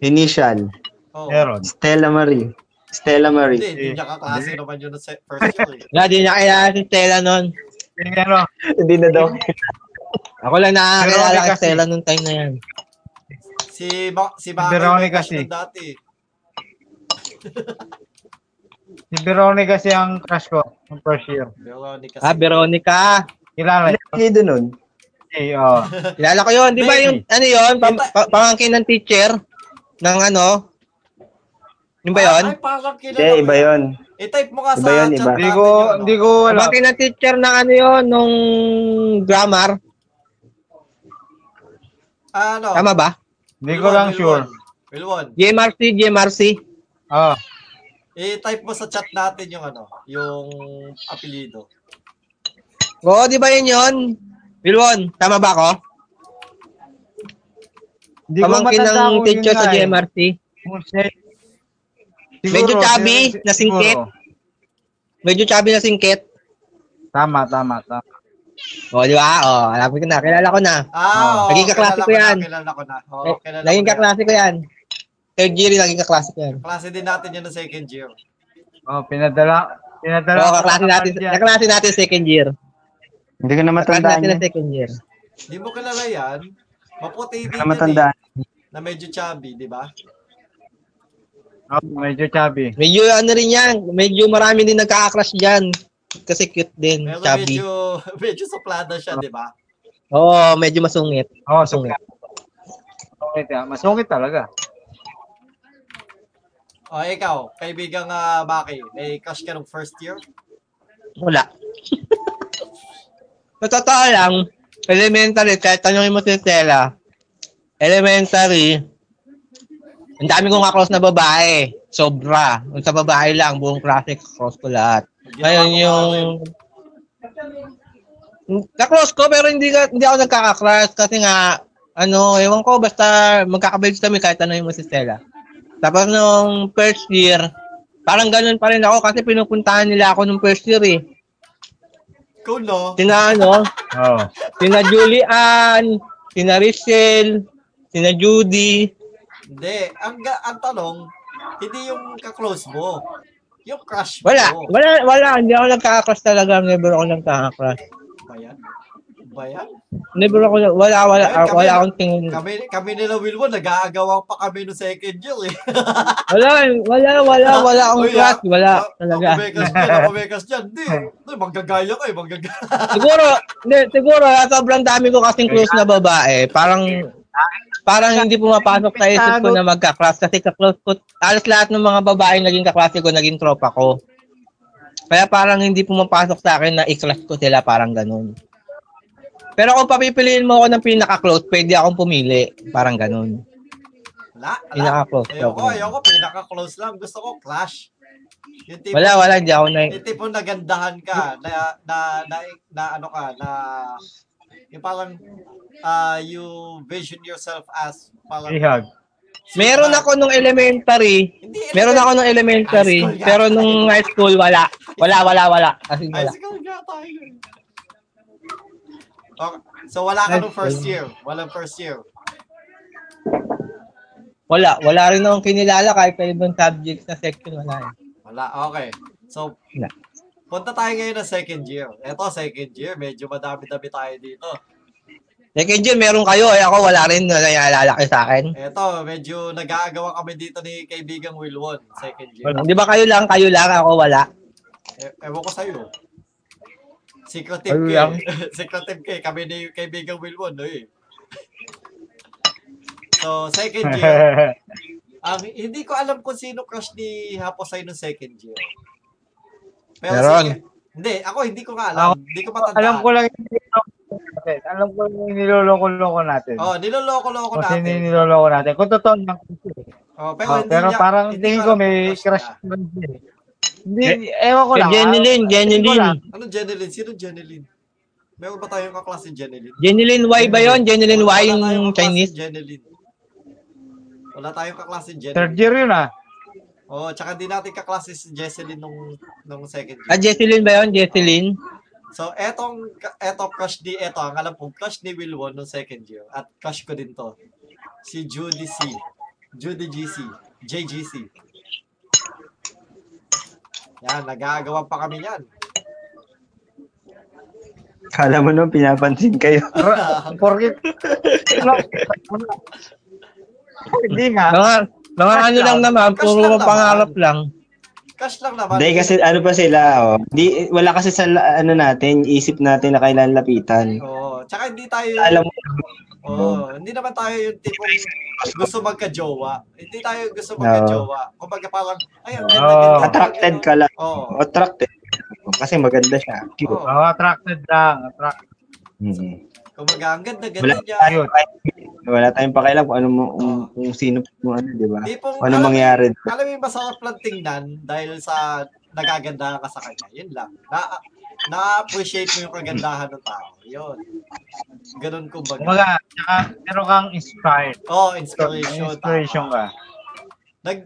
I: Initial.
A: Oh,
F: Meron.
I: Stella Marie. Stella
A: Hindi,
I: Marie.
A: hindi niya kaklase naman yun sa first year. eh.
C: Wala, di niya kailangan si Stella nun.
F: Yung ano,
I: Hindi na daw.
C: Ako lang
F: Pero
C: nakakilala
F: okay
C: kay
F: kasi.
C: Stella nung time na yan.
A: Si, Ma- si Maki may
F: Veronica
A: crush
F: si-
A: nun dati.
F: si Veronica kasi ang crush ko. Ang first year.
A: Veronica
C: Ah, Veronica.
F: Kilala niyo?
I: Hindi doon nun.
F: Eh, oo.
C: Kilala ko yun. Di ba yung, ano yun, pam, pa- pamangkin ng teacher? Ng ano? Yung ba yun?
A: Ay, parang kilala
I: Hindi,
A: ko
I: iba
A: yan.
I: yun.
A: I-type mo nga
I: Iba
A: sa
I: yun,
A: chat
I: iba.
F: Hindi
A: natin
F: ko,
A: yun, ano?
F: hindi ko alam.
C: Pamangkin ng teacher ng ano yun, nung grammar.
A: Ah, Ano?
C: Tama ba?
F: Hindi ko lang sure.
A: Wilwon,
C: JMRC, JMRC.
F: Oo.
A: i-type mo sa chat natin yung ano, yung apelido.
C: Oo, di ba yun yun? Wilwon, tama ba ako?
F: Hindi ko
C: Pamangkin
F: matanda
C: ng
F: kung yun
C: teacher
F: nga
C: sa
F: eh.
C: JMRC.
F: Kung siya-
C: Medyo chubby,
F: siguro,
C: nasingkit.
F: siguro.
C: Medyo chubby na singkit.
F: Tama, tama, tama.
C: Oo, di ba? Oo, alam ko na. Kilala ko na.
A: Ah, oo,
C: Naging kaklase
A: kilala
C: ko
A: ko na,
C: yan.
A: kilala ko na. Oo,
C: Eh,
A: kilala ko
C: Naging
A: na yan.
C: kaklase ko yan. Third year, naging kaklase ko yan.
A: Klase din natin yun ng second year.
F: Oh, pinadala, pinadala.
C: Oo,
F: ko
C: Oh, kaklase
F: ng
C: natin,
F: kapatid yan.
C: kaklase natin second year.
I: Hindi ko na
C: Kaklase
I: matandaan
C: natin
I: yun.
C: na second year.
A: Di mo kilala yan? Maputi
I: Hindi ko na
A: din yan eh.
I: matandaan.
A: Na medyo chubby, di ba?
F: Oo, medyo chubby.
C: Medyo ano rin yan, medyo marami din nagkaka-crush dyan. Kasi cute din,
A: Pero
C: chubby.
A: medyo, medyo suplada siya, di ba?
C: Oo, medyo masungit.
F: Oo, oh,
C: Masungit.
F: Masungit ah. Masungit talaga.
A: O Oh, ikaw, kaibigang uh, Maki, may crush ka nung first year?
C: Wala. Sa totoo lang, elementary, kahit tanongin mo si Stella, elementary, ang dami kong kakross na babae. Sobra. Yung Sa babae lang, buong classic cross ko lahat. Ngayon yung... Kakross ko, pero hindi, ka- hindi ako nagkakakross kasi nga, ano, ewan ko, basta magkakabags kami kahit ano yung mo si Stella. Tapos nung first year, parang ganun pa rin ako kasi pinupuntahan nila ako nung first year eh.
A: Ikaw no?
C: Sina ano,
F: Oo.
C: sina Julian, sina Richelle, sina Judy.
A: Hindi. Ang, ga- ang tanong, hindi yung kaklose mo. Yung crush mo. Ano
C: Wala, wala, wala. Hindi ako nagkakakrush talaga. Never ako nagkakakrush.
A: Ba yan? Ano Ba yan?
C: Never ako, nag- wala, wala,
A: Ayun, kami
C: wala
A: na-
C: akong tingin.
A: Kami, kami nila Wilwon, nag-aagawan pa kami nung second year eh.
C: Wala, wala, wala, wala akong
A: Uy, ah,
C: crush. Wala,
A: ah,
C: talaga.
A: Ako may crush dyan, ako may crush dyan. Di, di, manggagaya ka eh, manggagaya.
C: Siguro, hindi, siguro, sobrang dami ko kasing close
A: ah.
C: na babae. Parang, parang hindi pumapasok sa isip ko na magka-crush kasi ka-close ko, halos lahat ng mga babae naging kaklase ko, naging tropa ko. Kaya parang hindi pumapasok sa akin na i-crush ko sila, parang ganun. Pero kung papipiliin mo ako ng pinaka-close, pwede akong pumili, parang ganun.
A: Wala. Wala.
C: Pinaka-close.
A: Ayoko, ayoko. Pinaka-close lang. Gusto ko clash. Yung tipong,
C: Wala, wala. Hindi ako na...
A: Yung tipong nagandahan ka, na, na, na, na ano ka, na, yung parang, ah, you vision yourself as parang,
F: Ihag.
C: Meron ako nung elementary.
A: Hindi,
C: Meron ako nung elementary.
A: High school nga.
C: Pero nung high school, wala. Wala, wala, wala. As in,
A: High
C: wala.
A: school nga tayo. Okay. So wala ka nung first year. Walang first year.
C: Wala. Wala rin akong kinilala kahit kayo ibang subjects na section, wala. eh.
A: Wala. Okay. So,
C: Wala.
A: punta tayo ngayon ng second year. Ito, second year. Medyo madami-dami tayo dito.
C: Second year, meron kayo. Eh, ako wala rin na naialala kayo sa akin.
A: Ito, medyo nag-aagawa kami dito ni kaibigang Wilwon. Second year.
C: Di ba kayo lang, kayo lang, ako wala.
A: E- ewan ko sa'yo. Secretive
F: Ayun
A: kay.
F: Ano lang.
A: Secretive kay. Kami ni kaibigang Wilwon. No, eh. So, second year. Ang hindi ko alam kung sino crush ni Haposay nung second year. Pero
C: Meron.
A: sige- hindi, ako hindi ko nga alam. hindi ko matandaan.
F: Alam ko lang yung niloloko natin. Alam ko lang yung niloloko-loko natin.
A: Oh, niloloko-loko
F: Kung sino
A: natin.
F: yung niloloko natin. Kung totoo lang. kasi.
A: oh, pero,
F: Ah,
A: hindi
F: pero
A: niya-
F: parang
A: hindi
F: tingin
A: ko
F: ko
A: alam
F: may
A: kung
F: crush
A: niya.
F: ko rin siya eh. Hindi, ewan ko
C: Kay
F: lang. ah.
C: Jeneline,
F: Tingin ko lang.
C: Jeneline.
A: Ano Jeneline? Sino Jeneline? Meron ba tayong kaklase Jeneline?
C: Jeneline Y ba yun? Jeneline
A: Wala
C: Y
A: tayong
C: yung
A: kaklase
C: Chinese?
A: Jeneline. Wala tayong kaklase
F: Third
A: Jeneline.
F: year yun ah.
A: Oh, tsaka di natin kaklase si Jesseline nung, nung second
C: Ah,
A: year.
C: Jesseline ba yun? Jesseline?
A: So, etong, eto crush ni, eto, ang alam kong crush ni Wilwon nung second year. At crush ko din to. Si Judy C. Judy GC. JGC. Yan, nagagawa pa kami yan.
I: Kala mo nung pinapansin kayo.
F: Porkit. Ano? Hindi nga.
C: Mga, mga ano lang naman,
A: Crush Ah, lang
C: puro
A: naman.
C: pangarap lang.
A: Crush lang naman.
I: Hindi kasi ano pa sila, oh. Di, wala kasi sa la- ano natin, isip natin na kailan lapitan.
A: Oo. tsaka hindi tayo,
I: Alam mo,
A: oo, hindi naman tayo yung tipong gusto magka-jowa. Hindi tayo gusto magka-jowa. Kumbaga parang, ay, ang ganda,
F: Oo.
A: ganda.
I: attracted ka lang.
A: Oo.
I: Attracted. Kasi maganda siya. Cute.
A: Oo.
F: Oh, attracted lang. Attracted.
I: Hmm.
A: Kumbaga, ang ganda,
I: Wala
A: ganda niya.
I: tayong wala tayong pakialam kung ano mo, kung,
A: Oo.
I: kung sino mo ano, di ba? Kung
A: Tipong,
I: ano
A: alam mo-
I: mangyari.
A: Alam mo yung masarap lang tingnan dahil sa nagaganda ka sa kanya. Yun lang. Na, na-appreciate mo yung kagandahan ng tao. Yun. Ganun kumbaga.
F: Kumbaga, tsaka meron kang inspired.
A: Oh,
F: Inspiration,
A: inspiration.
F: inspiration
A: tama.
F: ka.
A: Nag,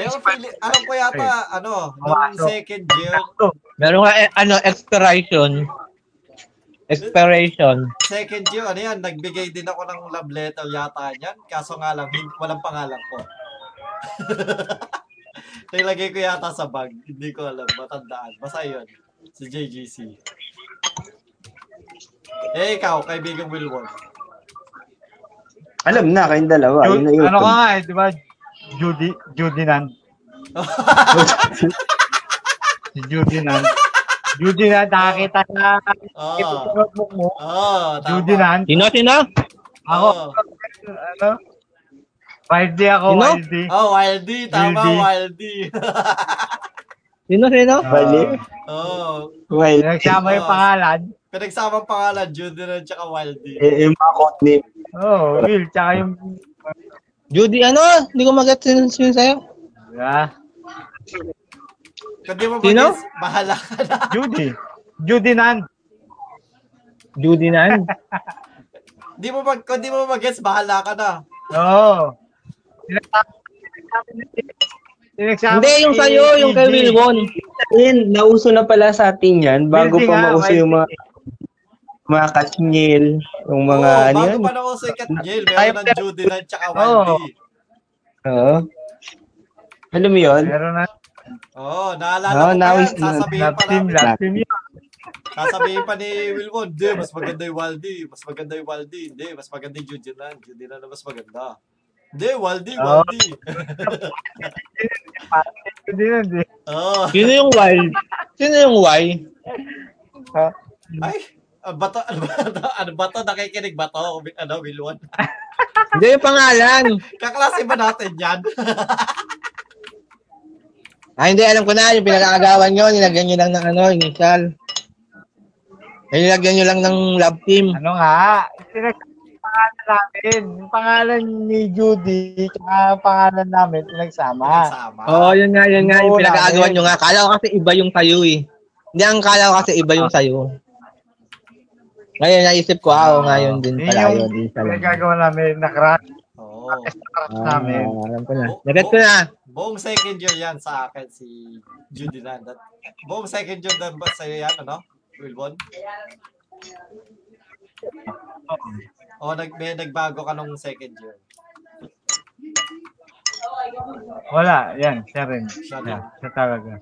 A: pero feeling, alam ko yata, ano, nung
F: Pumasok.
A: second year,
C: Meron nga, eh, ano, expiration. Expiration.
A: second year, ano yan, nagbigay din ako ng love letter yata niyan. Kaso nga lang, hin- walang pangalan ko. Nilagay ko yata sa bag. Hindi ko alam, matandaan. Basta yun. Si JGC. Eh, ikaw, kaibigang Wilwon.
I: Alam na, kayong dalawa.
F: Ju-
I: Yun na yun.
F: ano ka nga eh, di ba? Judy, Judy Nan. Si Judy Nan. Judy Nan, nakakita na ito
A: Oo.
F: sa notebook mo.
A: Oo,
F: Judy
A: Oh, tama.
F: Nan.
C: Sino, sino?
F: Ako,
A: Oo.
F: ano? Wildy ako,
C: Sino?
F: Wildy.
A: Oh, Wildy. Tama,
F: Wildy.
A: Wildy.
C: Sino, sino?
A: Ah.
I: Bali.
A: Oo.
I: Well,
F: Pinagsama yung pangalan.
A: Pinagsamang pangalan, Judy na tsaka Wildy.
I: eh, yung mga code name.
F: Oo, oh, Will, tsaka yung...
C: Judy, ano? Hindi ko mag-get sino, sino sa'yo.
F: Ah,
A: Kung di mo
C: Sino?
A: mag-is, bahala ka na.
F: Judy. Judy Nan.
C: Judy na.
A: Di mo mag, kung di mo mag-is, bahala ka na.
F: Oo. Pinagsama- Pinagsama
C: Hindi, yung
F: si
C: sa'yo, yung kay
F: EJ.
C: Wilwon.
I: Ayun, nauso na pala sa atin yan bago
F: Wildy
I: pa
F: nga,
I: mauso yung mga, mga katnyil, yung
A: Oo,
I: mga ano
A: bago
I: yun.
A: pa na ako sa ikat jail, meron ng Judy na tsaka Wildy.
I: Oo. Alam mo yun?
F: Meron na.
A: Oo,
I: Oo,
A: naalala ko pa
I: nawis
A: yan.
I: na.
A: Sasabihin
F: Love
A: pa
F: team,
A: namin.
F: love team yun.
A: Sasabihin pa ni Wilwon, di, mas maganda yung Waldy, mas maganda yung Waldy, hindi, mas maganda yung Judinan, Judinan na mas maganda. Hindi, Waldy,
F: Oo.
A: Waldy.
F: Hindi yun, di.
A: Oo.
C: Sino yung Y? Sino yung Y?
A: Ay, ah, bato, ano ba, ano, ano ba to? Nakikinig ba to? Ano, Wilwon?
C: Hindi, yung pangalan.
A: Kaklase ba natin yan?
C: Ah, hindi, alam ko na. Yung pinakakagawan nyo, nilagyan nyo lang ng ano, initial. Eh, Nilagyan nyo lang ng love team.
F: Ano nga? Pinagsama pangalan namin, yung pangalan ni Judy, tsaka pangalan namin, pinagsama.
A: Pinagsama.
C: Oo, oh, yun nga, yun nga. Yung
F: Oo,
C: pinag-aagawan
F: namin.
C: nyo nga. Kala ko kasi iba yung sayo eh. Hindi, ang kala ko kasi iba yung sayo. Ngayon, naisip ko, ah, oo nga yun din
F: Yun
C: pala yun.
F: yung
C: Yun pala.
F: pinagagawa namin, nakaraan
A: Oo.
F: namin.
C: Ah, alam ko na. Nagat ko na.
A: Buong second year yan sa akin si Judy na. That, buong second year na ba sa'yo yan, ano? Wilbon? O nag, may nagbago ka nung second year.
F: Wala, yan, siya rin.
A: Siya
F: Yan,
A: na.
F: siya talaga.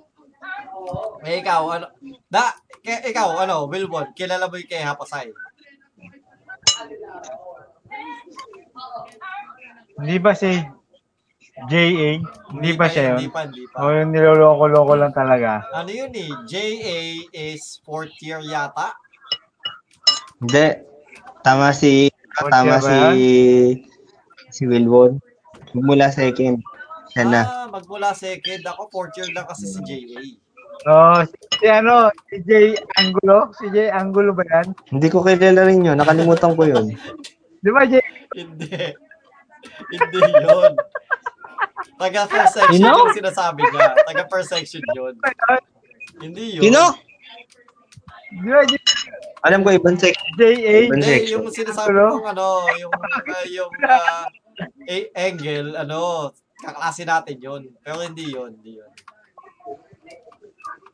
A: Eh, ikaw, ano? Da, ke, ikaw, ano, Wilbon, kilala mo yung kay Hapasay?
F: Hindi ba si JA? Hindi ba siya
A: Hindi
F: yun? Oh.
A: pa, hindi pa.
F: O yung niloloko-loko lang talaga.
A: Ano yun eh? JA is fourth year yata.
I: Hindi. Tama si,
F: Fourth
I: tama
F: year ba
I: si, si Wilwon. Mula second. Siya na.
A: Ah, magmula second. Ako fourth year lang kasi si JA.
F: Oo, si, si ano, si J Angulo? Si J Angulo ba yan?
I: Hindi ko kilala rin yun. Nakalimutan ko yun.
F: Di ba J?
A: Hindi. Hindi yun. Taga first section
C: You know?
A: yung sinasabi niya. Taga first section yun. Hindi yun.
C: Sino?
F: ano, Di ba J?
I: Alam ko, ibang section.
F: JA?
I: Ibang
A: Hindi,
I: section.
A: yung sinasabi
F: Ano?
A: kong ano, yung, ah, yung ah, a- angle, ano, kaklase natin yun. Pero hindi yun, hindi yun.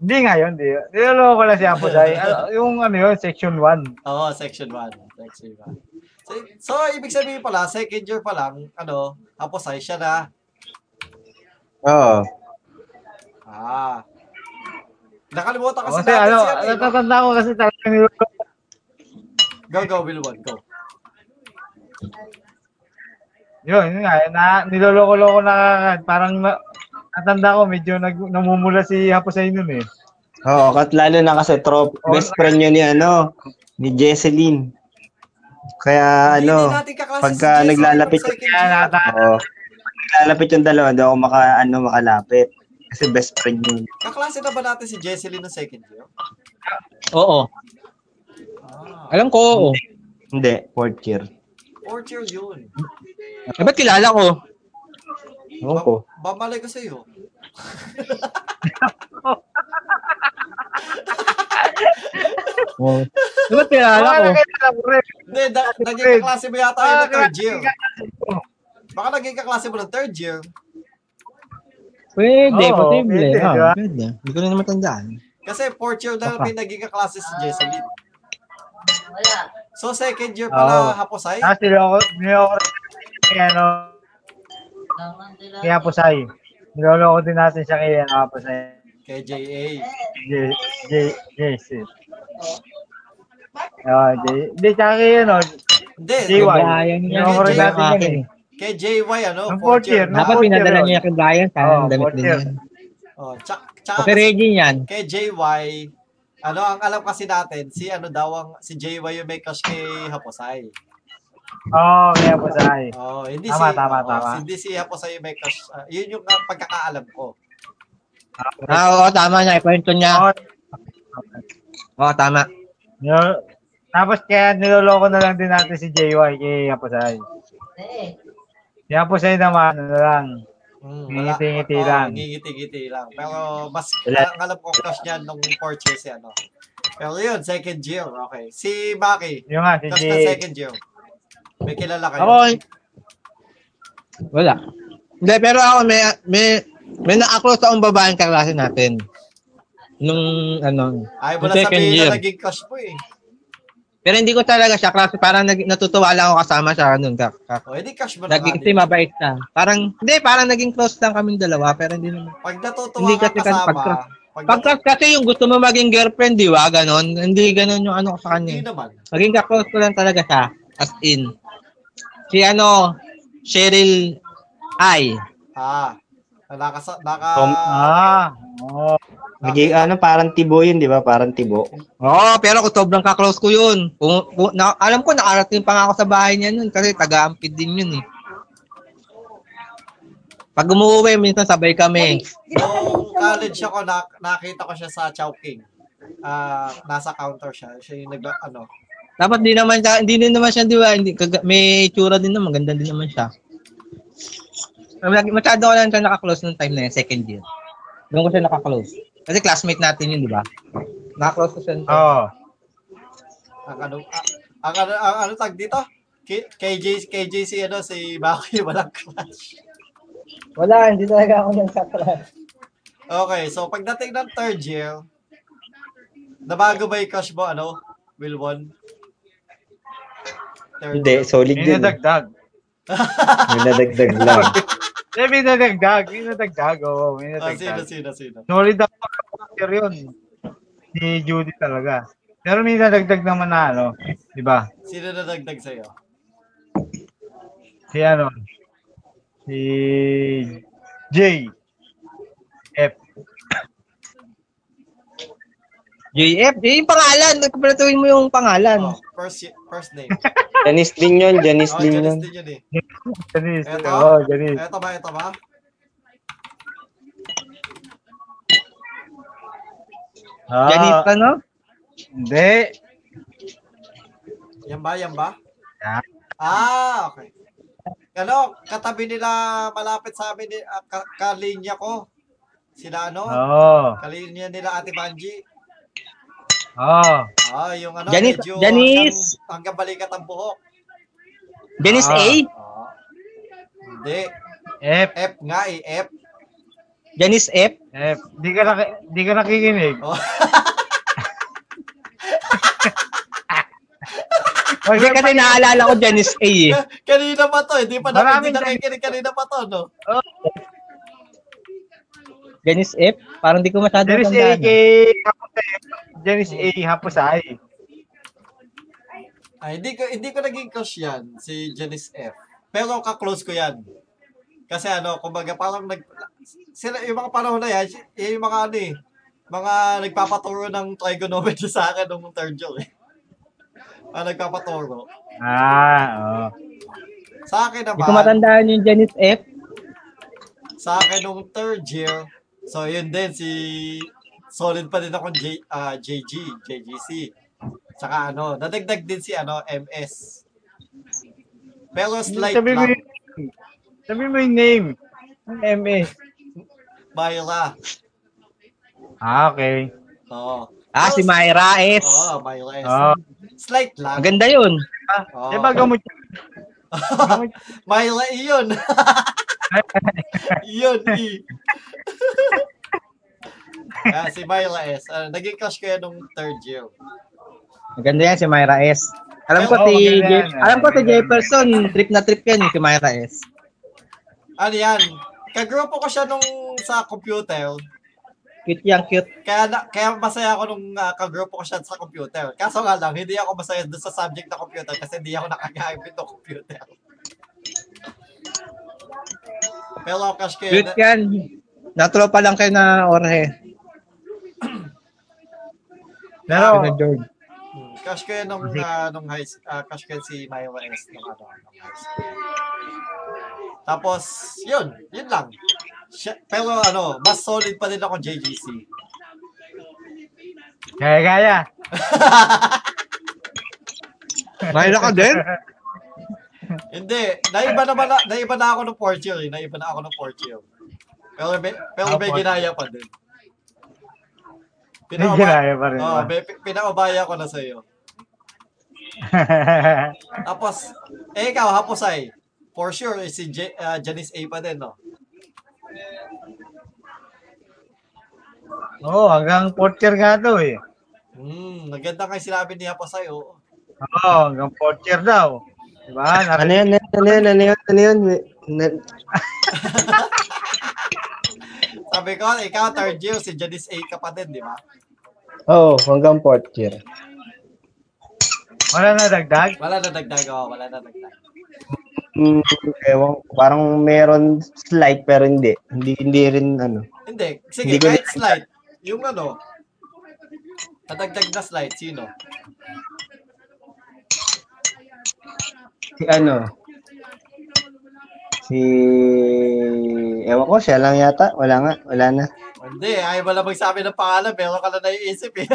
F: Hindi nga yun, di. Niloloko lang si Apo Day. Ano, yung ano yun, section 1.
A: Oo, section 1. Section 1. So, so, ibig sabihin pala, second year pa lang, ano, tapos ay siya na.
I: Oo.
A: Ah. Nakalimutan kasi
F: Kasi
A: natin
F: ano,
A: siya. eh.
F: natatanda ko kasi talaga niloloko.
A: Go, go, Wilwon, go.
F: Yun, yun nga, na, niloloko-loko na kagad. Parang na, natanda ko, medyo nag, namumula si Apo Day nun eh.
I: Oo, kat lalo na kasi trop. Best friend niya ni ano, ni Jesseline. Kaya
A: Hindi
I: ano,
A: na natin kaklase
I: pagka
A: Jason
I: naglalapit
A: ng second
F: Kaya
A: year.
F: nata,
I: oo, naglalapit yung dalawa, hindi ako maka, ano, makalapit. Kasi best friend niya.
A: Kaklase na ba natin si Jesseline ng second year?
C: Oo.
A: Ah,
C: Alam ko, oo.
I: Hindi, fourth year.
A: fourth year yun.
C: Eh, ba't kilala ko?
I: Oo ko.
A: Ba- bamalay ko sa'yo.
I: Oo.
C: Eh, ba't kilala ko?
F: wala kayo na lang, pre.
A: Hindi, da- naging kaklase mo yata
F: Ah,
A: yun ng third year.
F: ko.
A: Baka naging kaklase mo ng third year.
C: Pwede,
F: Oo,
C: posible.
F: pwede,
C: Pwede,
F: di ba?
C: pwede. Hindi ko na naman tandaan.
A: Kasi fourth year na
C: Baka.
A: naging kaklase si Jesseline.
G: Wala.
A: So, second year pala,
F: Oo.
A: Haposay?
F: Tapos niloko, niloko kay ano, kay Apo Day. Niloloko din natin siya kay ano, Apo Day.
A: Kay JA.
F: J, J, J, Ah, J. Hindi, tsaka kay ano,
A: Hindi,
F: JY.
C: Kabayan niya.
F: Niloko rin
A: Yung
F: natin yan
C: akin.
F: eh.
A: kay JY, ano,
F: Nung
A: fourth
F: fourth
A: year.
F: year,
A: na.
F: nung
C: Dapat
F: fourth year
C: pinadala
F: yun.
C: niya kay Brian. Sana
F: Oo,
C: ang damit
F: fourth
C: din
F: year.
C: yan.
A: Oh, tsaka,
C: Okay,
A: tsaka kasi,
C: Reggie yan.
A: kay JY, ano, ang alam kasi natin, si ano daw ang, si JY yung may crush kay Haposay.
F: Oo, kay Apo Day.
A: Oh, hindi
F: Tama,
A: si
F: tama,
A: oo,
F: tama.
A: hindi si Haposay yung may crush. Ah, yun yung ah, pagkakaalam ko.
C: Ah, oo, tama niya. Ikwento niya.
F: Oo,
C: Oo, tama.
F: Nil- Tapos kaya niloloko na lang din natin si JY kay Hapasay.
G: Eh,
F: Si Hapasay naman, ano lang,
A: Mm,
F: ngiti-ngiti
A: oo,
F: lang.
A: ngingiti-ngiti lang. Pero mas
I: Wala.
A: ang alam ko crush niya nung fourth year si ano. Pero yun, second year, okay. Si Maki,
F: Yung nga, si
A: crush ng
F: JY.
A: second year. May kilala kayo?
C: Ako, wala. Hindi, pero ako may, may, may na-across akong babaeng kaklase natin. Nung, ano,
A: Ay,
C: nung
A: wala
C: second
A: sabihin
C: year.
A: na naging crush mo eh.
C: Pero hindi ko talaga siya klase. Parang nag, natutuwa lang ako kasama siya noon. Kak, kak.
A: O, hindi crush mo eh. na
C: Naging
A: nga
C: kasi
A: din.
C: mabait na. Parang, hindi, parang naging close lang kaming dalawa. Pero hindi naman.
A: Pag natutuwa
C: Hindi
A: ka
C: kasi kasi
A: kasama,
C: pag-crush.
A: pag natu-
C: Pag-crush kasi yung gusto mo maging girlfriend, di ba? Ganon. Hindi ganon yung ano ko sa
A: hindi
C: kanya. eh.
A: naman.
C: Maging kaklose ko lang talaga siya. As in. Si ano, Cheryl I.
A: Ah, naka, naka,
I: Tom-
F: Ah, oo.
I: Naging, ano, parang tibo yun, di ba? Parang tibo.
C: Oo, pero kung sobrang kaklose ko yun. Pum- pu- na- alam ko, nakarating pa nga ako sa bahay niya nun kasi taga-ampid din yun eh. Pag umuwi, minsan sabay kami.
A: nung college ako, nak- nakita ko siya sa Chowking. Ah, nasa counter siya. Siya yung nag, ano,
C: Dapat di naman siya, hindi din naman siya, di ba? Hindi, kaga- may itsura din naman, ganda din naman siya. Lagi- Masyado ko lang siya nakaklose nung time na yun, second year. Doon ko siya nakaklose. Kasi classmate natin yun, di ba? Nakaklose ko siya. nung-
F: Oo.
A: Ang ano, ah, ang ano, ang ano tag dito? K- KJ, KJC, ano, si Maki, walang crush.
C: Wala, hindi talaga ako nang class.
A: Okay, so pagdating ng third year, nabago ba yung crush mo, ano, Wilwon? Third
I: Hindi, solid
F: May
I: din. eh.
F: nadagdag.
I: May nadagdag lang.
F: Eh, may nadagdag. May nadagdag. Oo, may
A: Ah, sino,
F: nadagdag.
A: sino, sino?
F: Solid ako ng year yun. Si Judy talaga. Pero may nadagdag naman na ano. Di ba?
A: Sino na dagdag sa'yo?
F: Si ano? Si J. F.
C: JF, eh, yung pangalan, nagkumpletuhin mo yung pangalan.
A: Oh, first, y- first name.
D: Janice din yun, Janice
A: Oh,
D: din yun.
A: Janice din yun eh.
F: Janice.
A: Eto?
F: Oo, Janice.
A: Eto ba, eto ba?
F: Ah,
C: Janita, no?
F: Hindi.
A: Yan ba, yan ba?
F: Ah.
A: Ah, okay. Ano, katabi nila malapit sa amin, ni- ah, ka- kalinya ko. Sila ano,
C: Ah.
F: Oo.
A: kalinya nila Ate Banji.
F: Oo.
A: Ah, yung ano,
C: Janice-
A: medyo
C: Janice!
A: hanggang, hanggang balikat ang buhok.
C: Venice
F: Ah.
C: A?
A: Ah. Hindi,
F: F.
A: F nga eh, F.
C: Janice F?
F: F. Di ka, naki, di ka nakikinig.
A: Oh.
C: Hindi kasi naalala ko Janice A eh.
A: kanina pa to, hindi pa namin,
F: Maraming
A: hindi nakikinig kanina pa to, no?
C: Janice F? Parang di ko masyado
F: Janice A.
C: matandaan.
F: K. Hapusay. Janice A. Hapusay.
A: Ay, Ah, hindi ko hindi ko naging crush yan si Janice F. Pero kaklose ko yan. Kasi ano, kumbaga parang nag sila yung mga panahon na yan, si- yung mga ano eh, mga nagpapaturo ng trigonometry sa akin nung third year eh. Mga nagpapaturo.
F: Ah, oo.
A: Sa akin
C: Di ko
A: naman,
C: matandaan yung Janice F.
A: sa akin nung third year, so yun din si solid pa din akong J, ah, JG, JGC. Saka ano, nadagdag din si ano, MS. Pero slight
F: Sabi mo
A: lang.
F: yung, sabi mo yung name. Yung MS.
A: Myra.
F: Ah, okay.
A: Oo.
C: Ah, si Myra S.
A: Oo, Myra S.
F: Ah,
A: Slight lang.
C: Maganda yun.
A: Oo.
F: di ba gamot yun? Gamot yun.
A: Myla, iyon. iyon, i. Ah, si Myla S. Ah, naging crush ko yan nung third year.
C: Maganda yan si Myra S. Alam ko
F: Oo,
C: si
F: maganda
C: Jeff,
F: yan.
C: alam ko si
F: Maganda yan.
C: Jefferson, trip na trip yan si Myra S.
A: Ano yan? Kagrupo ko siya nung sa computer.
C: Cute yan, cute.
A: Kaya, na, kaya masaya ako nung ah, kagrupo ko siya sa computer. Kaso nga lang, hindi ako masaya doon sa subject na computer kasi hindi ako nakagamit ng computer. Pero crush ko yun.
C: Cute yan. Natropa lang kayo na Orhe.
F: Pero,
C: Kina George.
A: Hmm, Crush ko yun nung, ah, nung high s- ah, crush ko yun si Myra S nung, ano, nung high school. Tapos, yun. Yun lang. Siya- pero ano, mas solid pa din ako JGC.
F: kaya kaya.
C: Myra ka din?
A: Hindi. Naiba na, ba na, naiba na ako ng fourth year. eh. Naiba na ako ng fourth year. Pero may, pero may
F: Ah,
A: ginaya pa din.
F: May
A: Pinaubaya,
F: ginaya pa rin.
A: oh,
F: ba?
A: may, pinaubaya ko na sa'yo. Tapos, eh ikaw, Hapusay. For sure, eh, si J, ah, Janice A pa din, no?
F: Oo, hanggang fourth year nga daw eh.
A: Hmm, maganda kayo sinabi ni Hapusay, oo.
F: Oo, hanggang fourth year daw. Diba?
D: Ano
F: Narinig
D: yun, ano yun, ano yun, ano yun? Na-
A: Sabi ko, ikaw, third year, si Janice A ka pa din, di ba?
D: Oo, oh, hanggang fourth year.
I: Ano?
F: Wala na dagdag?
A: Wala na dagdag, oo, wala na dagdag.
D: Mm, ewan, ko, parang meron slight pero hindi. Hindi, hindi rin ano.
A: Hindi, sige,
D: Hindi ko
A: kahit slide. Yung ano, nadagdag na slide, sino?
D: Si ano? Si... Ewan ko, siya lang yata. Wala nga, wala na.
A: Hindi, ay wala magsabi ng pangalan, pero ka na naiisip eh.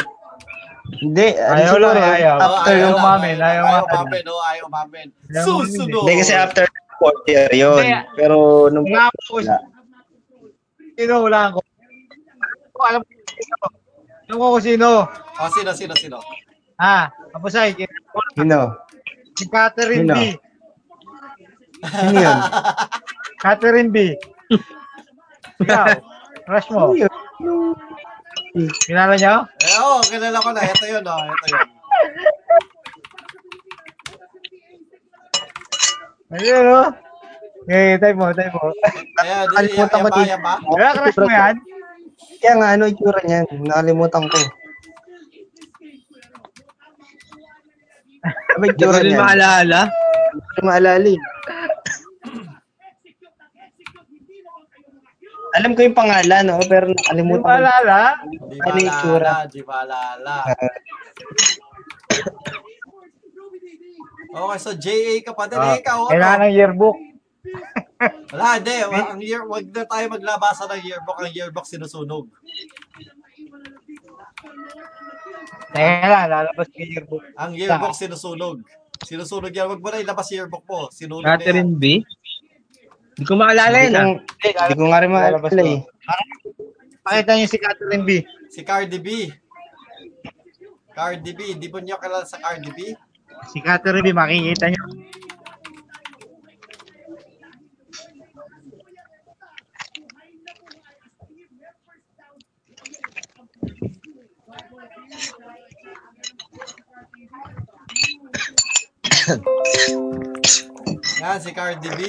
I: Hindi, ano
F: Ayaw lang,
I: siguro,
F: ayaw.
I: After
F: Ayaw
I: yung...
F: lang. Oh, umamin, ayaw
A: ayaw
F: umamin.
A: umamin, oh, ayaw umamin.
F: Ayaw umamin,
A: Susunod.
I: Hindi, kasi after fourth year yun. Pero nung...
F: Nga ako,
I: Wala.
F: sino hulaan ko? Ako, alam ko kung sino. Alam ko kung sino.
A: Oh, sino, sino, sino?
F: Ha? Kapusay, kilala ko na.
I: You know.
F: si Catherine
I: Sino?
F: B.
I: Sino yun?
F: Catherine B. Ikaw, crush mo.
I: Sino yun?
F: Kilala niyo?
A: Eh, oh, kilala ko na. Ito yun, oh. Ito yun.
F: Ayun, no? Eh, type mo, type mo.
A: Ayan, eh, yan,
I: Nakalimutan
A: yan
I: ko
A: ba,
I: din.
A: yan ba?
F: Wala, crush mo yan?
I: Kaya nga, ano itsura niyan? Nakalimutan ko. Ano ba
C: Hindi ko
I: itsura
C: rin
I: niyan?
C: maalala.
I: Hindi ko maalala eh. Alam ko yung pangalan, no? pero
F: Hindi mo
I: nakalimutan ko.
F: alala?
A: Di ba
I: Ano yung itsura?
A: lala, di ba lala. Okay, so JA ka pa din. Eh, ikaw,
F: Ah, Kailangan
A: ano?
F: ng yearbook.
A: Wala, hindi. Wa- Ang year, wag na tayo maglabasa ng yearbook. Ang yearbook sinusunog.
F: Teka lang, lalabas ng yearbook.
A: Ang yearbook sinusunog. Sinusunog yan. Wag mo na ilabas yearbook mo. Sinunog na yan.
C: Catherine B? Hindi ko maalala
I: Hindi
C: yun ah.
I: ko- Hindi ko nga rin
F: Lalabas
I: maalala
F: ko.
I: eh.
F: Pakita niyo si Catherine B.
A: Si Cardi B. Cardi B. Di ba niyo kilala sa Cardi B?
F: Si Catherine B, makikita niyo.
A: Yan, si Cardi B.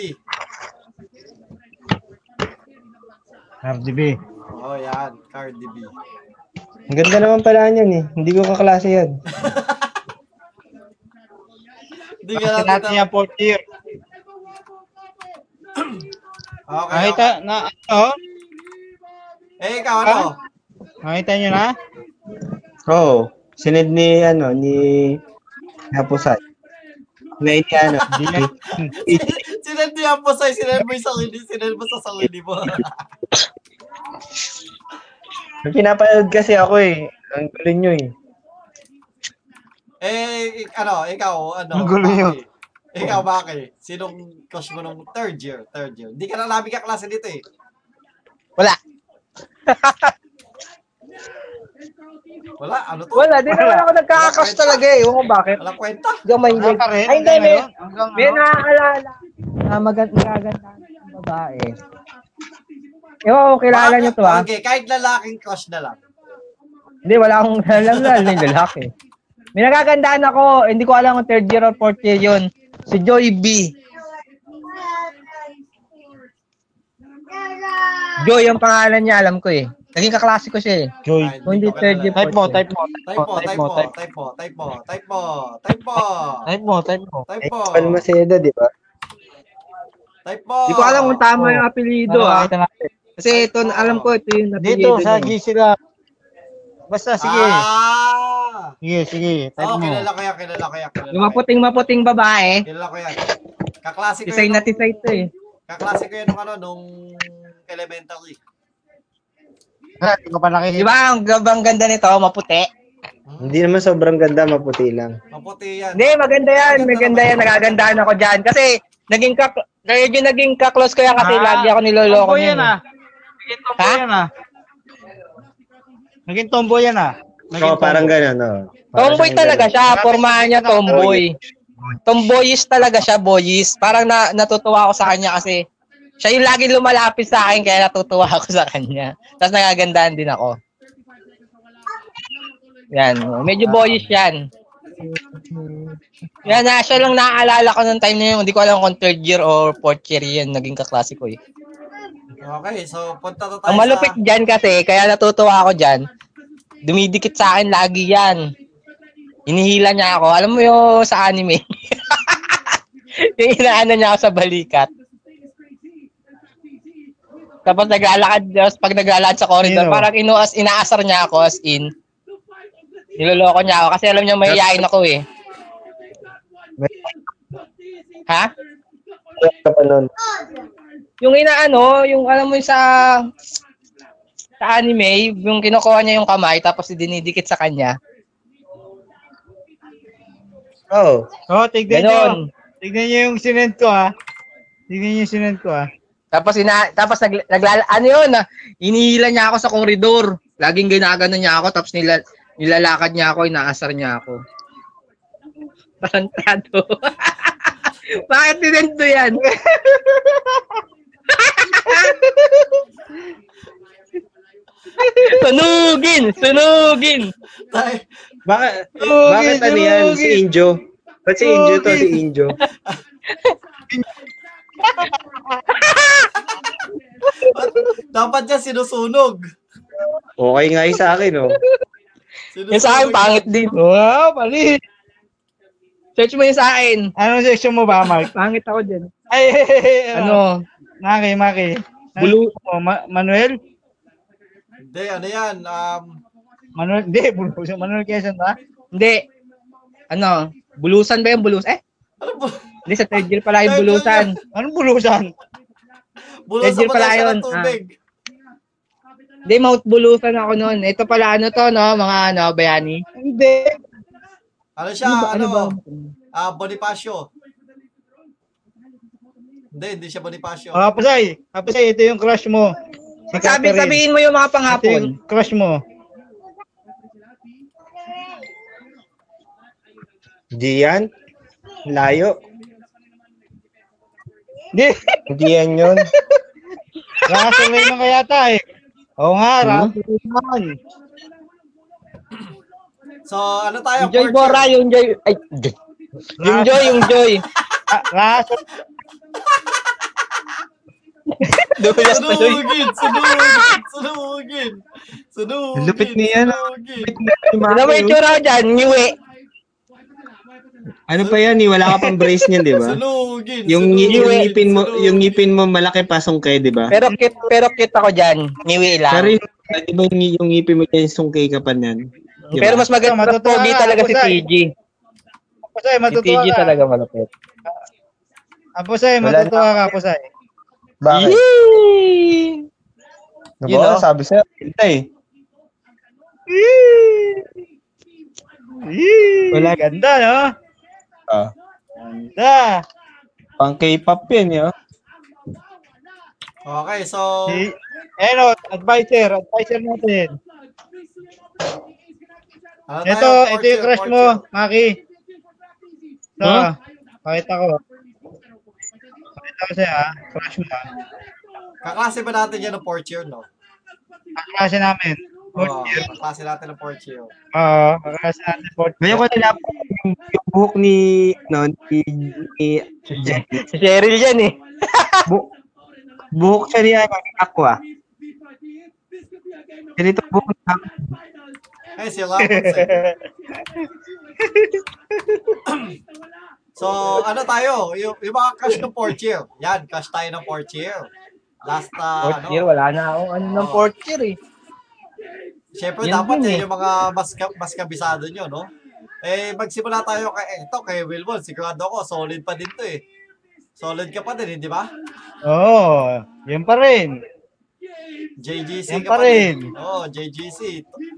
F: Cardi B.
A: Oh, yan. Cardi B.
I: Ang ganda naman pala niyan eh. Hindi ko kaklase yan.
A: Hindi ka
F: Kasi
A: natin
F: natin niya fourth year.
A: Ah, Okay,
C: Ah,
A: okay.
F: Nakita, na, ano?
A: Eh, ikaw, ano?
C: Ah?
F: Nakita niyo na?
I: Oo. Oh, sinid ni, ano, ni Hapusan. Na ni, ano,
F: Hindi na.
A: Sinend mo yan po sa'yo. Sinend mo yung sarili. Sinend mo sa sarili mo.
I: May pinapanood kasi ako eh. Ang gulo nyo eh.
A: eh, ik- ano, ikaw, ano?
F: Ang gulo
A: Maki?
F: yun.
A: Ikaw, Maki. Sinong crush mo nung third year? Third year. Hindi ka na namin kaklase dito eh.
C: Wala.
A: Wala, ano to?
C: Wala, di naman ako nagkakakas talaga eh. Ewan ko bakit.
A: Walang kwenta.
C: Hindi ako mahilig.
F: Wala Ano pa rin.
C: Ay, hindi,
F: hanggang
C: may,
F: ngayon, hanggang
C: may
F: ano?
C: nakaalala. Na magaganda ng babae. Ewan ko, kilala
A: Baka-
C: niyo to ah.
A: Okay, kahit lalaking crush na lang.
C: Hindi, wala akong alam na alam lalaki. May nagagandaan ako, hindi ko alam kung third year or fourth year yun. Si Joy B. Joy ang pangalan niya, alam ko eh. Naging kaklase ko siya eh.
F: Joy.
A: Ah,
C: Kung hindi
A: ko
C: third year,
A: kilala.
F: Type mo, type mo,
A: Type mo, type mo,
F: type
A: type mo, type mo, type mo, type mo,
F: Type mo, type mo.
A: type
I: Eh,
A: mo,
I: Palmaseda, di ba?
A: type mo.
C: Hindi ko alam kung tama
F: Oh.
C: yung apelido ah.
F: Nakita natin.
C: Kasi ito, alam ko ito yung apelido
F: Dito, sa
C: niya. eh.
F: GC lang. Basta, sige.
A: Ah!
F: Sige, sige. Type
A: Oo,
F: mo.
A: Oh, kilala ko yan, kilala ko yan, kilala
C: Yung
A: ko yan.
C: maputing-maputing babae,
A: Kilala ko yan. Kaklase ko
C: tisay
A: yun
C: na
A: nung-
C: tisay to eh.
A: Kaklase ko yun nung ano, nung elementary.
F: Ha, Ah, Hindi ko pa
C: Di
F: nakikita.
C: ba, ang, ang ganda nito, maputi.
A: Hmm?
I: Hindi naman sobrang ganda, maputi lang.
A: Maputi yan.
C: Hindi, maganda yan. Maganda yan. Nagagandahan ako dyan. Kasi, naging kak... Kaya yung naging kaklose ko yan kasi
F: Ah,
C: lagi ako niloloko
F: Tomboy yan
C: niyan.
F: ah.
C: eh.
F: Naging tomboy
C: Ha?
F: yan ah. Naging tomboy yan ah.
A: Oh,
F: Naging
I: Oo, parang
F: tomboy.
I: gano'n, no?
C: Tomboy talaga siya. Pormahan niya tomboy. Tomboyish talaga siya, boyish. Parang na, natutuwa ako sa kanya kasi siya yung lagi lumalapit sa akin kaya natutuwa ako sa kanya. Tapos nagagandahan din ako. Yan. Medyo boyish yan. Yan na, siya lang naaalala ko ng time na yun. Hindi ko alam kung third year or fourth year yun. Naging kaklase ko eh.
A: Okay, so punta na tayo
C: Ang malupit
A: sa...
C: dyan kasi, kaya natutuwa ako dyan, dumidikit sa akin lagi yan. Inihila niya ako. Alam mo yun sa anime. yung inaano niya ako sa balikat. Tapos naglalakad, tapos pag naglalakad sa corridor,
F: Sino?
C: parang inuas, inaasar niya ako as in. Niloloko niya ako kasi alam niya mayayain ako eh. Ha?
I: Kaya ka pa nun.
C: Yung inaano, yung alam mo yung sa sa anime, yung kinukuha niya yung kamay tapos dinidikit sa kanya.
I: Oh,
F: Oh, tignan nyo.
C: Ganon.
F: Tignan nyo yung sinend ko, ha? Tignan nyo yung sinend ko, ha?
C: Tapos ina tapos nag, naglala ano yun ah, inihila niya ako sa koridor. Laging ginagano niya ako tapos nila nilalakad niya ako, inaasar niya ako. Tarantado. Bakit tinento yan? sunugin! Sunugin!
A: Tay,
D: bakit,
F: Sunugin,
D: bakit ano yan? Si
F: sunugin.
D: Injo. Ba't si Injo to? Si Injo.
A: dapat niya sinusunog.
D: Okay nga yun sa akin, oh.
A: sinusunog.
C: Yung sa akin, pangit din.
F: Wow, mali. Ano
C: Search mo yung sa akin.
F: Anong section mo ba, Mark?
C: Pangit ako dyan.
F: Ay,
C: Ano?
F: Maki, Maki.
C: Bulu-
F: Oh, Ma- Manuel?
A: Hindi, ano yan? Um,
F: Manuel, hindi, Bulu. Manuel Quezon ba?
C: Hindi. Ano? Bulusan ba yung bulus? Eh,
A: ano bu
C: hindi sa third year pala yung
A: Third year
C: bulusan.
F: Anong bulusan?
A: bulos sa
C: Ledger
A: pala
C: pala
A: siya
C: yun,
A: ng tubig.
C: Hindi, Mount Bulusan ako noon. Ito pala ano to, no? Mga ano, bayani.
F: Hindi.
A: Ano siya?
C: Ano ba-
A: Ano?
C: ano
A: Ah,
C: ba?
A: Bonifacio. Hindi, hindi siya Bonifacio.
C: Ah.
F: Oh, Hapasay, Hapasay, ito yung crush mo. Si
C: Sabi,
F: Catherine.
C: sabihin mo yung mga
F: Ito yung
C: panghapon.
F: crush mo.
D: Gian? Layo?
F: Hindi.
D: Hindi yan yun.
F: Russell Raymond kaya tayo. eh. Oo nga,
C: Ano?
F: Russell Raymond.
A: So, ano tayo?
C: Yung Joy
A: Porcher?
C: Bora, yung Joy... Ay, Joy. Yung Joy, yung Joy.
F: Ah, Russell.
C: Dulas na Joy.
A: Sunugin! Sunugin! Sunugin! Sunugin!
D: Lupit niya, no?
A: sunugin.
C: Ano ba yung tsura ko dyan? Ngiwi.
D: Ano pa yan? eh? Wala ka pang brace niyan, di ba?
A: Sunugin!
D: Yung,
A: sunugin,
D: yung ngipin mo,
A: sunugin.
D: yung ngipin mo malaki pasong kay, di ba?
C: Pero cute, pero cute ako dyan. Ngiwi lang.
D: Pero yung, ah, di ba yung, yung ngipin mo dyan, sungkay ka pa niyan? Di
C: Pero
D: ba?
C: mas maganda mas
F: Matutuwa
C: pogi
F: ka,
C: talaga si
F: Hapasay.
C: TG.
F: Hapasay,
C: Si
F: matutuwa
C: TG
F: ka.
C: talaga malapit.
F: Hapasay,
I: Wala
F: matutuwa ka, Hapasay.
I: bakit?
C: Yee!
I: Diba?
C: Yun, oh.
I: Sabi sa'yo, kita eh.
F: Yee!
D: Wala.
F: Ganda, no?
I: Ah,
F: Ganda.
I: pang K-pop yun, yun.
A: Okay, so...
F: Si, eh, no, advisor, advisor natin.
A: Ano
F: Ito,
A: tayo?
F: ito yung
A: Porcher,
F: crush mo,
A: porcher.
F: Maki. Ito, pakita ko. Pakita ko sa'yo, ha? Crush mo, ah. ha?
A: Kaklase ba natin yan ng porcher, no?
F: Ang klase namin.
A: Oo, kaklase natin ng porcher.
F: Oo, ang klase namin. fourth year.
D: Ngayon ko nila yung, yung buhok ni, no, ni, ni Jen.
C: Si Cheryl yan eh.
D: Bu, buhok siya ni, ano, ni Aqua. Ganito buhok ni Aqua.
A: Eh, si Lamonsen. so, ano tayo? Yung, yung mga crush ng porcher. Yan, crush tayo ng porcher. Last, uh,
C: Fourth
A: ano?
C: year, wala na ako. Ano ng fourth year eh.
A: Siyempre,
C: Yan
A: dapat
C: din
A: eh,
C: eh.
A: yung mga mas, ka- mas kabisado nyo, no? Eh, magsimula tayo kay, ito, kay Wilbon. Sigurado ako, solid pa din to eh. Solid ka pa din, hindi ba?
F: Oo, yun pa rin.
A: JGC
F: Yan
A: ka
F: pa
A: pa din.
F: rin.
A: Oo, JGC.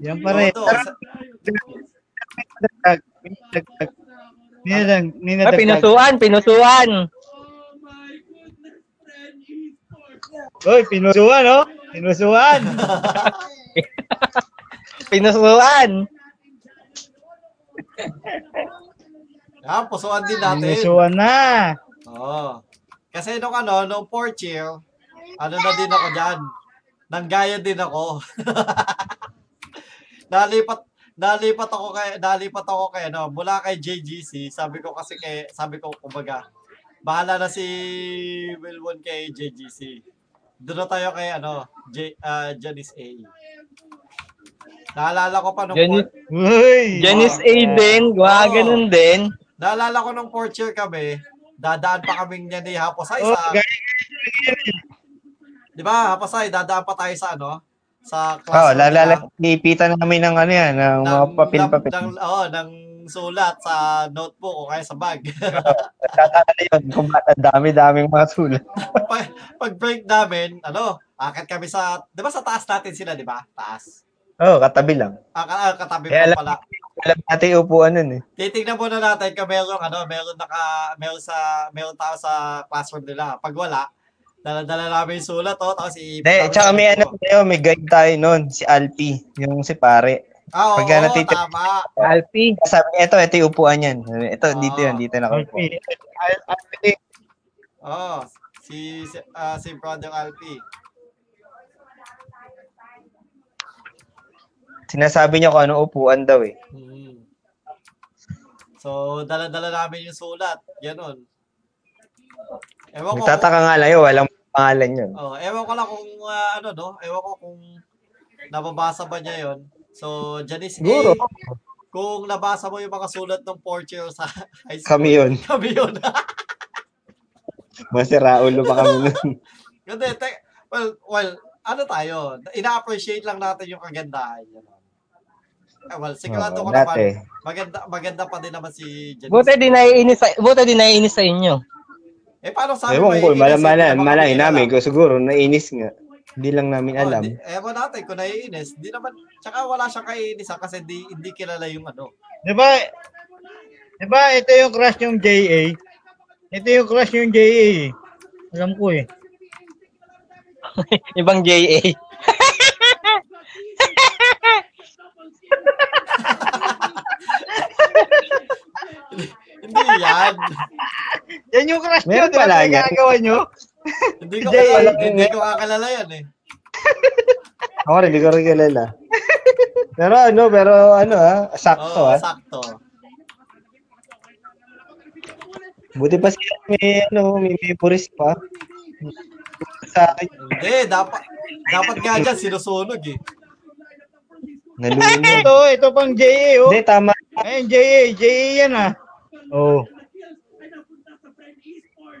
F: Yan pa rin.
A: Todo, sa-
F: Minadagdag, minadagdag.
C: Ah.
F: Minadag,
C: Ay,
F: minadagdag.
C: pinusuan, pinusuan.
F: Uy, pinusuan, no? Pinusuan.
C: Pinusuan.
A: Yan, Ah, pusuan din natin.
F: Pinusuan na.
A: Oo. Kasi nung ano, nung fourth year, ano na din ako dyan. Nanggaya din ako. nalipat nalipat ako kay nalipat ako kay ano, mula kay JGC, sabi ko kasi kay sabi ko kumbaga, bahala na si Wilwon kay JGC. Doon na tayo kay ano, J, ah, Janice A. Naalala ko pa nung
C: Janice-
A: fourth-
F: Uy.
C: Janice A din, gawa
A: Oo.
C: ganun din.
A: Naalala ko nung fourth year kami, dadaan pa kaming niya ni Haposay
F: Oh,
A: sa,
F: galing.
A: di ba, Haposay, dadaan pa tayo sa ano, sa
I: Oh,
A: classroom
I: lalala,
A: nila.
I: niipitan namin ng ano yan, ng mga
A: ng, ng,
I: papel-papel.
A: ng, oh, ng sulat sa notebook o kaya sa bag.
I: Tatala yun, kung ba't ang dami-daming mga sulat.
A: pag, pag break namin, ano, akit kami sa, di ba sa taas natin sila, di ba? Taas.
I: Oh, katabi lang.
A: Ah, ka- ah, katabi
I: Eh,
A: pa
I: alam-
A: pala.
D: alam natin yung upuan nun eh.
A: Titignan muna natin kung meron ano, meron naka meron sa meron tao sa classroom nila. Pag wala, dala-dala namin yung sulat oh, tapos iipon.
D: Hindi,
A: namin
D: tsaka
A: sa
D: may
A: grupo.
D: ano tayo, may guide tayo nun, si Alpi, yung si pare.
A: Ah, oo,
D: pagka
A: oo,
D: natitig-
A: tama.
C: Alpi.
D: Sabi niya, ito, ito yung upuan yan. Ito,
A: Ah.
D: dito yun, dito na
F: Alpi.
D: ako.
F: Al- Alpi.
A: Oh, si si, ah, si Brother Alpi.
D: Sinasabi niya kung ano upuan daw eh.
A: Mhm. So, dala-dala namin yung sulat. Ganun. Ewan ko, kung-
D: Nagtataka nga lang yun, walang pangalan yun.
A: oh, ewan ko lang kung ah, ano, no? Ewan ko kung nababasa ba niya yon So, Janice
D: Siguro.
A: A, kung nabasa mo yung mga sulat ng fourth year sa high school,
D: Kami yun.
A: kami yun.
D: Masira ulo pa kami nun.
A: Hindi, te- well, well, ano tayo? Ina-appreciate lang natin yung kagandahan. yun. Eh, well, sigurado ko
D: Oo, eh.
A: naman,
D: dati.
A: maganda, maganda pa din naman si Janice.
C: Buti di naiinis sa, buti di naiinis sa inyo.
A: Eh, paano sa amin?
D: Ewan ko,
A: maiinis? Hindi
D: malamala,
A: naman kami
D: malay
A: kilala.
D: namin. Ko siguro, nainis nga. Hindi lang namin
A: Oh,
D: alam.
A: di, ewan natin kung naiinis. Di naman, tsaka wala siyang kainis ha, kasi di, hindi kilala yung ano.
F: Di ba? Di ba Diba, ito yung crush yung JA? Ito yung crush yung JA. Alam ko eh.
C: Ibang JA.
A: Hindi yan.
F: Yan yung crush nyo,
D: Meron
F: di ba?
D: pala
F: Yung
D: niyan.
F: ginagawa nyo?
A: hindi ko
D: Hindi,
A: kilala,
D: alam-
A: hindi ko kakalala yan eh.
D: Ako rin, hindi ko rin kilala. Pero ano, pero ano ah, sakto
A: Oo,
D: ah.
A: sakto.
D: Buti pa siya may ano, may memories pa. Sa akin,
A: Hindi, dapat, dapat nga dyan, sinusunog eh.
D: nalunod.
F: Ito, ito pang JA oh.
D: Hindi, tama.
F: Ayun, JA, JA yan ah. Oh.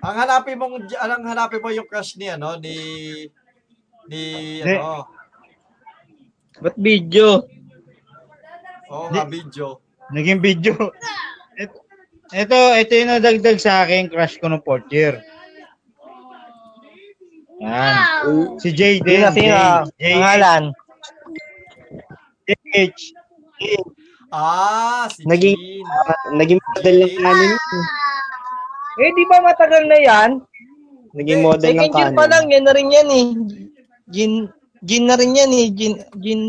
A: Ang hanapin mong, ang hanapin mo yung crush ni ano, ni, ni,
F: Hindi.
A: ano,
C: Ba't video?
A: oo
F: Hindi.
A: nga, video.
F: Naging video. Ito, ito, ito yung nadagdag sa akin, crush ko ng fourth year. Yan. Si Jaden.
C: Sino, sino? Pangalan.
F: JH.
A: Ah, si
D: Naging-
A: Jean.
D: Naging model ng kanin.
C: Eh, di ba matagal na yan?
D: Naging model ng
C: Second year
D: kanin.
C: pa lang, yan na rin yan eh. Gin, gin na rin yan eh. Gin, gin,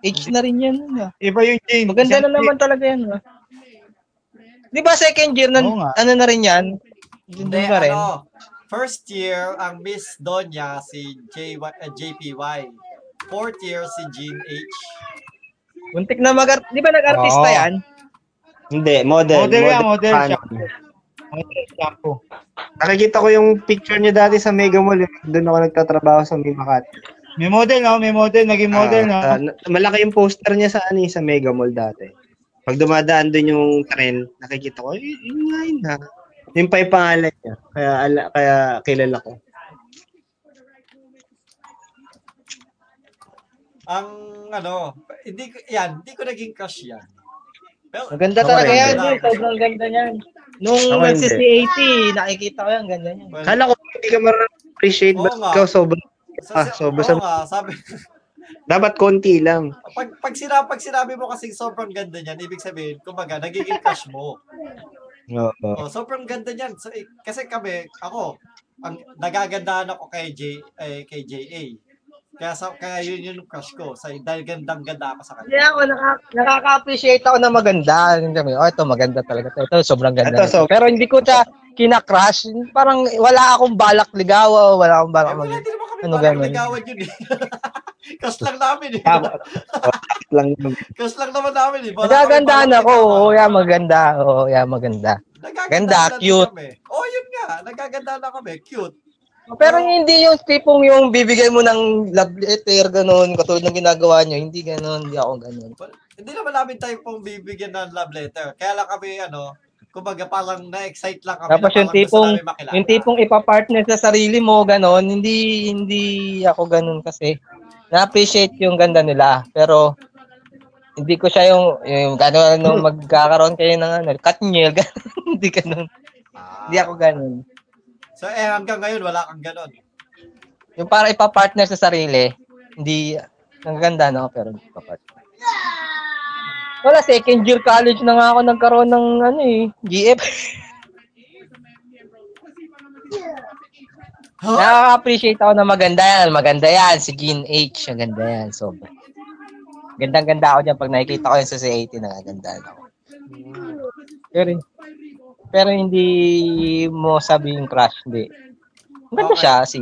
C: H na rin yan. ah.
F: Iba yung Jane.
C: Maganda na
F: Isang-
C: naman talaga yan. ah. Di ba second year, nan,
F: Oo nga.
C: ano na rin yan? Gin
A: Hindi,
C: din pa rin.
A: ano, first year, ang Miss Donya, si JY, eh, JPY. Fourth year, si Jean H.
C: Muntik na mag Di ba nag-artista
F: Oo.
C: yan?
D: Hindi, model.
F: Model yan, model
D: ng
F: siya.
D: kanin.
F: Model
C: eh.
F: shampoo.
D: Nakikita ko yung picture niya dati sa Mega Mall. eh. Doon ako nagtatrabaho sa May Makati.
F: May model no, may model, naging model no.
D: Ah, ah, na- malaki yung poster niya sa ano, eh, sa Mega Mall dati. Pag dumadaan doon yung trend, nakikita ko, "Ay, yun nga yun ha. Yun pa yung pangalan niya. Kaya, ala, kaya kilala ko.
A: Ang, ano, hindi, ko- yan, hindi ko naging crush yan. Pero,
C: Maganda
D: Ako
C: talaga
D: hindi.
C: yan. Dude. Sobrang ganda niyan. Nung
D: Ako hindi.
C: nagsi-CAT, nakikita ko yan. Ganda niyan.
A: well,
D: Kala ko hindi ka marunong appreciate
A: Oo
D: but
A: nga.
D: ikaw sobrang
A: sa,
D: ah,
A: sa-
D: sobrang
A: oo nga, sabi,
D: dapat konti lang.
A: pag, pag, sinabi, pag sinabi mo kasi sobrang ganda niyan, ibig sabihin, kumbaga, nagiging crush mo.
D: Oo.
A: Oh, sobrang ganda niyan. So, eh, kasi kami, ako, ang nagagandahan ako kay J eh, kay JA. Kaya sa kaya yun yun yung crush ko. Sa dahil gandang ganda ako sa
C: Hindi
A: kanya.
C: ako, naka- nakaka-appreciate ako na maganda. Hindi kami, oh, ito maganda talaga. to. Ito, sobrang ganda.
D: Ito,
C: nito."
D: sobrang-
C: Pero hindi ko siya kinakrush. Parang wala akong balak ligaw. Wala akong
A: Eh
C: balak
A: wala
C: maging.
A: din naman kami
C: Ano
A: parang
C: ganun?
A: ligawan yun eh. crush lang namin eh.
D: Tama. Oh, dapat lang yung
A: Crush lang naman namin eh. Wala kami
C: Nagagandaan
A: balak
C: ako.
A: ligawan.
C: Oo, yan, maganda. Oo, yan, maganda.
A: Nagagandaan
C: Ganda,
A: lang din
C: cute.
A: kami. Oh, yun nga. Nagagandaan na kami. Cute.
C: Oh, Pero hindi yung tipong yung bibigay mo ng love letter, ganun, katulad ng ginagawa nyo. Hindi ganun, hindi ako ganun.
A: Well, hindi naman namin tayo pong bibigyan ng love letter. Kaya lang kami, ano, kumbaga parang na-excite lang kami
C: Tapos
A: na
C: yung
A: parang gusto
C: tipong,
A: namin makilala.
C: yung tipong ipapartner sa sarili mo, ganun, hindi, hindi ako ganun kasi. Na-appreciate yung ganda nila, pero hindi ko siya yung, yung gano'n, ano, magkakaroon kayo ng ano, katnil, ganun, hindi ganun. Hindi
A: Ah.
C: ako ganun.
A: So, eh, hanggang ngayon, wala kang ganon.
C: Yung para ipapartner sa sarili, hindi, ang ganda, no, pero hindi ipapartner. Wala, second year college na nga ako nagkaroon ng ano eh, GF.
A: Oh.
C: Nakaka-appreciate ako na maganda yan. Maganda yan. Si Gene H. Maganda yan. Sobra. Gandang-ganda ako dyan pag nakikita ko yung sa C80 na ako. Pero, pero hindi mo sabi yung crush, hindi. Maganda
A: Okay.
C: siya, si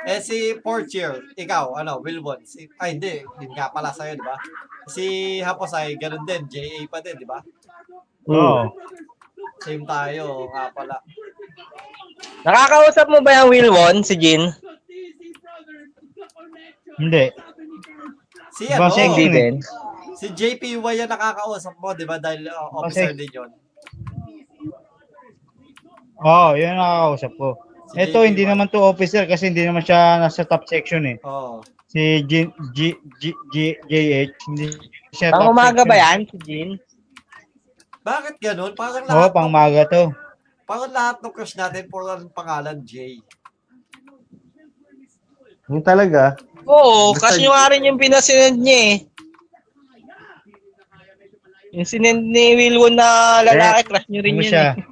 A: Eh si Portier, ikaw, ano, Wilbon. Si, ay, hindi. Yun nga pala sa'yo, di ba? Si Haposay, ganun din. JA pa din, di ba?
F: Oo.
A: Same tayo, nga pala.
C: Nakakausap mo ba yung Wilwon, si Jin?
F: Hindi.
A: Si
F: Diba,
A: ano,
F: siya
C: Hindi
F: Oo.
C: din.
A: si JPY yung nakakausap mo, di ba? Dahil uh, officer din yun.
F: Oo, oh, yun ang nakakausap ko.
A: Si
F: Ito, hindi
A: JPY.
F: naman to officer kasi hindi naman siya nasa top section eh.
A: Oo.
F: Si G, G, G, G, JH, hindi siya
C: Pang
F: top
C: umaga
F: section.
C: ba yan, si Jin?
A: Bakit ganun? Parang
F: Oo,
A: lahat,
F: pang umaga to.
A: parang lahat ng crush natin puro ang pangalan J.
I: Yung talaga.
C: Oo,
I: Basta-
C: kasi yung nga rin yung pinasinend niya eh. Yung sinend ni Wilwon na lalaki, crush niyo rin
F: Ano
C: yun
F: siya?
C: eh.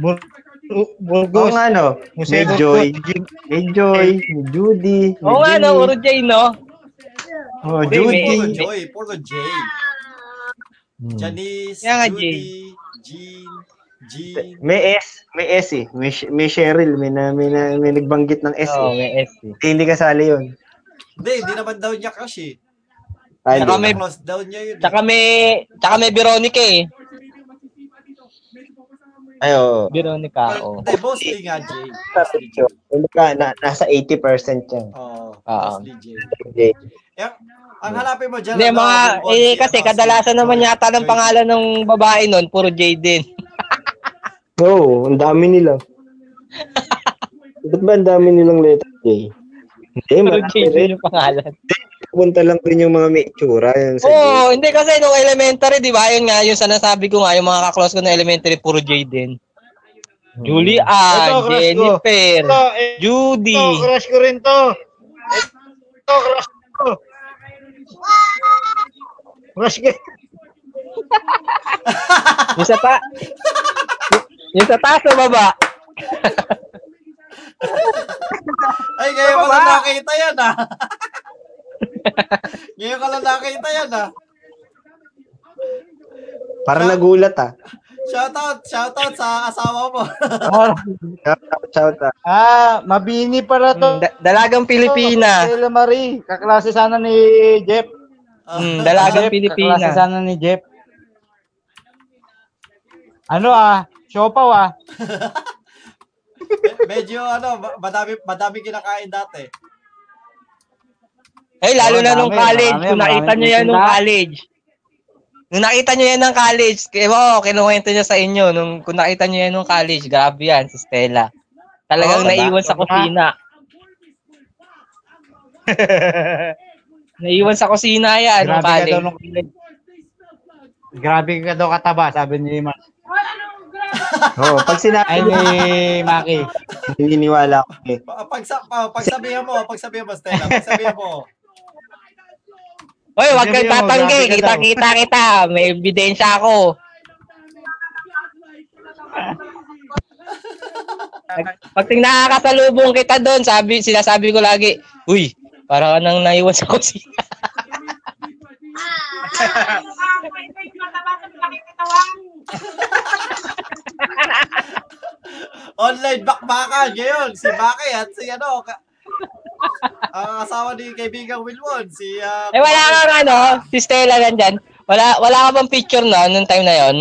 F: Bur- Bur-
I: Oo
F: Burgos.
I: nga, no? May
F: Jose
I: Joy.
F: Burgos. Jim-
I: May Joy. May Judy. May
C: Oo nga no,
I: Jimmy.
C: Uro J, no?
I: Oh,
C: Hindi, may-
I: Judy.
A: Puro
C: may-
A: Joy, puro J. Hmm. Janice,
C: Kaya nga, J.
A: Judy, Jean, Jean.
I: May S. May S eh. May, Sh- may Cheryl. May, na, may, na, may nagbanggit ng S
C: Oo,
I: eh.
C: may S eh.
I: Hindi, hindi kasali yun.
A: Hindi, hindi naman daw niya crush eh.
I: Ay,
C: Saka
I: hindi.
C: may-
A: Close daw niya yun. eh.
C: Tsaka may, tsaka may Veronica eh.
I: Ay, oo.
A: Well,
C: Veronica, oo.
A: Hindi, mostly nga J. Mostly J.
I: Kumbaga, na, nasa 80% yan.
A: Oo,
C: Ah.
A: mostly J.
I: Hindi.
A: Eh, ang hanapin mo dyan,
C: Hindi,
A: ano,
C: mga,
A: Wilbon,
C: eh,
A: si,
C: kasi
A: ano, si
C: kadalasan naman
A: Joy-
C: yata ng
A: Joy.
C: pangalan ng babae nun, puro J din.
I: Oo, ang dami nila. Ba't ba ang dami nilang letter J? Hindi,
C: Puro J
I: marami rin.
C: din yung pangalan.
I: Punta lang din yung mga may itsura. Yan sa
C: Oo,
I: J.
C: oh, hindi kasi nung elementary, di ba? Yun nga, yung sanasabi ko nga, yung mga kaklose ko na elementary, puro J din. Julie
F: Ito,
C: Ann,
F: crush ko.
C: Jennifer,
F: Ito, eh,
C: Judy.
F: ito, crush ko rin to. Ito, crush ko. Crush ko.
C: Yung sa ta... y- yung sa taas o baba?
A: Ay, ngayon
C: Ano
A: ko lang nakita yan ah. ngayon ko lang nakita yan ah.
I: Parang nagulat ah.
A: Shoutout, shoutout sa asawa mo.
I: Shout out, shout out.
F: Ah, mabini pala to.
C: Mm, Da- dalagang Pilipina.
F: Stella Marie, kaklase sana ni Jeff.
C: Mm,
F: Si
C: dalagang
F: Jeff, kaklase
C: Pilipina.
F: sana ni Jeff. Ano ah, siopaw ah.
A: Me- medyo ano, ma- madami, madami kinakain dati.
C: Eh, lalo
F: Oo,
C: na nung
F: dami,
C: college.
F: marami,
C: Kung nakita
F: maraming
C: nyo yan nung
F: pupunta.
C: college. Nung nakita nyo yan ng college, ewan ko, kinukwento niya sa inyo. Nung, kung nakita nyo yan nung college, grabe yan, si Stella. Talagang
F: Oo, diba?
C: naiwan sa
F: Sobra.
C: kusina. Naiwan sa kusina yan nung
F: Grabe ka daw
C: college.
F: nung Grabe ka daw kataba, sabi ni Ma-
I: Oo, pag sinabi
F: Ay, ni
I: niya,
F: Maki.
I: naniniwala ko eh.
A: Pa- Pagsa, pa- pagsabihan mo, pagsabihan mo, Stella, pagsabihan mo.
C: Hoy, wag
F: Sabi
C: kang
F: mo,
C: tatanggi.
F: grabe ka daw.
C: Kita-kita kita. May ebidensya ako. Pag- Pag ting nakakasalubong kita doon, sabi, sinasabi ko lagi, Uy, para ka nang naiwan sa kusina.
A: Online bakbakan ngayon, si Maki at si ano, ka- ang asawa ni kaibigang Wilwon, si... ah,
C: eh, wala
A: Maki.
C: kang ano, si Stella nandyan. Wala, wala ka bang picture na nung time na yon?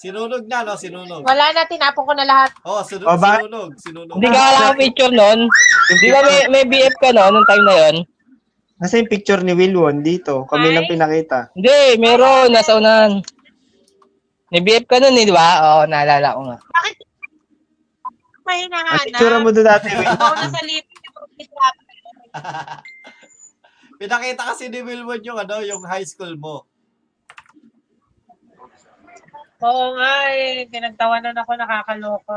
A: Sinunog na, no? Sinunog.
K: Wala na, tinapon ko na lahat.
A: Oh, sinu-
I: Oh, bakit?
A: sinunog, sinunog.
C: Hindi ka wala kang picture noon? Di ba may, may BF ka no, nung time na yon?
I: Nasa yung picture ni Wilwon dito. Kami lang pinakita.
C: Hindi, meron. Nasa unahan. May BF ka nun eh, di ba? Oo, naalala ko nga.
K: Bakit may
I: Ang picture
K: hinahanap?
I: mo doon dati,
K: Ikaw
I: Wilwon.
K: na sa libre yung picture.
A: Pinakita kasi ni Wilwon yung ano, yung high school mo.
K: Oo nga eh, pinagtawanan ako, nakakaloko.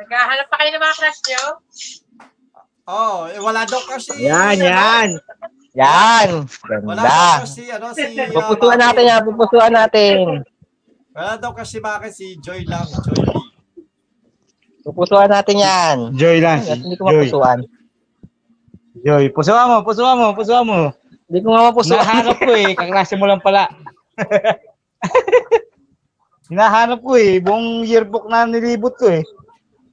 K: Naghahanap pa kayo ng mga crush nyo?
A: Oh, eh, wala daw kasi.
C: Yan,
A: ano,
C: yan. Yan.
A: Wala daw
C: Ganda.
A: kasi, ano, si... uh,
C: Pupusuan
A: Maki.
C: natin yan, pupusuan natin.
A: Wala daw kasi bakit si Joy lang, Joy Lee.
C: Pupusuan natin yan.
F: Joy lang.
C: Ay, Hindi ko
F: Joy.
C: mapusuan.
F: Joy, pusuan mo, pusuan mo, pusuan mo.
C: Hindi ko nga mapusuan.
F: Nahanap ko eh, kaklase mo lang pala. Hinahanap ko eh, buong yearbook na nilibot ko eh.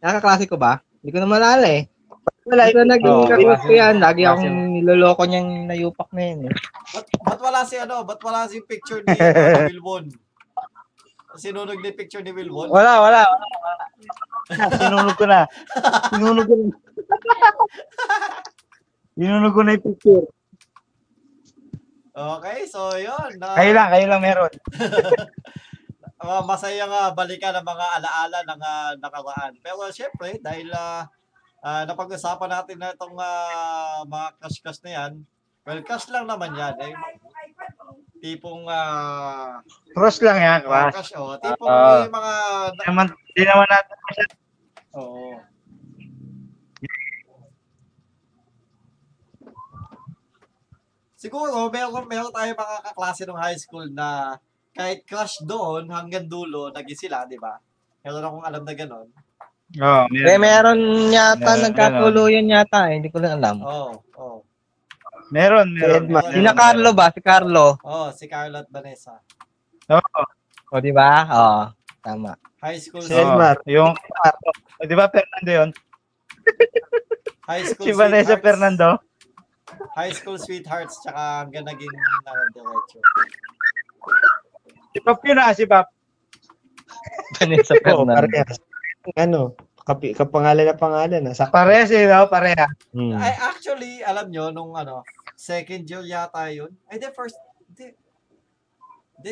C: Nakaklase ko ba? Hindi ko na malala eh. Wala, ito naging
F: Oo,
C: kaklase ko
F: klase-
C: yan. Lagi
F: klase
C: akong niloloko niyan nayupak na yun eh.
A: Ba't, ba't wala si, ano, ba't wala si picture ni uh, Wilwon? Sinunog ni picture ni Wilwon?
F: Wala, wala, wala. wala. Sinunog ko na. Sinunog ko na. Sinunog ko na yung picture.
A: Okay, so yun. na-
F: Kayo lang, kayo lang meron.
A: Ah, masaya nga balikan ang mga alaala ng ah, nakaraan. Pero syempre, dahil ah, ah, napag-usapan natin na itong ah, mga cash-cash na yan, well, cash lang naman yan. Eh, tipong ah,
F: Cross lang
A: mga
F: yan, class.
A: cash, oh, tipong
F: Ah.
A: may mga...
F: Hindi naman, di naman natin masyad.
A: Oo. Siguro, meron, meron tayo mga kaklase ng high school na kahit crush doon hanggang dulo, naging sila, di ba? Meron akong alam na ganon.
F: Oo,
D: Ah.
C: Eh,
F: meron.
C: meron yata,
F: Meron,
C: nagkatuluyan yata eh. Hindi ko lang alam.
A: Oo, oo.
F: Meron, meron.
A: Edma.
F: Meron,
C: Sina
F: meron.
C: Carlo ba? Si Carlo.
A: Oh, si Carla at Vanessa.
F: Oo.
C: O, di ba? Oo. Tama.
A: High school
F: Si
A: sweet-
F: Elmar. Yung, O, di ba Fernando yun?
A: high school
F: Si Vanessa
A: sweethearts-
F: Fernando.
A: High school sweethearts tsaka hanggang naging ano, diretso.
F: Si Pap yun ah, si Pap.
C: Vanessa
D: Oo,
C: Fernando.
D: parehas. Ano, kapi, kapangalan na pangalan. ah, Sakto.
F: Pareha sila, pareha.
D: Hmm.
A: Ay, actually, alam nyo, nung ano, second year yata yun. Ay, di, first, di, di,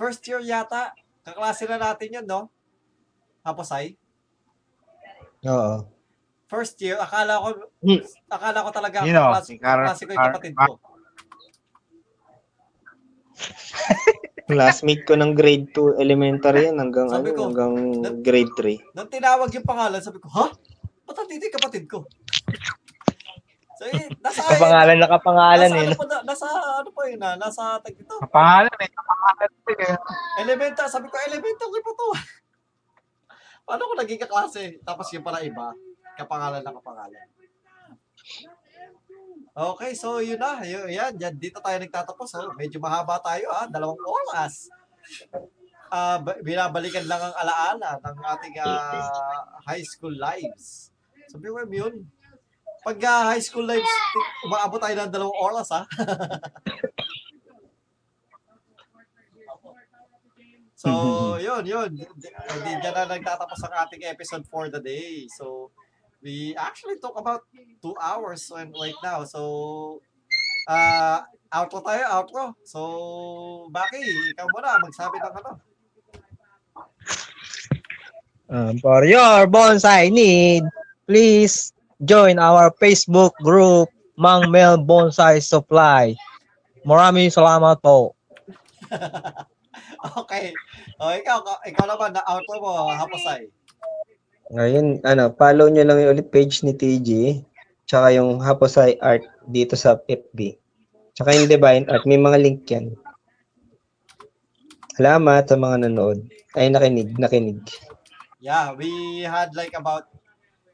A: first year yata, kaklase na natin yun, no? Tapos ay,
D: Oo.
A: first year, akala ko,
D: Hmm.
A: akala ko talaga,
F: Sino?
A: kaklase,
F: Si Car-
A: kaklase ko yung
F: Car-
A: kapatid ko.
D: Classmate ko ng grade 2 elementary yan hanggang
A: Sabi
D: ano,
A: ko,
D: hanggang grade 3.
A: Nung tinawag yung pangalan, sabi ko, ha? Ba't nandito yung kapatid ko? So, eh, nasa,
C: Kapangalan na kapangalan
A: nasa,
C: eh.
A: ano pa, na- nasa, ano pa yun, ah, nasa, tag dito,
F: Kapangalan eh, kapangalan eh.
A: Elementa, sabi ko, elementa ko pa to. Paano ko naging kaklase? Tapos yung pala iba, kapangalan na kapangalan. Okay, so yun na. Yun, yan, yan, dito tayo nagtatapos. Oh. Medyo mahaba tayo, ah. Dalawang oras. Ah, ba- binabalikan lang ang alaala ng ating ah, high school lives. Sabi ko, yun. Pag ah, high school lives, ti- umaabot tayo ng dalawang oras, ah. So, yun, yun. Hindi dyan na nagtatapos ang ating episode for the day. So, we actually took about two hours and right now. So, uh, outro tayo, outro. So, Baki, ikaw muna, magsabi ng ano.
C: Um, for your bonsai need, please join our Facebook group, Mang Mel Bonsai Supply. Maraming salamat po.
A: Okay. O, ikaw, ikaw naman, na outro mo, hapasay.
D: Ngayon, ano, follow nyo lang yung ulit page ni TJ. Tsaka yung Haposay Art dito sa FB. Tsaka yung Divine Art. May mga link yan. Salamat sa mga nanood. Ay, nakinig, nakinig.
A: Yeah, we had like about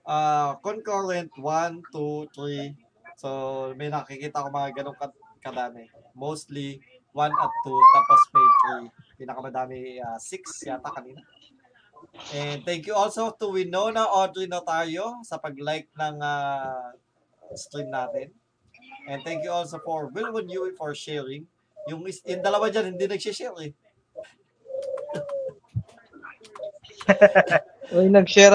A: uh, concurrent 1, 2, 3. So, may nakikita ko mga ganong kat- kadami. Mostly 1 at 2, tapos may 3. Pinakamadami 6 yata kanina. And thank you also to Winona Audrey Notario sa pag-like ng ah, stream natin. And thank you also for Wilwin Yui for sharing. Yung, is, yung dalawa dyan, hindi nagsishare eh.
C: Uy, nag-share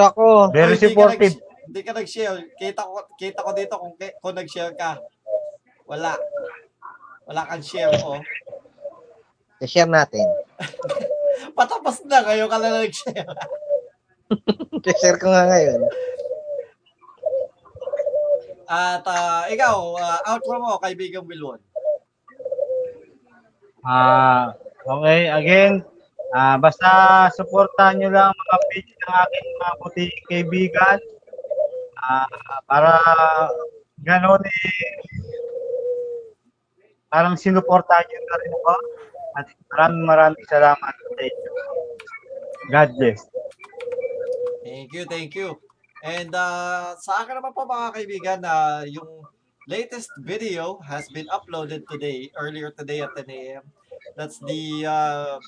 A: Oh,
C: ako.
F: Very
A: hindi ka
F: supportive.
A: nags- Hindi ka nag-share. Kita ko, kita ko dito kung, ki- kung nag-share ka. Wala. Wala kang share, oh.
C: I-share natin.
A: Patapos na, ngayon ka na nag-share.
C: I-share ko nga ngayon.
A: At ah, ikaw, ah, outro mo, kaibigang Wilwon.
F: Ah, okay. Again, Ah, basta suportahan nyo lang mga page ng aking mga puting kaibigan. Ah, para ganun eh, parang sinuportahan nyo na rin ako. At maraming maraming salamat sa inyo. God bless.
A: Thank you, thank you. And uh, sa akin naman po mga kaibigan na yung latest video has been uploaded today, earlier today at 10 a.m. That's the uh,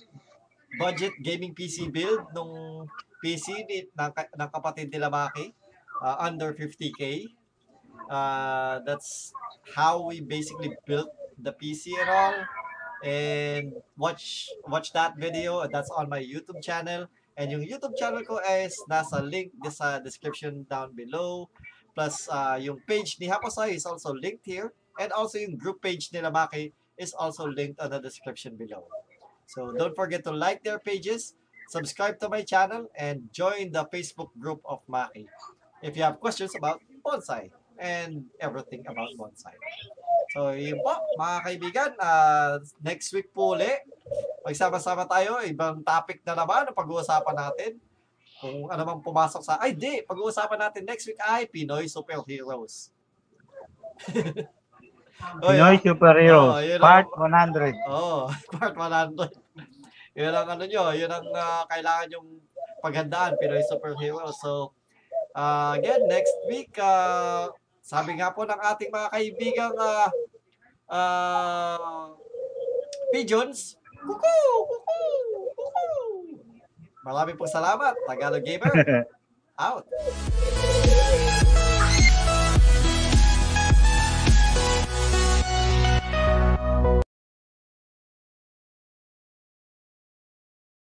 A: budget gaming PC build nung PC ni, ng, ka- ng kapatid nila Maki, uh, under 50k. Uh, that's how we basically built the PC and all. And watch watch that video. That's on my YouTube channel. And yung YouTube channel ko is nasa link di sa description down below. Plus, ah, yung page ni Haposay is also linked here. And also yung group page nila Maki is also linked on the description below. So don't forget to like their pages, subscribe to my channel, and join the Facebook group of Maki if you have questions about bonsai and everything about bonsai. So yun po, mga kaibigan, ah, next week po ulit, magsama-sama tayo, ibang topic na naman ang pag-uusapan natin. Kung ano mang pumasok sa... Ay, di! Pag-uusapan natin next week ay Pinoy Superheroes. Oh,
F: Pinoy
A: yeah.
F: Superheroes,
A: Oh, yun ang-
F: Part 100.
A: Oo, part 100. Yun ang ano nyo, yun ang ah, kailangan yung paghandaan, Pinoy Superhero. So, ah, again, next week, ah, sabi nga po ng ating mga kaibigang ah, ah, pigeons, kuku, kuku, kuku. Maraming pong salamat, Tagalog Gamer, out.